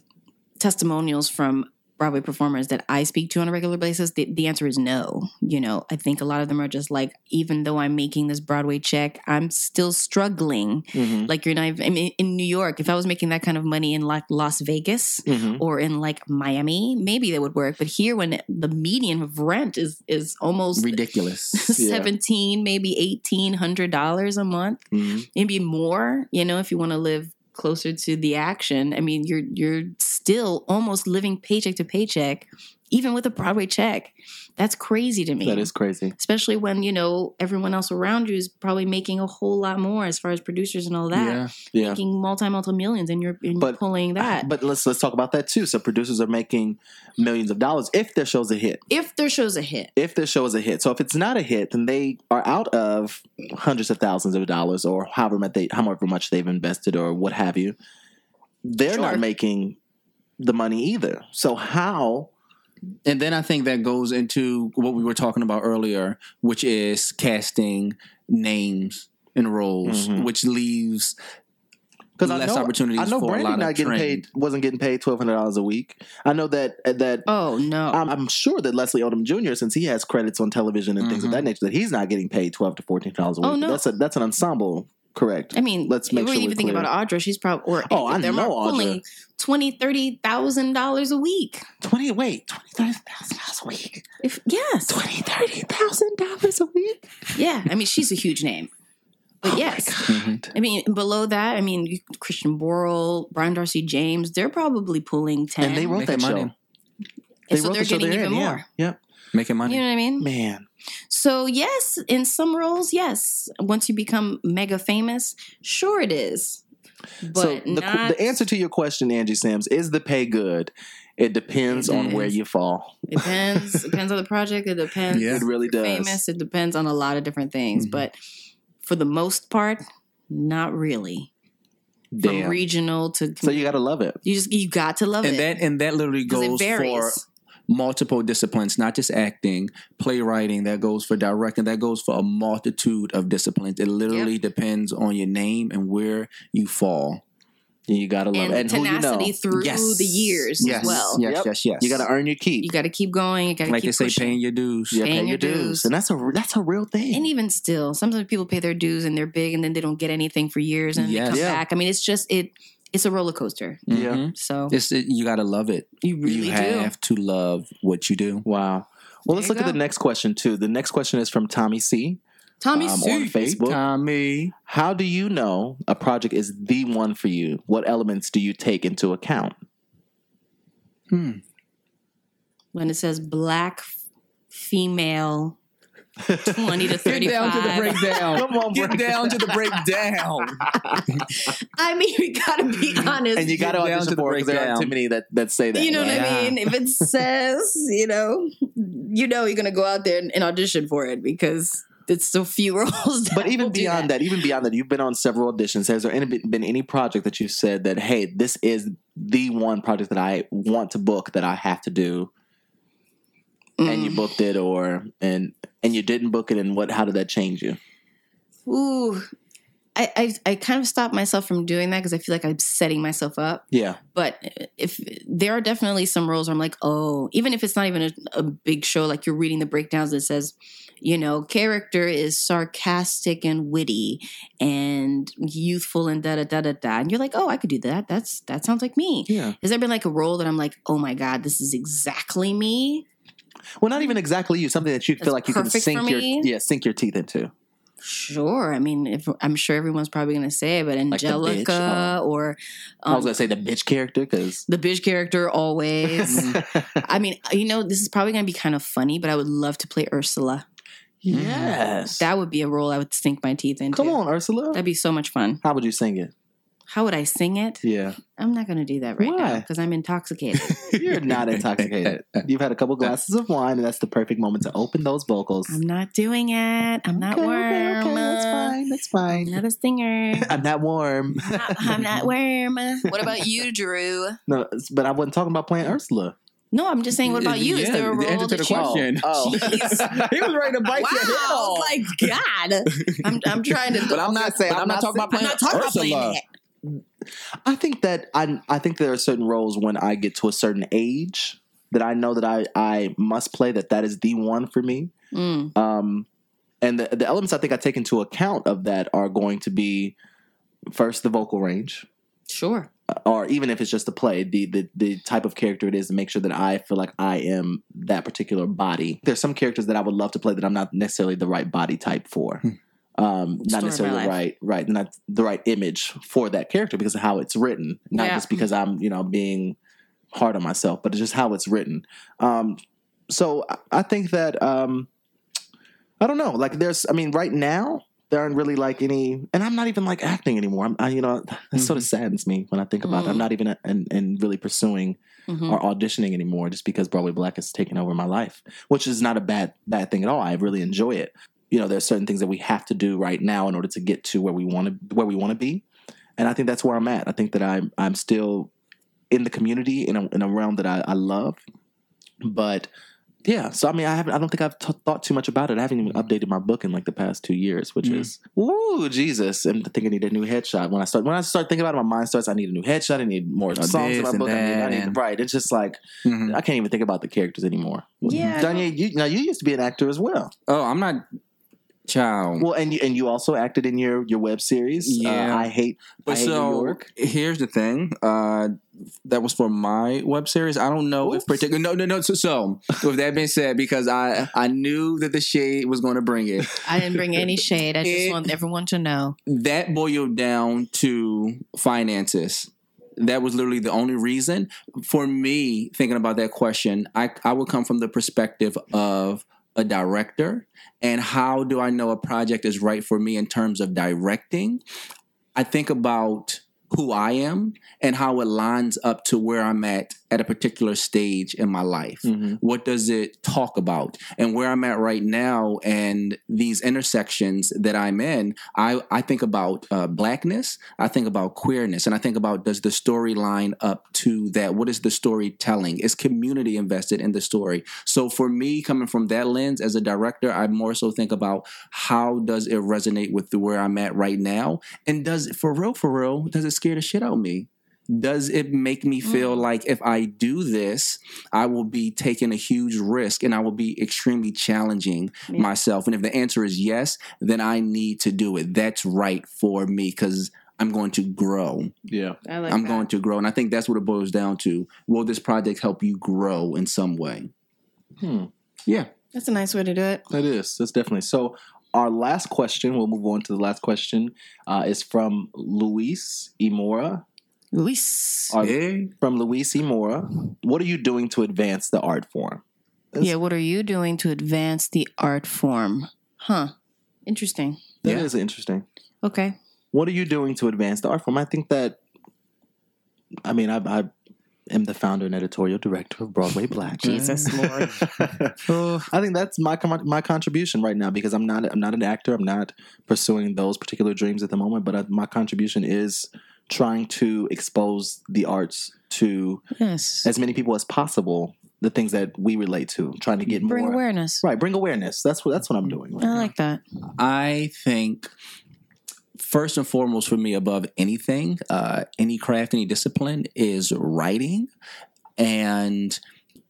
Speaker 4: testimonials from Broadway performers that I speak to on a regular basis, the, the answer is no. You know, I think a lot of them are just like, even though I'm making this Broadway check, I'm still struggling.
Speaker 1: Mm-hmm.
Speaker 4: Like you're not. even- I mean, in New York, if I was making that kind of money in like Las Vegas,
Speaker 1: Mm-hmm.
Speaker 4: or in like Miami, maybe that would work. But here, when the median of rent is is almost
Speaker 5: ridiculous.
Speaker 1: Yeah.
Speaker 4: seventeen, maybe eighteen hundred dollars a month,
Speaker 5: Mm-hmm.
Speaker 4: maybe more. You know, if you want to live closer to the action, I mean, you're you're still almost living paycheck to paycheck, even with a Broadway check. That's crazy to me
Speaker 1: That is crazy.
Speaker 4: especially when you know everyone else around you is probably making a whole lot more as far as producers and all that
Speaker 5: Yeah.
Speaker 1: Yeah.
Speaker 4: making multi-multi millions and you're, and
Speaker 1: But-
Speaker 4: you're
Speaker 1: [LAUGHS]
Speaker 4: pulling that
Speaker 1: But let's let's talk about that too. So producers are making millions of dollars if their show's a hit.
Speaker 4: if their show's a hit
Speaker 1: if their show is a hit. So if it's not a hit, then they are out of hundreds of thousands of dollars or however much they however much they've invested or what have you. They're not
Speaker 4: Sure.
Speaker 1: making the money either. So how
Speaker 5: And then I think that goes into what we were talking about earlier, which is casting names and roles,
Speaker 1: Mhm.
Speaker 5: which leaves
Speaker 1: because I
Speaker 5: Less
Speaker 1: know
Speaker 5: opportunities
Speaker 1: I know
Speaker 5: for a
Speaker 1: Brandy
Speaker 5: lot of
Speaker 1: not getting
Speaker 5: trend.
Speaker 1: paid wasn't getting paid twelve hundred dollars a week. I know that that
Speaker 4: oh no
Speaker 1: I'm, I'm sure that Leslie Odom Jr. since he has credits on television and things of
Speaker 5: Mhm.
Speaker 1: that nature that he's not getting paid twelve to fourteen dollars a week.
Speaker 4: Oh, no.
Speaker 1: That's a that's an ensemble, correct?
Speaker 4: I mean,
Speaker 1: let's make
Speaker 4: we're
Speaker 1: sure
Speaker 4: even
Speaker 1: we're
Speaker 4: thinking
Speaker 1: clear.
Speaker 4: about Audra. She's probably or
Speaker 1: Oh, I
Speaker 4: they're
Speaker 1: know Audra.
Speaker 4: pulling twenty, thirty thousand dollars a week.
Speaker 1: Twenty wait, twenty thirty thousand dollars a week.
Speaker 4: If yes,
Speaker 1: twenty thirty thousand dollars a week.
Speaker 4: yeah. I mean, she's a huge name,
Speaker 1: Oh
Speaker 4: but yes,
Speaker 1: Mm-hmm.
Speaker 4: I mean, below that, I mean, you- Christian Borle, Brian Darcy James, they're probably pulling ten,
Speaker 1: And they wrote
Speaker 5: Making
Speaker 1: that
Speaker 5: money.
Speaker 1: show.
Speaker 4: and so
Speaker 1: wrote
Speaker 4: they're
Speaker 1: the show
Speaker 4: getting
Speaker 1: they're
Speaker 4: even
Speaker 1: in, yeah.
Speaker 4: more.
Speaker 1: Yep.
Speaker 5: making money.
Speaker 4: You know what I mean?
Speaker 1: Man.
Speaker 4: So yes, in some roles, yes. Once you become mega famous, sure it is,
Speaker 1: so
Speaker 4: but
Speaker 1: the,
Speaker 4: not.
Speaker 1: the answer to your question, Angie Sims, is the pay good. It depends
Speaker 4: It
Speaker 1: on where
Speaker 4: does.
Speaker 1: you fall.
Speaker 4: depends. depends on the project. It depends.
Speaker 5: Yeah.
Speaker 1: It really does.
Speaker 4: famous. It depends on a lot of different things,
Speaker 1: Mm-hmm.
Speaker 5: Mhm.
Speaker 4: but for the most part, not really. From
Speaker 1: Damn.
Speaker 4: regional to
Speaker 1: so you gotta love it.
Speaker 4: you just you got to love
Speaker 5: and
Speaker 4: it
Speaker 5: that and that literally
Speaker 4: because it
Speaker 5: goes for
Speaker 4: varies.
Speaker 5: multiple disciplines, not just acting, playwriting, that goes for directing, that goes for a multitude of disciplines. It literally depends on your name and where you fall.
Speaker 1: You gotta love
Speaker 4: and
Speaker 1: it.
Speaker 4: the
Speaker 1: And who you know.
Speaker 4: tenacity through the years
Speaker 5: yes.
Speaker 4: as well.
Speaker 5: Yes,
Speaker 1: Yep.
Speaker 5: yes, yes.
Speaker 1: You gotta earn your keep.
Speaker 4: You got to keep going. You got to
Speaker 5: like
Speaker 4: keep
Speaker 5: they say,
Speaker 4: pushing.
Speaker 5: paying your dues.
Speaker 1: You gotta
Speaker 4: paying
Speaker 1: pay
Speaker 4: your
Speaker 1: your dues.
Speaker 4: dues.
Speaker 1: And that's a that's a real thing.
Speaker 4: and even still, sometimes people pay their dues and they're big, and then they don't get anything for years, and they
Speaker 5: Yes.
Speaker 4: come
Speaker 1: Yeah.
Speaker 4: back. I mean, it's just it. it's a roller coaster.
Speaker 1: Yeah. Mm-hmm.
Speaker 4: So
Speaker 5: Mm-hmm. It's, it, you got to love it.
Speaker 4: you really
Speaker 5: you
Speaker 4: do.
Speaker 5: have to love what you do.
Speaker 1: Wow. Well, let's
Speaker 4: There
Speaker 1: look
Speaker 4: you
Speaker 1: at the
Speaker 4: go.
Speaker 1: next question too. The next question is from Tommy C.
Speaker 4: Tommy
Speaker 1: um,
Speaker 4: Sue.
Speaker 1: on Facebook.
Speaker 5: Tommy.
Speaker 1: How do you know a project is the one for you? What elements do you take into account?
Speaker 4: when it says black f- female 20 to
Speaker 5: Get down to the
Speaker 4: 35
Speaker 5: breakdown.
Speaker 1: [LAUGHS] Come on,
Speaker 5: Get
Speaker 1: break it
Speaker 5: down to the breakdown.
Speaker 4: i mean we gotta be honest
Speaker 1: And you got to
Speaker 5: down to
Speaker 1: audition
Speaker 5: the
Speaker 1: for it because there are
Speaker 5: breakdown.
Speaker 1: too many that, that say that.
Speaker 4: you know
Speaker 1: right?
Speaker 4: what i
Speaker 5: Yeah.
Speaker 4: mean if it says you know you know you're gonna go out there and, and audition for it because it's [LAUGHS] so few roles that
Speaker 1: But
Speaker 4: will
Speaker 1: even
Speaker 4: do
Speaker 1: beyond that. even beyond that, you've been on several auditions. Has there any, been any project that you said that, hey, this is the one project that I want to book that I have to do,
Speaker 4: Mm.
Speaker 1: and you booked it, or and and you didn't book it, and what? How did that change you?
Speaker 4: ooh I, I, I kind of stopped myself from doing that because I feel like I'm setting myself up.
Speaker 1: Yeah,
Speaker 4: but if there are definitely some roles where I'm like, oh, even if it's not even a, a big show, like you're reading the breakdowns that says, you know, character is sarcastic and witty and youthful and da da da da da, and you're like, oh, I could do that. That's that sounds like me.
Speaker 1: yeah.
Speaker 4: Has there been like a role that I'm like, oh my god, this is exactly me?
Speaker 1: Well, not even exactly you. Something that you feel
Speaker 4: That's
Speaker 1: like you can
Speaker 4: perfect
Speaker 1: sink
Speaker 4: for
Speaker 1: your
Speaker 4: me.
Speaker 1: yeah sink your teeth into.
Speaker 4: Sure. I mean, if I'm sure everyone's probably gonna say it, but
Speaker 1: the bitch,
Speaker 4: Angelica
Speaker 1: uh,
Speaker 4: or um,
Speaker 1: I was gonna say the bitch character because
Speaker 4: the bitch character
Speaker 1: [LAUGHS]
Speaker 4: always.
Speaker 5: [LAUGHS]
Speaker 4: I mean, uh, you know, this is probably going to be kind of funny, but I would love to play Ursula. Mm-hmm.
Speaker 1: yes,
Speaker 4: That would be a role I would sink my teeth into.
Speaker 1: come on, Ursula.
Speaker 4: That'd be so much fun.
Speaker 1: How would you sing it?
Speaker 4: How would I sing it?
Speaker 1: Yeah,
Speaker 4: I'm not going to do that right now
Speaker 1: Why?
Speaker 4: because
Speaker 1: [LAUGHS]
Speaker 4: I'm intoxicated.
Speaker 1: you're not intoxicated. You've had a couple glasses of wine, and that's the perfect moment to open those vocals.
Speaker 4: I'm not doing it. I'm not
Speaker 1: Okay,
Speaker 4: warm.
Speaker 1: okay, okay, that's fine. That's fine.
Speaker 4: I'm not a singer.
Speaker 1: I'm not warm.
Speaker 4: I'm not-
Speaker 1: [LAUGHS]
Speaker 4: I'm not warm. What about you, Drew?
Speaker 1: No, it's- but I wasn't talking about playing Ursula.
Speaker 4: No, I'm just saying. [LAUGHS] What
Speaker 1: Uh,
Speaker 4: about you? Is there a
Speaker 5: the answer
Speaker 4: role
Speaker 5: to
Speaker 4: that
Speaker 5: the
Speaker 4: you?
Speaker 5: question.
Speaker 1: Oh,
Speaker 4: Jeez.
Speaker 5: [LAUGHS] he was ready
Speaker 1: [LAUGHS]
Speaker 5: to bite
Speaker 4: Wow!
Speaker 5: your head off.
Speaker 4: I was like, God, I'm, I'm trying to.
Speaker 5: [LAUGHS] but I'm not saying.
Speaker 1: But
Speaker 5: I'm,
Speaker 1: I'm
Speaker 5: not,
Speaker 1: not
Speaker 5: talking
Speaker 4: I'm
Speaker 5: about playing
Speaker 4: not talking about
Speaker 5: Ursula.
Speaker 4: playing it.
Speaker 1: I think that I I think there are certain roles when I get to a certain age that I know that I I must play that that is the one for me.
Speaker 4: Mm.
Speaker 1: Um, and the the elements I think I take into account of that are going to be first the vocal range,
Speaker 4: Sure.
Speaker 1: or even if it's just a play, the, the the type of character it is to make sure that I feel like I am that particular body. There's some characters that I would love to play that I'm not necessarily the right body type for. Um,
Speaker 4: Story of
Speaker 1: not necessarily
Speaker 4: my
Speaker 1: the
Speaker 4: life.
Speaker 1: right, right, not the right image for that character because of how it's written. Not
Speaker 4: Yeah.
Speaker 1: just because I'm, you know, being hard on myself, but it's just how it's written. Um, so I- I think that um, I don't know. Like, there's, I mean, right now there aren't really like any, and I'm not even like acting anymore. I'm, I, you know, that sort of saddens me when I think about it. I'm
Speaker 4: Mm.
Speaker 1: not even a- and and really pursuing
Speaker 4: Mhm.
Speaker 1: or auditioning anymore, just because Broadway Black has taken over my life, which is not a bad bad thing at all. I really enjoy it. You know, there's certain things that we have to do right now in order to get to where we want to where we want to be, and I think that's where I'm at. I think that I'm I'm still in the community in a, in a realm that I, I love, but yeah. So I mean, I haven't. I don't think I've t- thought too much about it. I haven't even updated my book in like the past two years,
Speaker 5: Mm.
Speaker 1: which is woo Jesus. And I think I need a new headshot. When I start when I start thinking about it, my mind starts. I need a new headshot. I need more
Speaker 5: Oh,
Speaker 1: songs
Speaker 5: this
Speaker 1: in my
Speaker 5: and
Speaker 1: book. I need, I
Speaker 5: that
Speaker 1: need
Speaker 5: and-
Speaker 1: right. It's just like
Speaker 5: Mhm.
Speaker 1: I can't even think about the characters anymore.
Speaker 4: Yeah, I
Speaker 1: Danya, you, now you used to be an actor as well.
Speaker 5: Oh, I'm not. Child.
Speaker 1: Well, and you, and you also acted in your your web series. uh,
Speaker 5: Yeah.
Speaker 1: I hate. I
Speaker 5: But
Speaker 1: hate New
Speaker 5: so
Speaker 1: York.
Speaker 5: here's the thing. Uh, that was for my web series. I don't know
Speaker 1: Oops.
Speaker 5: if particular. No, no, no. So, so with that being said, because I I knew that the shade was going to bring it.
Speaker 4: I didn't bring any shade. I just
Speaker 5: It-
Speaker 1: [LAUGHS]
Speaker 4: want everyone to know.
Speaker 5: that boiled down to finances. That was literally the only reason for me thinking about that question. I, I would come from the perspective of a director and how do I know a project is right for me in terms of directing? I think about who I am and how it lines up to where I'm at at a particular stage in my life what does it talk about and where i'm at right now and these intersections that i'm in i, I think about uh, blackness i think about queerness and i think about does the story line up to that what is the storytelling is community invested in the story so for me coming from that lens as a director i more so think about how does it resonate with where i'm at right now and does it for real for real does it scare the shit out of me does it make me
Speaker 4: Mm.
Speaker 5: feel like if i do this I will be taking a huge risk and I will be extremely challenging
Speaker 4: Yeah.
Speaker 5: myself. And if the answer is yes, then I need to do it. That's right for me because I'm going to grow.
Speaker 1: Yeah.
Speaker 4: I like
Speaker 5: I'm
Speaker 4: that.
Speaker 5: going to grow. And I think that's what it boils down to. Will this project help you grow in some way?
Speaker 1: Hmm.
Speaker 5: Yeah.
Speaker 4: That's a nice way to do it.
Speaker 1: That is. That's definitely. So, our last question, we'll move on to the last question, uh, is from Luis Imora.
Speaker 4: Luis.
Speaker 1: Are-
Speaker 5: Hey.
Speaker 1: From Luis Imora. What are you doing to advance the art form?
Speaker 4: Yeah, what are you doing to advance the art form? Huh. Interesting.
Speaker 1: That is
Speaker 5: Yeah.
Speaker 1: interesting.
Speaker 4: Okay.
Speaker 1: What are you doing to advance the art form? I think that, I mean, I, I am the founder and editorial director of Broadway Black.
Speaker 4: [LAUGHS] Jesus Lord.
Speaker 1: [LAUGHS] I think that's my con- my contribution right now because I'm not I'm not an actor. I'm not pursuing those particular dreams at the moment. But uh my contribution is trying to expose the arts to
Speaker 4: Yes.
Speaker 1: as many people as possible the things that we relate to. I'm trying to get
Speaker 4: Bring
Speaker 1: more
Speaker 4: awareness.
Speaker 1: right. Bring awareness. That's what that's what I'm doing. Right
Speaker 4: I like that.
Speaker 5: I think first and foremost for me above anything, uh, any craft, any discipline is writing and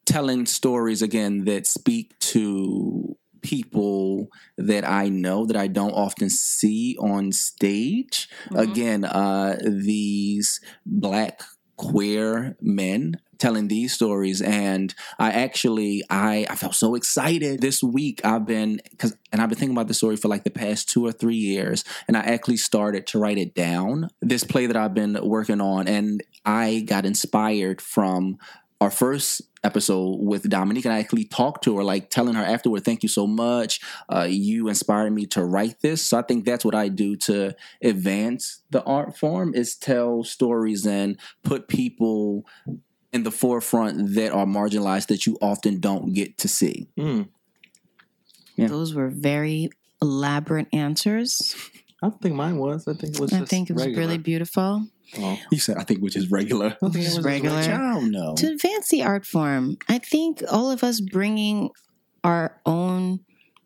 Speaker 5: telling stories again that speak to people that I know that I don't often see on stage. Again, uh, these black queer men telling these stories and I actually I I felt so excited this week I've been cuz and I've been thinking about this story for like the past 2 or 3 years and I actually started to write it down this play that I've been working on and I got inspired from our first episode with Dominique, and I actually talked to her, like telling her afterward, "Thank you so much. Uh, you inspired me to write this." So I think that's what I do to advance the art form is tell stories and put people in the forefront that are marginalized that you often don't get to see.
Speaker 1: now. Mm,
Speaker 5: Yeah.
Speaker 4: Those were very elaborate answers.
Speaker 1: I don't think mine was. I think it was.
Speaker 4: I
Speaker 1: just
Speaker 4: think it was
Speaker 1: regular.
Speaker 4: really beautiful.
Speaker 1: Oh.
Speaker 5: You said, "I think which is regular."
Speaker 1: I think it
Speaker 4: Just
Speaker 1: was
Speaker 4: regular.
Speaker 5: I don't know.
Speaker 4: To advance the art form, I think all of us bringing our own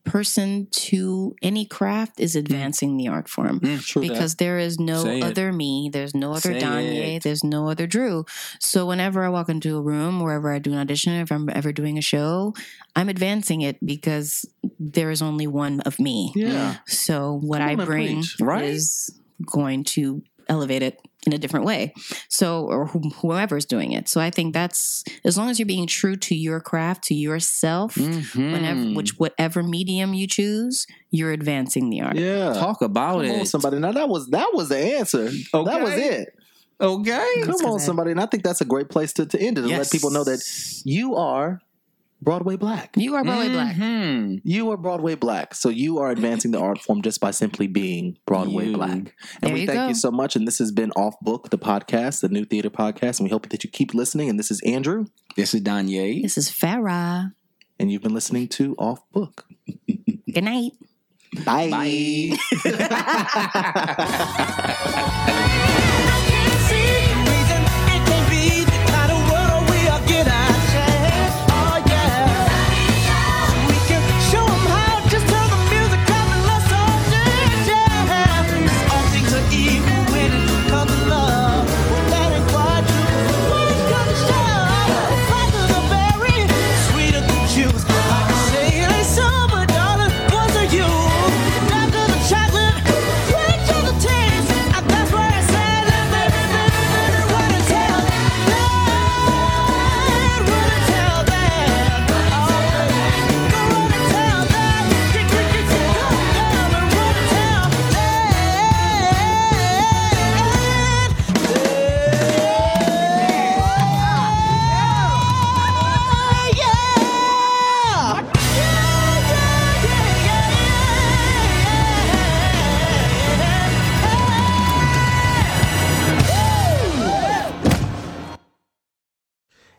Speaker 4: person to any craft
Speaker 1: Mm-hmm.
Speaker 4: is advancing the art form.
Speaker 1: Mm, true that.
Speaker 4: because there is no
Speaker 5: Say it.
Speaker 4: other me. There's no other
Speaker 5: Say
Speaker 4: Danye.
Speaker 5: it.
Speaker 4: There's no other Drew. So whenever I walk into a room, wherever I do an audition, if I'm ever doing a show, I'm advancing it because there is only one of me.
Speaker 1: yeah.
Speaker 4: So what
Speaker 1: Come
Speaker 4: I
Speaker 1: on and
Speaker 4: bring
Speaker 1: preach, right?
Speaker 4: is going to elevate it in a different way. So or whom- whoever's doing it. So I think that's as long as you're being true to your craft, to yourself,
Speaker 1: Mm.
Speaker 5: Mm-hmm.
Speaker 4: whenever which whatever medium you choose, you're advancing the art.
Speaker 1: Yeah.
Speaker 5: Talk
Speaker 1: Come
Speaker 5: about it.
Speaker 1: on, somebody. Now that was that was the answer. That was
Speaker 5: Okay.
Speaker 1: it.
Speaker 5: Okay.
Speaker 1: Come on, somebody. And I think that's a great place to, to end it and let people know that
Speaker 5: Mm-hmm.
Speaker 1: you are Broadway Black.
Speaker 4: You are Broadway Black.
Speaker 5: Mhm.
Speaker 1: You are Broadway Black. So you are advancing the art form just by simply being Broadway
Speaker 5: You.
Speaker 1: Black. And
Speaker 4: There
Speaker 1: we
Speaker 4: you
Speaker 1: thank
Speaker 4: go.
Speaker 1: you so much. And this has been Off Book, the podcast, the new theater podcast. And we hope that you keep listening. And this is Andrew.
Speaker 5: This is Danye.
Speaker 4: This is Farah.
Speaker 1: And you've been listening to Off Book.
Speaker 4: Good night.
Speaker 1: Bye.
Speaker 10: Oh, Chocolate, sweet to the taste. That's what I said. That's what I tell them. What I tell them. What I tell them. Kick, kick, kick, kick, go down. What I tell them.